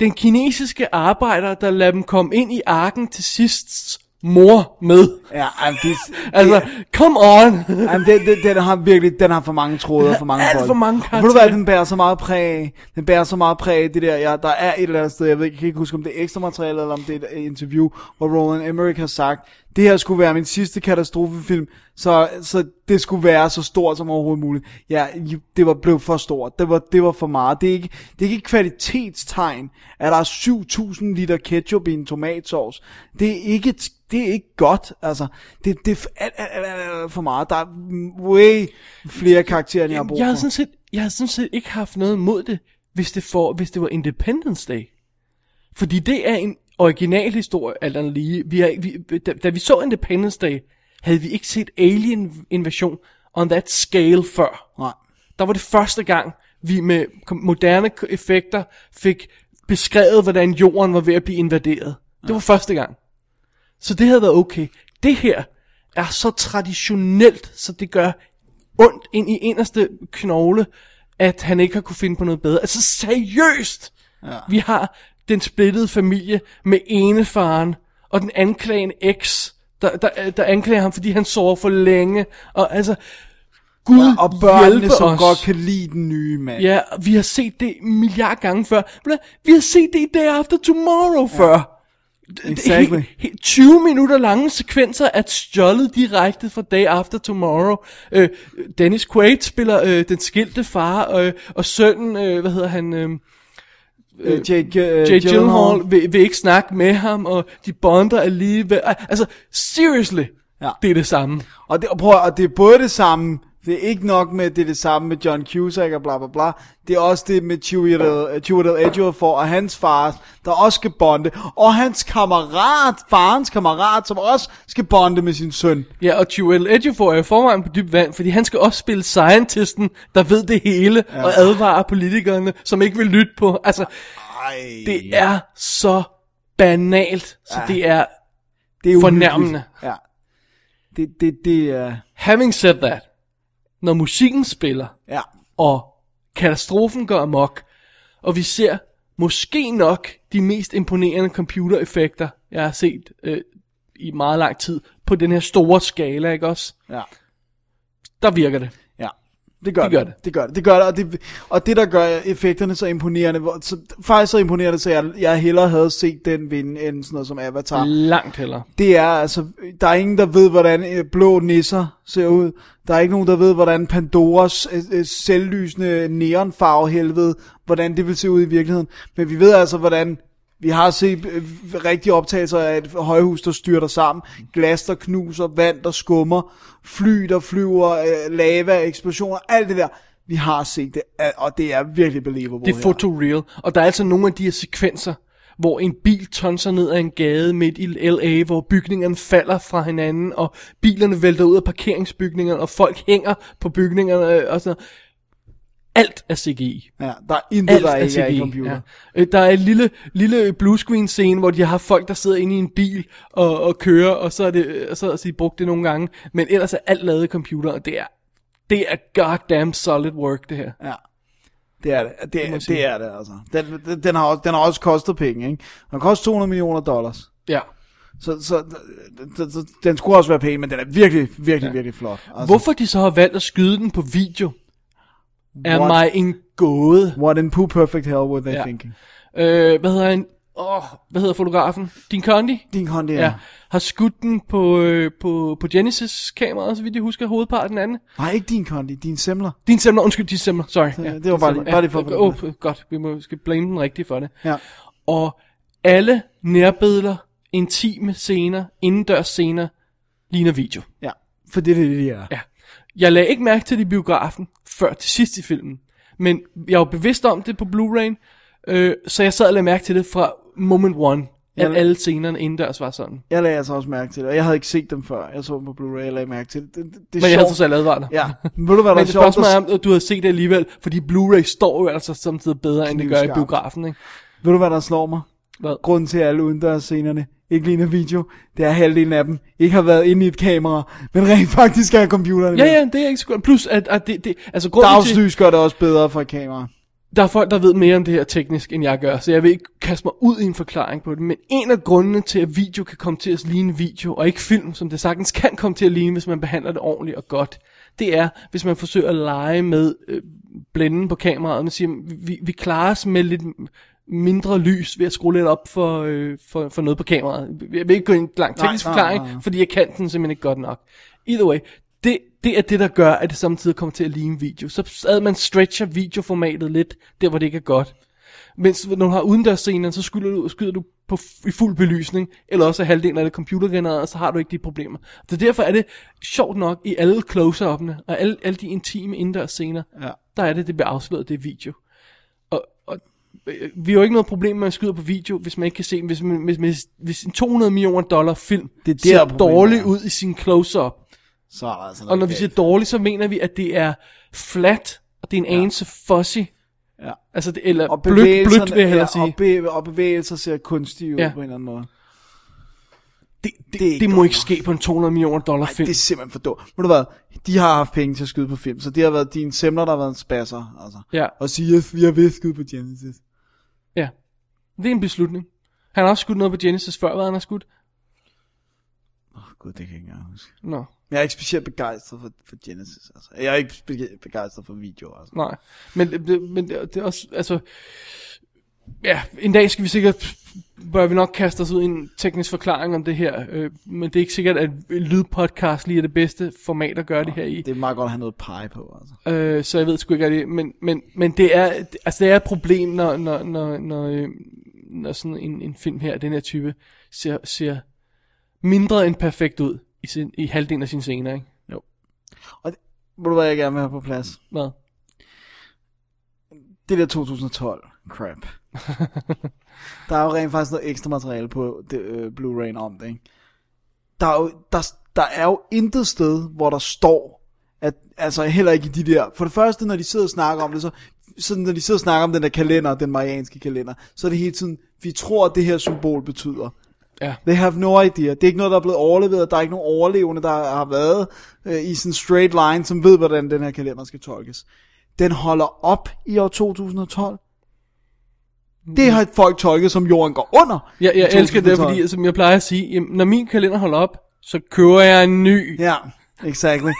S5: den kinesiske arbejder, der lader dem komme ind i arken til sidst mor med.
S6: Ja, jamen, det,
S5: Altså, come on!
S6: Jamen, den, den, den, har virkelig, den har for mange tråde og for mange
S5: Alt
S6: folk.
S5: for mange
S6: Og ved du hvad,
S5: karakterer.
S6: den bærer så meget præg af- Den bærer så meget præg af det der, ja, der er et eller andet sted, jeg ved ikke, jeg kan ikke huske, om det er ekstra materiale, eller om det er et interview, hvor Roland Emmerich har sagt, det her skulle være min sidste katastrofefilm, så, så det skulle være så stort som overhovedet muligt. Ja, det var blev for stort. Det var, det var for meget. Det er, ikke, det er ikke et kvalitetstegn, at der er 7000 liter ketchup i en tomatsauce. Det er ikke, et- det er ikke godt, altså. Det, det er f- alt, alt, alt, alt, alt for meget. Der er way flere karakterer, end jeg har brug for.
S5: Jeg har sådan set, jeg har sådan set ikke haft noget imod det, hvis det, for, hvis det var Independence Day. Fordi det er en original historie, alt andet lige. Vi har, vi, da, da vi så Independence Day, havde vi ikke set Alien Invasion on that scale før.
S6: Nej.
S5: Der var det første gang, vi med k- moderne k- effekter fik beskrevet, hvordan jorden var ved at blive invaderet. Det var første gang. Så det havde været okay. Det her er så traditionelt, så det gør ondt ind i inderste knogle, at han ikke har kunne finde på noget bedre. Altså seriøst! Ja. Vi har den splittede familie med enefaren og den anklagende eks, der, der, der anklager ham, fordi han sover for længe. Og altså, Gud
S6: og børnene,
S5: hjælpe
S6: som
S5: os.
S6: godt kan lide den nye mand.
S5: Ja, og vi har set det en milliard gange før. Ved du hvad? Vi har set det i Day After Tomorrow før. Det-
S6: Exactly.
S5: he- he- 20 minutter lange sekvenser er stjålet direkte fra Day After Tomorrow. Øh, Dennis Quaid spiller øh, den skilte far, øh, og sønnen, øh, hvad hedder han... Øh,
S6: Øh, Jake, øh,
S5: Jake Gyllenhaal vil, vil ikke snakke med ham, og de bonder alligevel. Altså, seriously,
S6: Ja.
S5: det er det samme.
S6: Og, det, og, prøv, at- og det er både det samme, det er ikke nok med, at det er det samme med John Cusack og bla bla bla. Det er også det med øh, Chiwetel Ejiofor og hans far, der også skal bonde. Og hans kammerat, farens kammerat, som også skal bonde med sin søn.
S5: Ja, og Joel Edgefor er jo forvejen på dyb vand, fordi han skal også spille scientisten, der ved det hele, ja. og advarer politikerne, som ikke vil lytte på. Altså,
S6: Ej,
S5: det er så banalt, så det er...
S6: det er uhyggeligt.
S5: fornærmende.
S6: Ja. Det, det, det er...
S5: Having said that, når musikken spiller,
S6: Ja.
S5: og katastrofen går amok, og vi ser måske nok de mest imponerende computereffekter, jeg har set øh, i meget lang tid, på den her store skala, ikke også?
S6: Ja.
S5: Der virker det.
S6: Ja, det gør det.
S5: Det gør det.
S6: Det gør det. Det gør det. Og, det, og det der gør effekterne så imponerende, hvor, så, faktisk så imponerende, så jeg, jeg hellere havde set den vinde, end sådan noget som Avatar.
S5: Langt hellere.
S6: Det er altså, der er ingen, der ved, hvordan øh, blå nisser ser ud. Der er ikke nogen, der ved, hvordan Pandoras øh, øh, selvlysende neonfarve helvede, hvordan det vil se ud i virkeligheden. Men vi ved altså, hvordan vi har set øh, rigtige optagelser af et højhus, der styrter sammen, glas, der knuser, vand, der skummer, fly, der flyver, øh, lava, eksplosioner, alt det der. Vi har set det, øh, og det er virkelig believable.
S5: Det er photoreal, og der er altså nogle af de her sekvenser, hvor en bil tonser ned ad en gade midt i LA, hvor bygningerne falder fra hinanden, og bilerne vælter ud af parkeringsbygningerne, og folk hænger på bygningerne øh, og sådan noget. Alt er CGI.
S6: her. Ja, der er intet,
S5: Alt
S6: der
S5: er
S6: ikke er i
S5: CGI.
S6: computer.
S5: Ja. Øh, Der er en lille, lille bluescreen scene, hvor de har folk, der sidder inde i en bil og, og kører, og så er det, øh, så har de brugt det nogle gange, men ellers er alt lavet i computer, og det er, det er goddamn solid work, det her.
S6: Ja. Det er det.
S5: må
S6: Det,
S5: jeg
S6: det,
S5: sige.
S6: det er det, altså. Den, den, den, har, også- den har også kostet penge, ikke? Den har kostet 200 millioner dollars.
S5: Ja.
S6: Så, så, så, så den skulle også være penge, men den er virkelig, virkelig, ja. virkelig flot. Altså,
S5: Hvorfor de så har valgt at skyde den på video, er
S6: What?
S5: mig en gåde.
S6: What in poo perfect hell were they
S5: Ja.
S6: ja. thinking?
S5: Øh, hvad hedder han? Åh, hvad hedder fotografen? Din Condi?
S6: Din hånd,
S5: Ja.
S6: det er.
S5: ja. Har skudt den på, øh, på, på Genesis-kameraet, så vidt jeg husker, hovedparten af den.
S6: Nej, ikke din kondi, din semler.
S5: Din semler, undskyld, din semler, sorry.
S6: det var bare lige- bare lige for at få det
S5: Åh, oh, godt, vi må skal blame den rigtigt for det.
S6: Ja.
S5: Og alle nærbilleder, intime scener, indendørs scener, ligner video.
S6: Ja, for det er det, de er.
S5: Ja. Jeg lagde ikke mærke til det i biografen før til sidst i filmen. Men jeg var bevidst om det på Blu-ray, øh, så jeg sad og lagde mærke til det fra moment one. At
S6: Jeg-
S5: alle scenerne indendørs var sådan.
S6: Jeg lagde altså også mærke til det, og jeg havde ikke set dem før. Jeg så dem på Blu-ray, jeg lagde mærke til det. Det, det, det er
S5: Men jeg havde
S6: sjovt.
S5: trods alt advaret dig.
S6: Ja, men ved du hvad der
S5: Men
S6: er
S5: det
S6: sjovt?
S5: spørgsmål er,
S6: Der,
S5: om du havde set det alligevel, fordi Blu-ray står jo altså samtidig bedre, end det gør i
S6: Knivskarpt.
S5: biografen, ikke?
S6: ved du hvad der slår mig?
S5: Hvad?
S6: grunden til, at alle udendørsscenerne ikke ligner video, det er at halvdelen af dem ikke har været inde i et kamera, men rent faktisk er computerne
S5: Ja,
S6: med.
S5: ja, det er jeg ikke sgu... Plus, at, at det, det, altså grunden til,
S6: Dagslys gør det også bedre for et kamera.
S5: der er folk, der ved mere om det her teknisk, end jeg gør, så jeg vil ikke kaste mig ud i en forklaring på det, men en af grundene til, at video kan komme til at ligne video, og ikke film, som det sagtens kan komme til at ligne, hvis man behandler det ordentligt og godt, det er, hvis man forsøger at lege med øh, blænden på kameraet, og siger, vi, vi klarer os med lidt mindre lys ved at skrue lidt op for, øh, for, for noget på kameraet. Jeg vil ikke gå ind i en lang
S6: Nej,
S5: teknisk
S6: nej,
S5: forklaring,
S6: nej, nej.
S5: fordi jeg kan den simpelthen ikke godt nok. Either way, det, det er det, der gør, at det samtidig kommer til at ligne video. Så sad man stretcher videoformatet lidt, der hvor det ikke er godt. Mens når du har udendørsscenen, så skyder du, skyder du på, f- i fuld belysning, eller også er halvdelen af det computergenereret, og så har du ikke de problemer. Så derfor er det sjovt nok i alle close-up'ene, og alle, alle de intime indendørsscener,
S6: Ja.
S5: der er det, det bliver afsløret, det er video. Og, og øh, vi har jo ikke noget problem med at skyde på video, hvis man ikke kan se, hvis, man, hvis, hvis, hvis en 200 millioner dollar film
S6: Det er der,
S5: ser
S6: problemet
S5: dårlig
S6: er.
S5: ud i sin close-up.
S6: Så er der altså noget
S5: Og når vi
S6: galt.
S5: siger dårligt, så mener vi, at det er flat, og det er en ja. anelse fuzzy.
S6: Ja.
S5: Altså, det, eller
S6: og
S5: blødt,
S6: bevægelserne-
S5: blødt vil jeg
S6: ja,
S5: hellere sige.
S6: Og, be, og bevægelser ser kunstige ud
S5: Ja.
S6: ja. på en eller anden måde.
S5: Det, det,
S6: det er
S5: det,
S6: ikke
S5: det må
S6: godt
S5: ikke ske på en 200 millioner dollar
S6: Ej,
S5: film.
S6: det er simpelthen for dumt. Må du hvad, de har haft penge til at skyde på film, så det har været dine semler, der har været en spasser. Altså.
S5: Ja.
S6: Og sige, jeg, jeg vil skyde på Genesis.
S5: Ja. Det er en beslutning. Han har også skudt noget på Genesis før, hvad han har skudt.
S6: Åh oh, gud, det kan jeg ikke engang huske.
S5: Nå,
S6: Men Jeg er ikke specielt begejstret for, for Genesis. Altså. Jeg er ikke spe- begejstret for videoer. Altså.
S5: nej. Men, det- det- men det, det er også, altså... Ja, en dag skal vi sikkert... Bør vi nok kaste os ud i en teknisk forklaring om det her. Øh, men det er ikke sikkert, at lydpodcast lige er det bedste format at gøre det her i.
S6: Det er meget godt at have noget pege på. Altså.
S5: Øh, så jeg ved sgu ikke rigtig, men, men, men det, er, altså det er et problem, når, når, når, når, øh, når sådan en, en film her, den her type, ser, ser mindre end perfekt ud i, sin, i halvdelen af sine scener, ikke?
S6: Og det, må du hvad, jeg gerne vil have på plads?
S5: Hvad?
S6: Det der 2012 crap. der er jo rent faktisk noget ekstra materiale på det, øh, Blu-ray'en om det, ikke? Der er, jo, der, der er jo intet sted, hvor der står, at, altså heller ikke i de der, for det første, når de sidder og snakker om det, så, så når de sidder og snakker om den der kalender, den marianske kalender, så er det hele tiden, vi tror, at det her symbol betyder.
S5: Ja.
S6: They have no idea. Det er ikke noget, der er blevet overleveret. Der er ikke nogen overlevende, der har været øh, i sådan en straight line, som ved, hvordan den her kalender skal tolkes. Den holder op i år 2012. Det har folk tolket, som jorden går under.
S5: Jeg,
S6: i
S5: jeg elsker det,
S6: 2012.
S5: fordi som jeg plejer at sige, jamen, når min kalender holder op, så kører jeg en ny.
S6: Ja, exactly.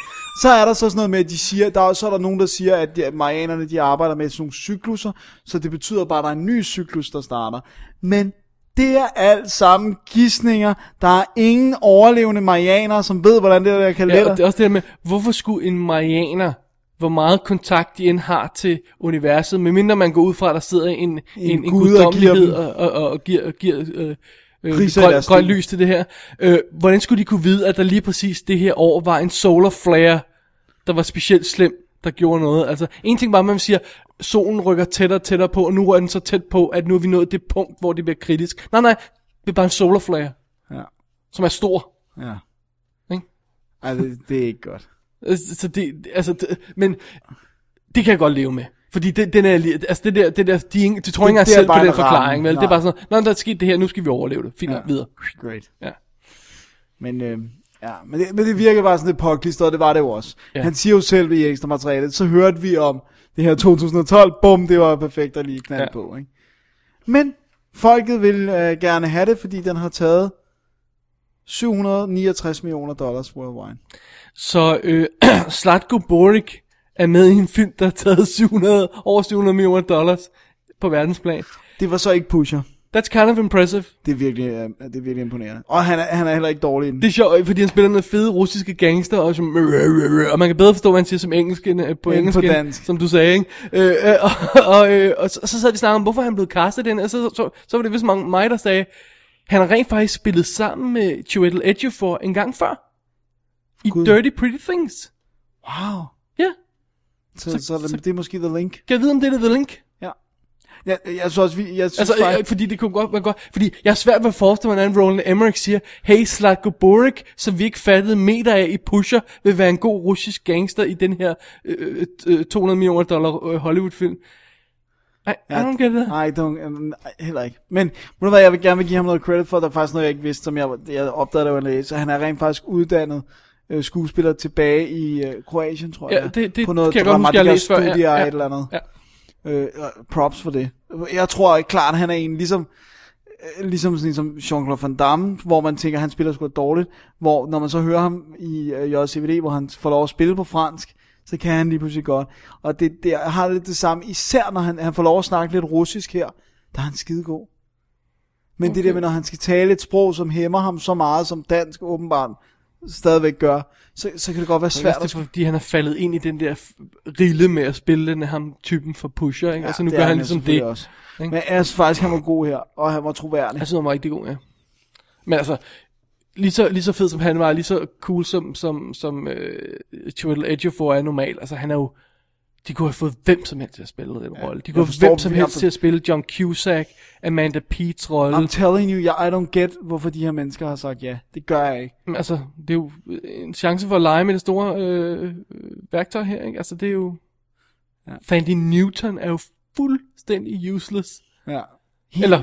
S6: Så er der så sådan noget med, at de siger, der er, så er der nogen, der siger, at de, at marianerne de arbejder med sådan nogle cykluser, så det betyder bare, at der er en ny cyklus, der starter. Men det er alt sammen gidsninger. Der er ingen overlevende marianer, som ved, hvordan det der kalender...
S5: Ja, og det er også det der med, hvorfor skulle en marianer, hvor meget kontakt de end har til universet, medmindre man går ud fra, at der sidder en, en, en, en
S6: gud og giver
S5: guddommelighed
S6: dem-
S5: og, og, og, og giver, og giver øh, øh,
S6: Priser i
S5: grøn,
S6: deres
S5: grøn
S6: liv.
S5: lys til det her. Øh, hvordan skulle de kunne vide, at der lige præcis det her år var en solar flare, der var specielt slem, der gjorde noget? Altså, en ting var, at man siger, solen rykker tættere og tættere på, og nu er den så tæt på, at nu er vi nået det punkt, hvor det bliver kritisk. Nej, nej, det er bare en solar flare,
S6: Ja.
S5: som er stor.
S6: Ja.
S5: Ikke?
S6: Ej, det, det er ikke godt.
S5: Altså, Så det, altså, det, men det kan jeg godt leve med. Fordi det, den er, lige- altså det der, det der, de, er ikke- de tror
S6: Det-
S5: ikke engang
S6: det er
S5: selv på
S6: bare
S5: den
S6: en
S5: forklaring,
S6: ramme.
S5: vel? Det er
S6: Nej.
S5: bare sådan, nå, der er sket det her, nu skal vi overleve det. Fint nok, videre.
S6: Great.
S5: Ja.
S6: Men, øh, ja, men, det, men det virker bare sådan lidt påklistret, og det var det jo også.
S5: Ja.
S6: Ja. Han siger jo selv i ekstra materialet, så hørte vi om det her 2012, bum, det var perfekt at lige knalde
S5: Ja.
S6: ja. på. Ikke? Men folket vil øh, gerne have det, fordi den har taget 769 millioner dollars worldwide.
S5: Så øh, Slatko Boric er med i en film, der har taget 700, over 700 millioner dollars på verdensplan.
S6: Det var så ikke Pusher.
S5: That's kind of impressive.
S6: Det er virkelig, øh, det er virkelig imponerende. Og han er, han er heller ikke dårlig i den.
S5: Det er sjovt, fordi han spiller nogle fede russiske gangster, og, som, og man kan bedre forstå, hvad han siger som engelsk, end, øh, på
S6: End på
S5: engelsk, end-
S6: dansk.
S5: som du sagde. Ikke? Øh, øh, og, og, øh, og så, så sad de snakket om, hvorfor han blev castet den, og så, så, så, så var det vist mange, mig, der sagde, han har rent faktisk spillet sammen med Chiwetel Ejiofor en gang før. I
S6: Gud.
S5: Dirty Pretty Things.
S6: Wow.
S5: Ja,
S6: Så,
S5: Så-
S6: så, så, er det,
S5: så-
S6: det er måske The Link.
S5: kan jeg vide, om det er The Link?
S6: Ja. Jeg, jeg, synes også, vi... Jeg synes
S5: Altså,
S6: faktisk,
S5: øh, fordi det kunne godt være godt. Fordi jeg er svært ved at forestille mig, hvordan Roland Emmerich siger, hey, Slatko Boric, som vi ikke fattede meter af i Pusher, vil være en god russisk gangster i den her øh, øh, 200 millioner dollar øh, Hollywood-film. I, I don't get it.
S6: Nej, don't, um, nej, heller ikke. Men ved du hvad, jeg vil gerne vil give ham noget credit for, der er faktisk noget, jeg ikke vidste, som jeg, jeg opdagede, da jeg læste. Han er rent faktisk uddannet øh, skuespiller tilbage i øh, Kroatien, tror
S5: Ja,
S6: jeg.
S5: det, det
S6: på noget
S5: kan jeg godt huske, jeg læste før.
S6: dramatikerstudier og et eller andet.
S5: Ja.
S6: Øh, og props for det. Jeg tror ikke klart, han er en ligesom øh, ligesom sådan en som Jean-Claude Van Damme, hvor man tænker, han spiller sgu da dårligt, hvor når man så hører ham i øh, JCVD, hvor han får lov at spille på fransk, så kan han lige pludselig godt. Og det, det jeg har lidt det samme, især når han, han får lov at snakke lidt russisk her, der er han skidegod. Men okay. det der med, når han skal tale et sprog, som hæmmer ham så meget, som dansk åbenbart stadigvæk gør, så, så kan det godt være
S5: Det er
S6: svært
S5: også derfor, fordi han er faldet ind i den der f- rille med at spille den af ham typen for pusher, ikke? Ja, altså nu
S6: det
S5: gør
S6: er
S5: han
S6: jo
S5: ligesom
S6: selvfølgelig
S5: det.
S6: Også.
S5: Ikke?
S6: Men jeg synes faktisk, han var god her, og han var troværdig.
S5: Jeg synes, han var rigtig god, ja. Men altså, lige så, lige så fed som han var, lige så cool som, som, som øh, Chiwetel Ejiofor er normalt. Altså, han er jo... De kunne have fået hvem som helst til at spille den rolle. De kunne
S6: jeg
S5: have
S6: forstår
S5: hvem som helst
S6: virkelig-
S5: til at spille John Cusack, Amanda Peets rolle.
S6: I'm telling you, I don't get, hvorfor de her mennesker har sagt ja. Det gør jeg ikke.
S5: Men altså, det er jo en chance for at lege med det store øh, øh, værktøj her, ikke? Altså, det er jo...
S6: Ja.
S5: Ja. Fandy Newton er jo fuldstændig useless.
S6: Ja.
S5: Eller,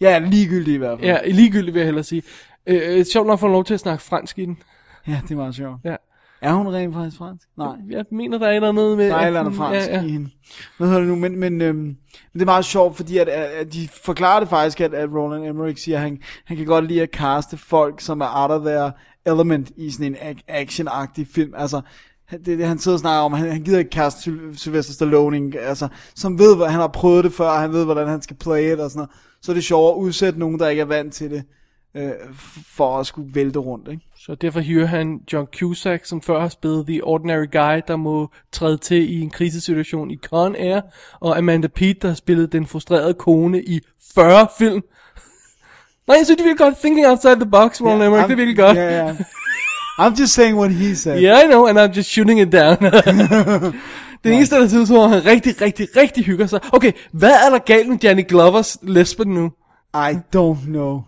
S6: Jeg er ligegyldig i hvert fald.
S5: ja, ligegyldigt vil jeg hellere sige. Øh, øh, sjovt nok får han lov til at snakke fransk i den.
S6: ja det er meget sjovt.
S5: Ja.
S6: Er hun rent faktisk fransk? Nej.
S5: Jeg mener, der er noget med...
S6: Der
S5: at
S6: er et eller andet
S5: hun-
S6: fransk ja, ja. i hende. Hvad hedder det nu? Men, men, øhm, men det er meget sjovt, fordi at, at, at de forklarer det faktisk, at, at Roland Emmerich siger, at han, han kan godt lide at kaste folk, som er out of their element i sådan en ac- action-agtig film. Altså, han- det, er det han sidder og snakker om, han, han gider ikke kaste Syl- Sylvester Stallone, ikke? altså, som ved, hvad han har prøvet det før, og han ved, hvordan han skal play it og sådan noget. Så er det sjovere at udsætte nogen, der ikke er vant til det, øh, f- for at skulle vælte rundt. Ikke?
S5: Så derfor hyrer han John Cusack, som før har spillet The Ordinary Guy, der må træde til i en krisesituation i Con Air, og Amanda Peet, der har spillet den frustrerede kone i 40 film. Nej, jeg synes, det er virkelig godt. Thinking outside the box, Ron yeah, Emmerich, det er virkelig godt.
S6: Ja, ja. I'm just saying what he said.
S5: Yeah, I know, and I'm just shooting it down. Den eneste, der ser ud som om, han rigtig, rigtig, rigtig hygger sig. Okay, hvad er der galt med Johnny Glovers lesben nu?
S6: I don't know.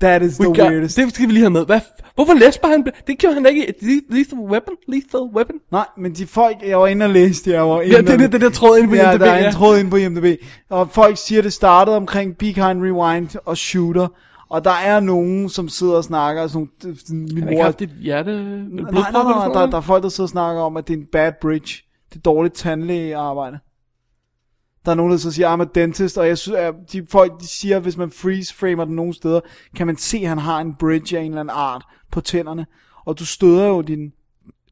S6: That is
S5: We
S6: the
S5: got-
S6: weirdest.
S5: Det skal vi lige have med. Hvad, f- hvorfor lesber han? Det gjorde han da ikke. i Le- Lethal Weapon? Lethal Weapon?
S6: Nej, men de folk, jeg var inde og læse, jeg var inde
S5: Ja, det er det, den der tråd inde på
S6: ja,
S5: IMDb,
S6: der er
S5: ja.
S6: en tråd inde på IMDb. Og folk siger, det startede omkring Be Kind, Rewind og Shooter. Og der er nogen, som sidder og snakker, sådan, nogle- sådan min
S5: Han har
S6: mor...
S5: ikke haft et hjerte... et
S6: nej, nej,
S5: blodprop eller
S6: nej,
S5: sådan
S6: nej, der,
S5: noget?
S6: der er folk, der sidder og snakker om, at det er en bad bridge. Det er dårligt tandlægearbejde. Der er nogen, der så siger, I'm a dentist, og jeg synes, at de folk de siger, at hvis man freeze-framer den nogle steder, kan man se, at han har en bridge af en eller anden art på tænderne. Og du støder jo din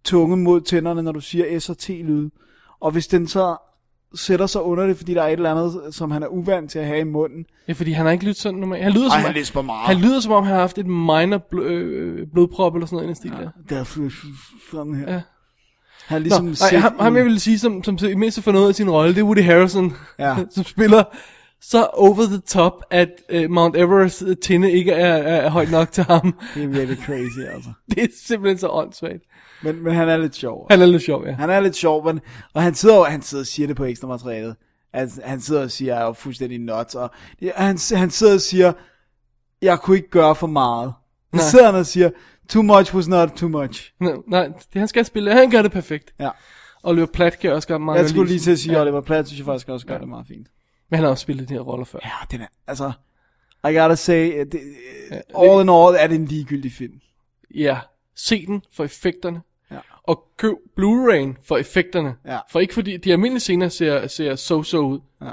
S6: tunge mod tænderne, når du siger S og T-lyde. Og hvis den så sætter sig under det, fordi der er et eller andet, som han er uvant til at have i munden.
S5: Ja, fordi han har ikke lyttet sådan normalt. Han lyder, som,
S6: han lisper meget.
S5: han lyder som om, han har haft et minor bl- øh, blodprop eller sådan noget i den stil. Ja.
S6: Det er sådan her.
S5: Ja.
S6: Han er
S5: Nå,
S6: ligesom
S5: nej,
S6: set
S5: ham, ham,
S6: i-
S5: jeg ville sige, som, som i mindst for noget af sin rolle, det er Woody Harrison,
S6: Ja.
S5: som spiller så over the top, at øh, Mount Everest øh, tinde ikke er, er, er højt nok til ham.
S6: Det er virkelig crazy, altså.
S5: Det er simpelthen så åndssvagt.
S6: Men, men han er lidt sjov.
S5: Han er lidt sjov, ja.
S6: Han er lidt sjov, men, og han sidder, jo- han sidder og siger det på ekstra materialet. Han, han sidder og siger, jeg er jo fuldstændig nuts. Og, ja, han, han sidder og siger, jeg kunne ikke gøre for meget. Nej.
S5: Nej.
S6: sidder han og siger, too much was not too much.
S5: Nå, Nej, det, han skal spille, han gør det perfekt.
S6: Ja.
S5: Oliver Platt kan også godt meget
S6: Jeg
S5: godt
S6: skulle
S5: lide-
S6: lige til at sige,
S5: ja.
S6: ja. Oliver Platt synes jeg faktisk også gør det meget fint.
S5: Men han har også spillet de her roller før.
S6: Ja, den er, altså, I gotta say, at det, all in all er det en ligegyldig film.
S5: Ja, se den for effekterne.
S6: Ja.
S5: Og køb Blu-ray'en for effekterne.
S6: Ja.
S5: For ikke fordi de almindelige scener ser, ser so-so ud.
S6: Ja.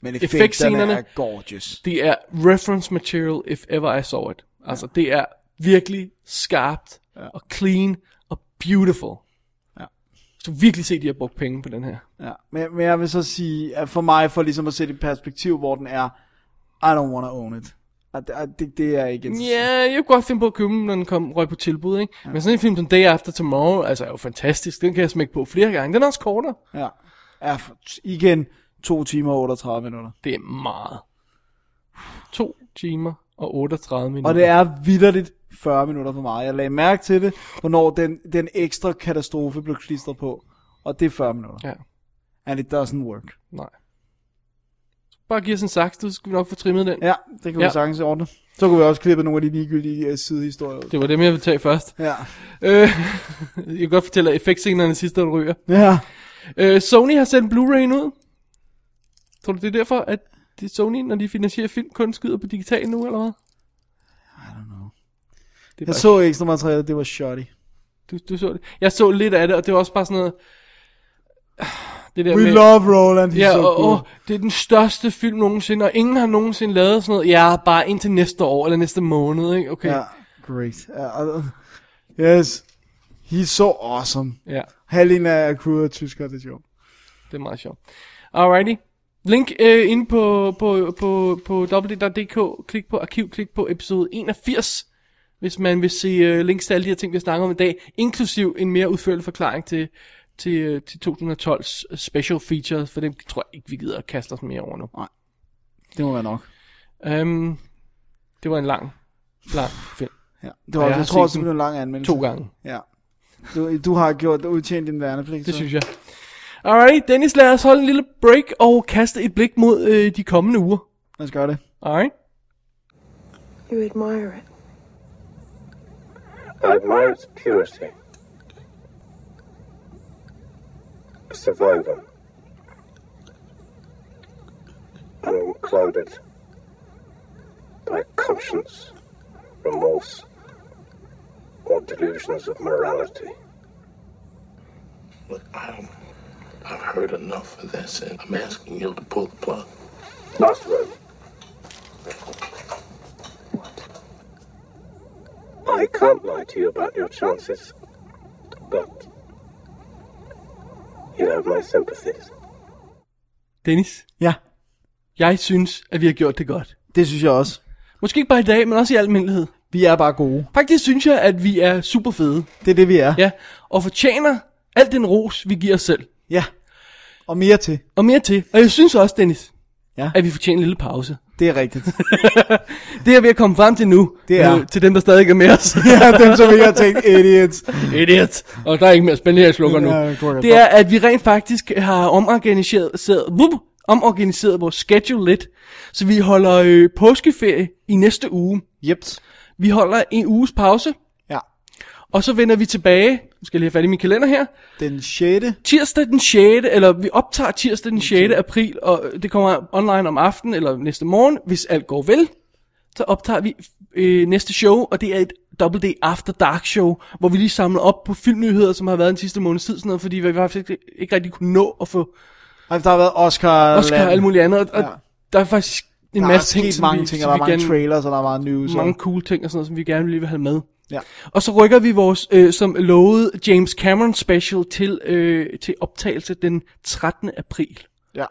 S6: Men
S5: Effektscenerne-
S6: effekterne er gorgeous.
S5: Det er reference material, if ever I saw it. Altså, ja. det er virkelig skarpt ja. og clean og beautiful.
S6: Ja.
S5: Så du kan virkelig se, at de har brugt penge på den her.
S6: Ja, men, men jeg vil så sige, at for mig, for ligesom at sætte i perspektiv, hvor den er, I don't wanna own it. At, at det, det er ikke interessant.
S5: Ja, jeg kunne godt finde på at købe den, når den kom, røg på tilbud, ikke? Ja. Men sådan en film som Day After Tomorrow, altså er jo fantastisk. Den kan jeg smække på flere gange. Den er også kortere.
S6: Ja. ja for, igen, 2 timer og 38 minutter.
S5: Det er meget. 2 timer og 38 minutter.
S6: Og det er vidderligt 40 minutter for meget. Jeg lagde mærke til det, hvornår den, den ekstra katastrofe blev klistret på. Og det er 40 minutter.
S5: Ja,
S6: And it doesn't work.
S5: nej. Bare giv os en saks, du skulle nok få trimmet den.
S6: Ja, det kan ja.
S5: Ja.
S6: vi sagtens ordne. Så kunne vi også klippe nogle af de ligegyldige uh, sidehistorier ud.
S5: Det var dem, jeg ville tage først.
S6: Ja.
S5: Øh, jeg kan godt fortælle, at effektscenerne sidste der ryger.
S6: Ja.
S5: Øh, Sony har sendt Blu-ray'en ud. Tror du, det er derfor, at det Sony, når de finansierer film, kun skyder på digital nu, eller hvad? I don't know. Det er
S6: Jeg
S5: bare,
S6: så ekstra materialet, det var shoddy.
S5: du, du så det. Jeg så lidt af det, og det var også bare sådan noget... Det der
S6: We
S5: med,
S6: love Roland, he's
S5: Ja,
S6: so
S5: og,
S6: cool.
S5: og det er den største film nogensinde, og ingen har nogensinde lavet sådan noget. Ja, bare indtil næste år, eller næste måned, ikke? Okay.
S6: Ja, great. Ja, og- yes, he's so awesome.
S5: ja
S6: Halvdelen af crewet er tysker, det er sjovt.
S5: det er meget sjovt. Alrighty. Link øh, inde på, på, på, på www.dk, klik på arkiv, klik på episode 81, hvis man vil se øh, links til alle de her ting, vi snakker om i dag, inklusiv en mere udførlig forklaring til, til, øh, til 2012's special features, for dem tror jeg ikke, vi gider at kaste os mere over nu.
S6: Nej, det må være nok.
S5: Øhm, det var en lang, lang film.
S6: Ja, det
S5: Og
S6: var, jeg,
S5: har
S6: jeg tror
S5: set
S6: også, det
S5: den
S6: blev en lang anmeldelse.
S5: To gange.
S6: Ja. Du, du har gjort udtjent din værnepligt.
S5: Det synes jeg. Alright, Dennis, lad os holde en lille break og kaste et blik mod øh, de kommende uger.
S6: Lad os gøre det.
S5: Alright.
S8: You admire it.
S9: I admire its purity. A survivor. Unclouded by conscience, remorse, or delusions of morality.
S11: Look, I'm, I've heard enough of this, and I'm asking you to pull the plug.
S9: Last word. I can't lie to you about your chances, but you have my sympathies.
S5: Dennis?
S6: Ja?
S5: Jeg synes, at vi har gjort det godt.
S6: Det synes jeg også.
S5: Måske ikke bare i dag, men også i almindelighed.
S6: Vi er bare gode.
S5: Faktisk synes jeg, at vi er super fede.
S6: Det er det, vi er.
S5: Ja, og fortjener alt den ros, vi giver os selv.
S6: Ja. Og mere til.
S5: Og mere til. Og jeg synes også, Dennis,
S6: ja.
S5: at vi fortjener en lille pause.
S6: Det er rigtigt.
S5: det er vi er kommet frem til nu.
S6: Det er.
S5: Øh, Til dem, der stadig ikke er med os.
S6: ja, dem som ikke har tænkt, idiots.
S5: Idiot. Og der er ikke mere spændende, jeg slukker nu.
S6: Ja, jeg slukker.
S5: Det er, at vi rent faktisk har omorganiseret, sed- vup, omorganiseret vores schedule lidt. Så vi holder øh, påskeferie i næste uge.
S6: Yep.
S5: Vi holder en uges pause.
S6: Ja.
S5: Og så vender vi tilbage. Nu skal jeg lige have fat i min kalender her.
S6: Den 6.
S5: Tirsdag den 6. Eller vi optager tirsdag den 6. april. Og øh, det kommer online om aftenen eller næste morgen, hvis alt går vel. Så optager vi øh, næste show, og det er et Double D After Dark show, hvor vi lige samler op på filmnyheder, som har været den sidste måneds tid, sådan noget, fordi vi faktisk ikke, ikke rigtig kunne nå at få
S6: Ej, Der har været Oscar.
S5: Oscar og alt muligt andet. Og, og
S6: Ja.
S5: der er faktisk en
S6: Der er
S5: masse ting,
S6: sket
S5: som
S6: mange
S5: vi,
S6: ting,
S5: som
S6: og der
S5: vi
S6: er mange
S5: gerne-
S6: trailers, og der er meget news.
S5: mange
S6: og-
S5: cool ting og sådan noget, som vi gerne lige vil have med.
S6: Ja.
S5: Og så rykker vi vores, øh, som lovet, James Cameron special til, øh, til optagelse den 13. april.
S6: Ja.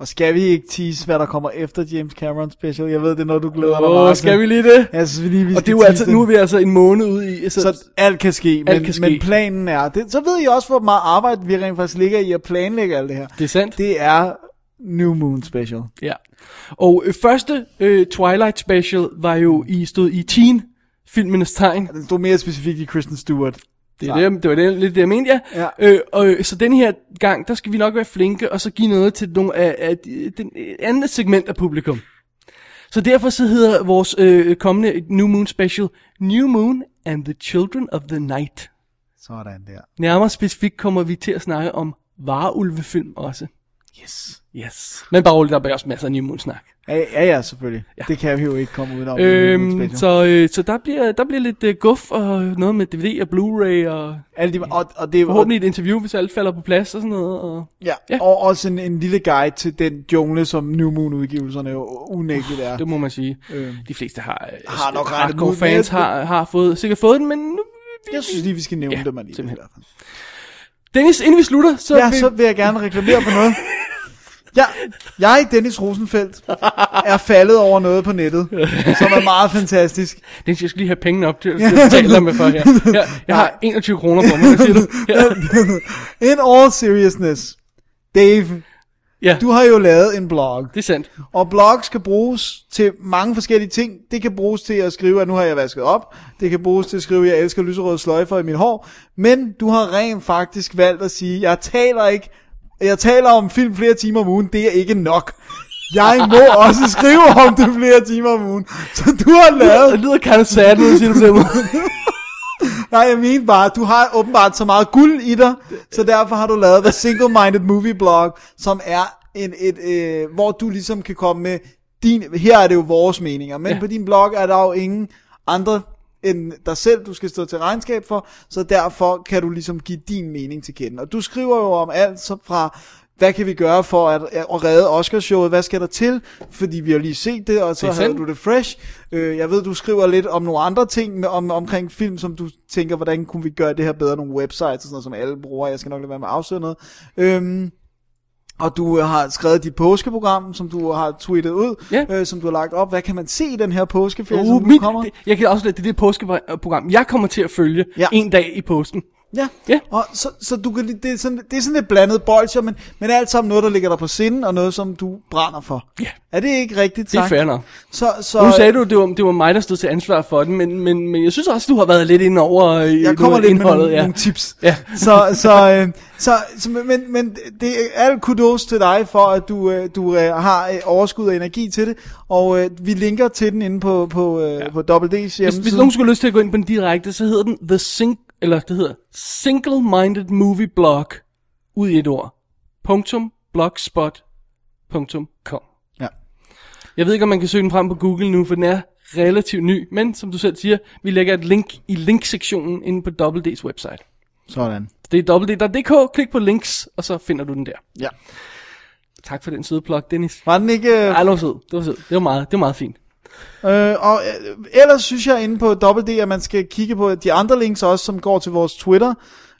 S6: Og skal vi ikke tease, hvad der kommer efter James Cameron special? Jeg ved, det er noget, du glæder dig
S5: Åh,
S6: meget
S5: skal
S6: til.
S5: vi lige det?
S6: Jeg synes, vi lige, vi
S5: og
S6: skal
S5: det er jo
S6: tease
S5: altså,
S6: den.
S5: nu er vi altså en måned ude i. Så,
S6: Så alt kan ske, men,
S5: Alt kan ske.
S6: men planen er, det, så ved I også, hvor meget arbejde vi rent faktisk ligger i at planlægge alt det her.
S5: det er sandt.
S6: Det er New Moon Special.
S5: Ja. Og øh, første øh, Twilight special var jo i, stod i teen filmenes tegn.
S6: Den stod mere specifikt i Kristen Stewart.
S5: Det, er det, det var det, lidt det, jeg mente, ja.
S6: Ja.
S5: Øh, og, øh, så den her gang, der skal vi nok være flinke, og så give noget til nogle af, af de- den øh, andet segment af publikum. Så derfor så hedder vores øh, kommende New Moon special, New Moon and the Children of the Night.
S6: Sådan der.
S5: Nærmere specifikt kommer vi til at snakke om vareulvefilm også.
S6: Yes.
S5: Yes. Men bare roligt, der bliver også masser af New Moon snak.
S6: Ja, ja, ja selvfølgelig. Ja. Det kan vi jo ikke komme udenom. i New Moon
S5: Øhm,
S6: Special.
S5: så øh, så der, bliver, der bliver lidt øh, guf og noget med DVD og Blu-ray og
S6: Alle de, og, og det er
S5: forhåbentlig et interview, hvis alt falder på plads og sådan noget. Og...
S6: Ja, ja. og også en, en lille guide til den jungle, som New Moon udgivelserne jo unægteligt er.
S5: Det må man sige.
S6: Øhm.
S5: De fleste har, øh,
S6: Har nok regnet
S5: hardcore
S6: ud med
S5: fans
S6: det.
S5: har, har fået, sikkert fået den, men nu...
S6: Jeg synes lige, vi skal nævne ja, dem alligevel.
S5: simpelthen.
S6: i hvert fald.
S5: Dennis, inden vi slutter, så...
S6: Ja, så vil jeg gerne reklamere for noget. Ja, jeg, Dennis Rosenfeldt, er faldet over noget på nettet, som er meget fantastisk.
S5: Dennis, jeg skal lige have pengene op til, til at tale med for her. Jeg, jeg har 21 kroner på mig, hvad siger du? Ja.
S6: In all seriousness, Dave,
S5: Ja.
S6: du har jo lavet en blog.
S5: Det er sandt.
S6: Og blogs kan bruges til mange forskellige ting. Det kan bruges til at skrive, at nu har jeg vasket op. Det kan bruges til at skrive, at jeg elsker lyserøde sløjfer i mit hår. Men du har rent faktisk valgt at sige, jeg taler ikke, jeg taler om film flere timer om ugen. Det er ikke nok. Jeg må også skrive om det flere timer om ugen. Så du har lavet
S5: Det lyder kind of sad, nu siger du på den måde.
S6: Nej, jeg mener bare, du har åbenbart så meget guld i dig, så derfor har du lavet The Single Minded Movie Blog, som er en, et, øh, hvor du ligesom kan komme med din, her er det jo vores meninger, men
S5: Ja.
S6: ja. på din blog er der jo ingen andre end dig selv, du skal stå til regnskab for, så derfor kan du ligesom give din mening til kende. Og du skriver jo om alt så fra, hvad kan vi gøre for at, at redde Oscarshowet, hvad skal der til, fordi vi har lige set det, og så
S5: Det er
S6: havde
S5: sandt.
S6: du det fresh. Øh, jeg ved, du skriver lidt om nogle andre ting med, om, omkring film, som du tænker, hvordan kunne vi gøre det her bedre, nogle websites og sådan noget, som alle bruger, jeg skal nok lade være med at afsløre noget. Øhm, Og du har skrevet dit påskeprogram, som du har tweetet ud, ja. øh, som du har lagt op. Hvad kan man se i den her påskeferie,
S5: Uh,
S6: som altså, nu
S5: mit,
S6: kommer?
S5: det, jeg kan også lade det, det påskeprogram, øh, jeg kommer til at følge ja. en dag i påsken.
S6: Ja, ja. Og så, så du kan, lige- det, er sådan, det er sådan lidt blandet bolcher, men, men alt sammen noget, der ligger dig på sinden, og noget, som du brænder for. Ja. Er det ikke rigtigt
S5: Det er
S6: sagt?
S5: fair nok.
S6: Så, så,
S5: Nu sagde du, det var, det var mig, der stod til ansvar for den, men, men, men jeg synes også, du har været lidt ind over øh, i
S6: jeg kommer
S5: noget
S6: lidt med
S5: indholdet.
S6: nogle,
S5: ja.
S6: nogle tips.
S5: Ja.
S6: Så, så, øh, så, så men, men det er al kudos til dig for, at du, øh, du øh, har øh, overskud og energi til det, og øh, vi linker til den inde på, på, øh, ja. på Double D's hjemmeside.
S5: Hvis, hvis nogen skulle have lyst til at gå ind på den direkte, så hedder den The Sing eller det hedder Single Minded Movie Blog, ud i et ord, punktum blogspot.com.
S6: Ja.
S5: Jeg ved ikke, om man kan søge den frem på Google nu, for den er relativt ny, men som du selv siger, vi lægger et link i linksektionen inde på WD's website.
S6: Sådan.
S5: Det er www.dk, klik på links, og så finder du den der.
S6: Ja.
S5: Tak for den søde plug, Dennis.
S6: Var den ikke...
S5: Ej, det var sød. Det var sød. Det var meget, det var meget fint.
S6: Øh, og øh, ellers synes jeg inde på Double D, at man skal kigge på de andre links også, som går til vores Twitter,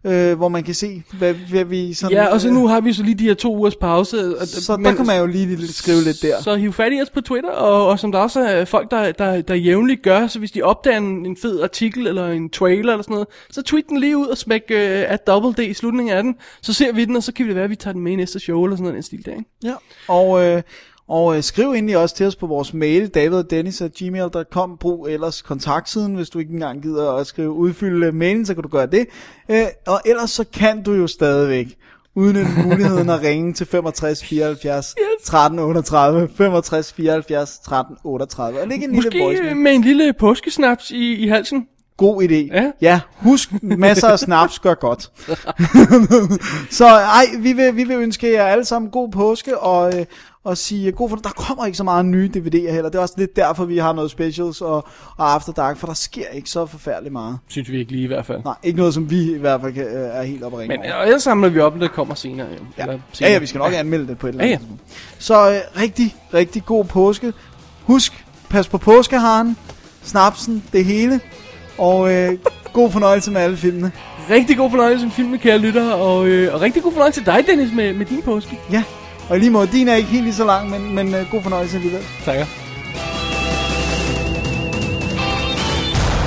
S6: øh, hvor man kan se, hvad, hvad vi sådan... øh,
S5: Ja, og så nu har vi så lige de her to ugers pause. Og,
S6: Så der kan man jo lige lidt- skrive lidt der.
S5: Så hiv fat i os på Twitter, og, og som der også er folk, der, der, der jævnligt gør, så hvis de opdager en, en fed artikel eller en trailer eller sådan noget, så tweet den lige ud og smæk øh, at Double D i slutningen af den, så ser vi den, og så kan det være, at vi tager den med i næste show eller sådan noget i den stil der, ikke?
S6: Ja, og, øh, og øh, skriv endelig også til os på vores mail, davidogdennis.gmail.com, brug ellers kontaktsiden, hvis du ikke engang gider at skrive, udfylde øh, mailen, så kan du gøre det. Øh, og ellers så kan du jo stadigvæk udnytte muligheden at ringe til 65 74 13 38, 65 74 13 38, og lægge en lille
S5: Måske
S6: voicemail.
S5: øh, med en lille påskesnaps i, i halsen.
S6: God idé.
S5: Ja.
S6: Ja, husk, masser af snaps gør godt. så ej, vi vil, vi vil ønske jer alle sammen god påske, og, øh, og sige øh, god for Der kommer ikke så meget nye DVD'er heller. Det er også lidt derfor, vi har noget specials og, og After Dark, for der sker ikke så forfærdeligt meget.
S5: Synes vi ikke lige i hvert fald.
S6: Nej, ikke noget, som vi i hvert fald kan, øh, er helt oppe at ringe
S5: Men
S6: over.
S5: øh, ellers samler vi op, når det kommer senere. Jo. Ja. Eller
S6: Ja, ja, vi skal nok anmelde det på et eller andet
S5: Ja, ja.
S6: tidspunkt. Så øh, rigtig, rigtig god påske. Husk, pas på påskeharen, snapsen, det hele, og øh, god fornøjelse med alle filmene.
S5: Rigtig god fornøjelse med filmen, kære lytter, og, øh, og rigtig god fornøjelse til dig, Dennis, med, med din påske.
S6: Ja, og i lige måde, din er ikke helt lige så lang, men, men øh, god fornøjelse alligevel.
S5: Takker.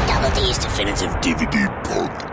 S3: Double D's Definitive DVD Podcast.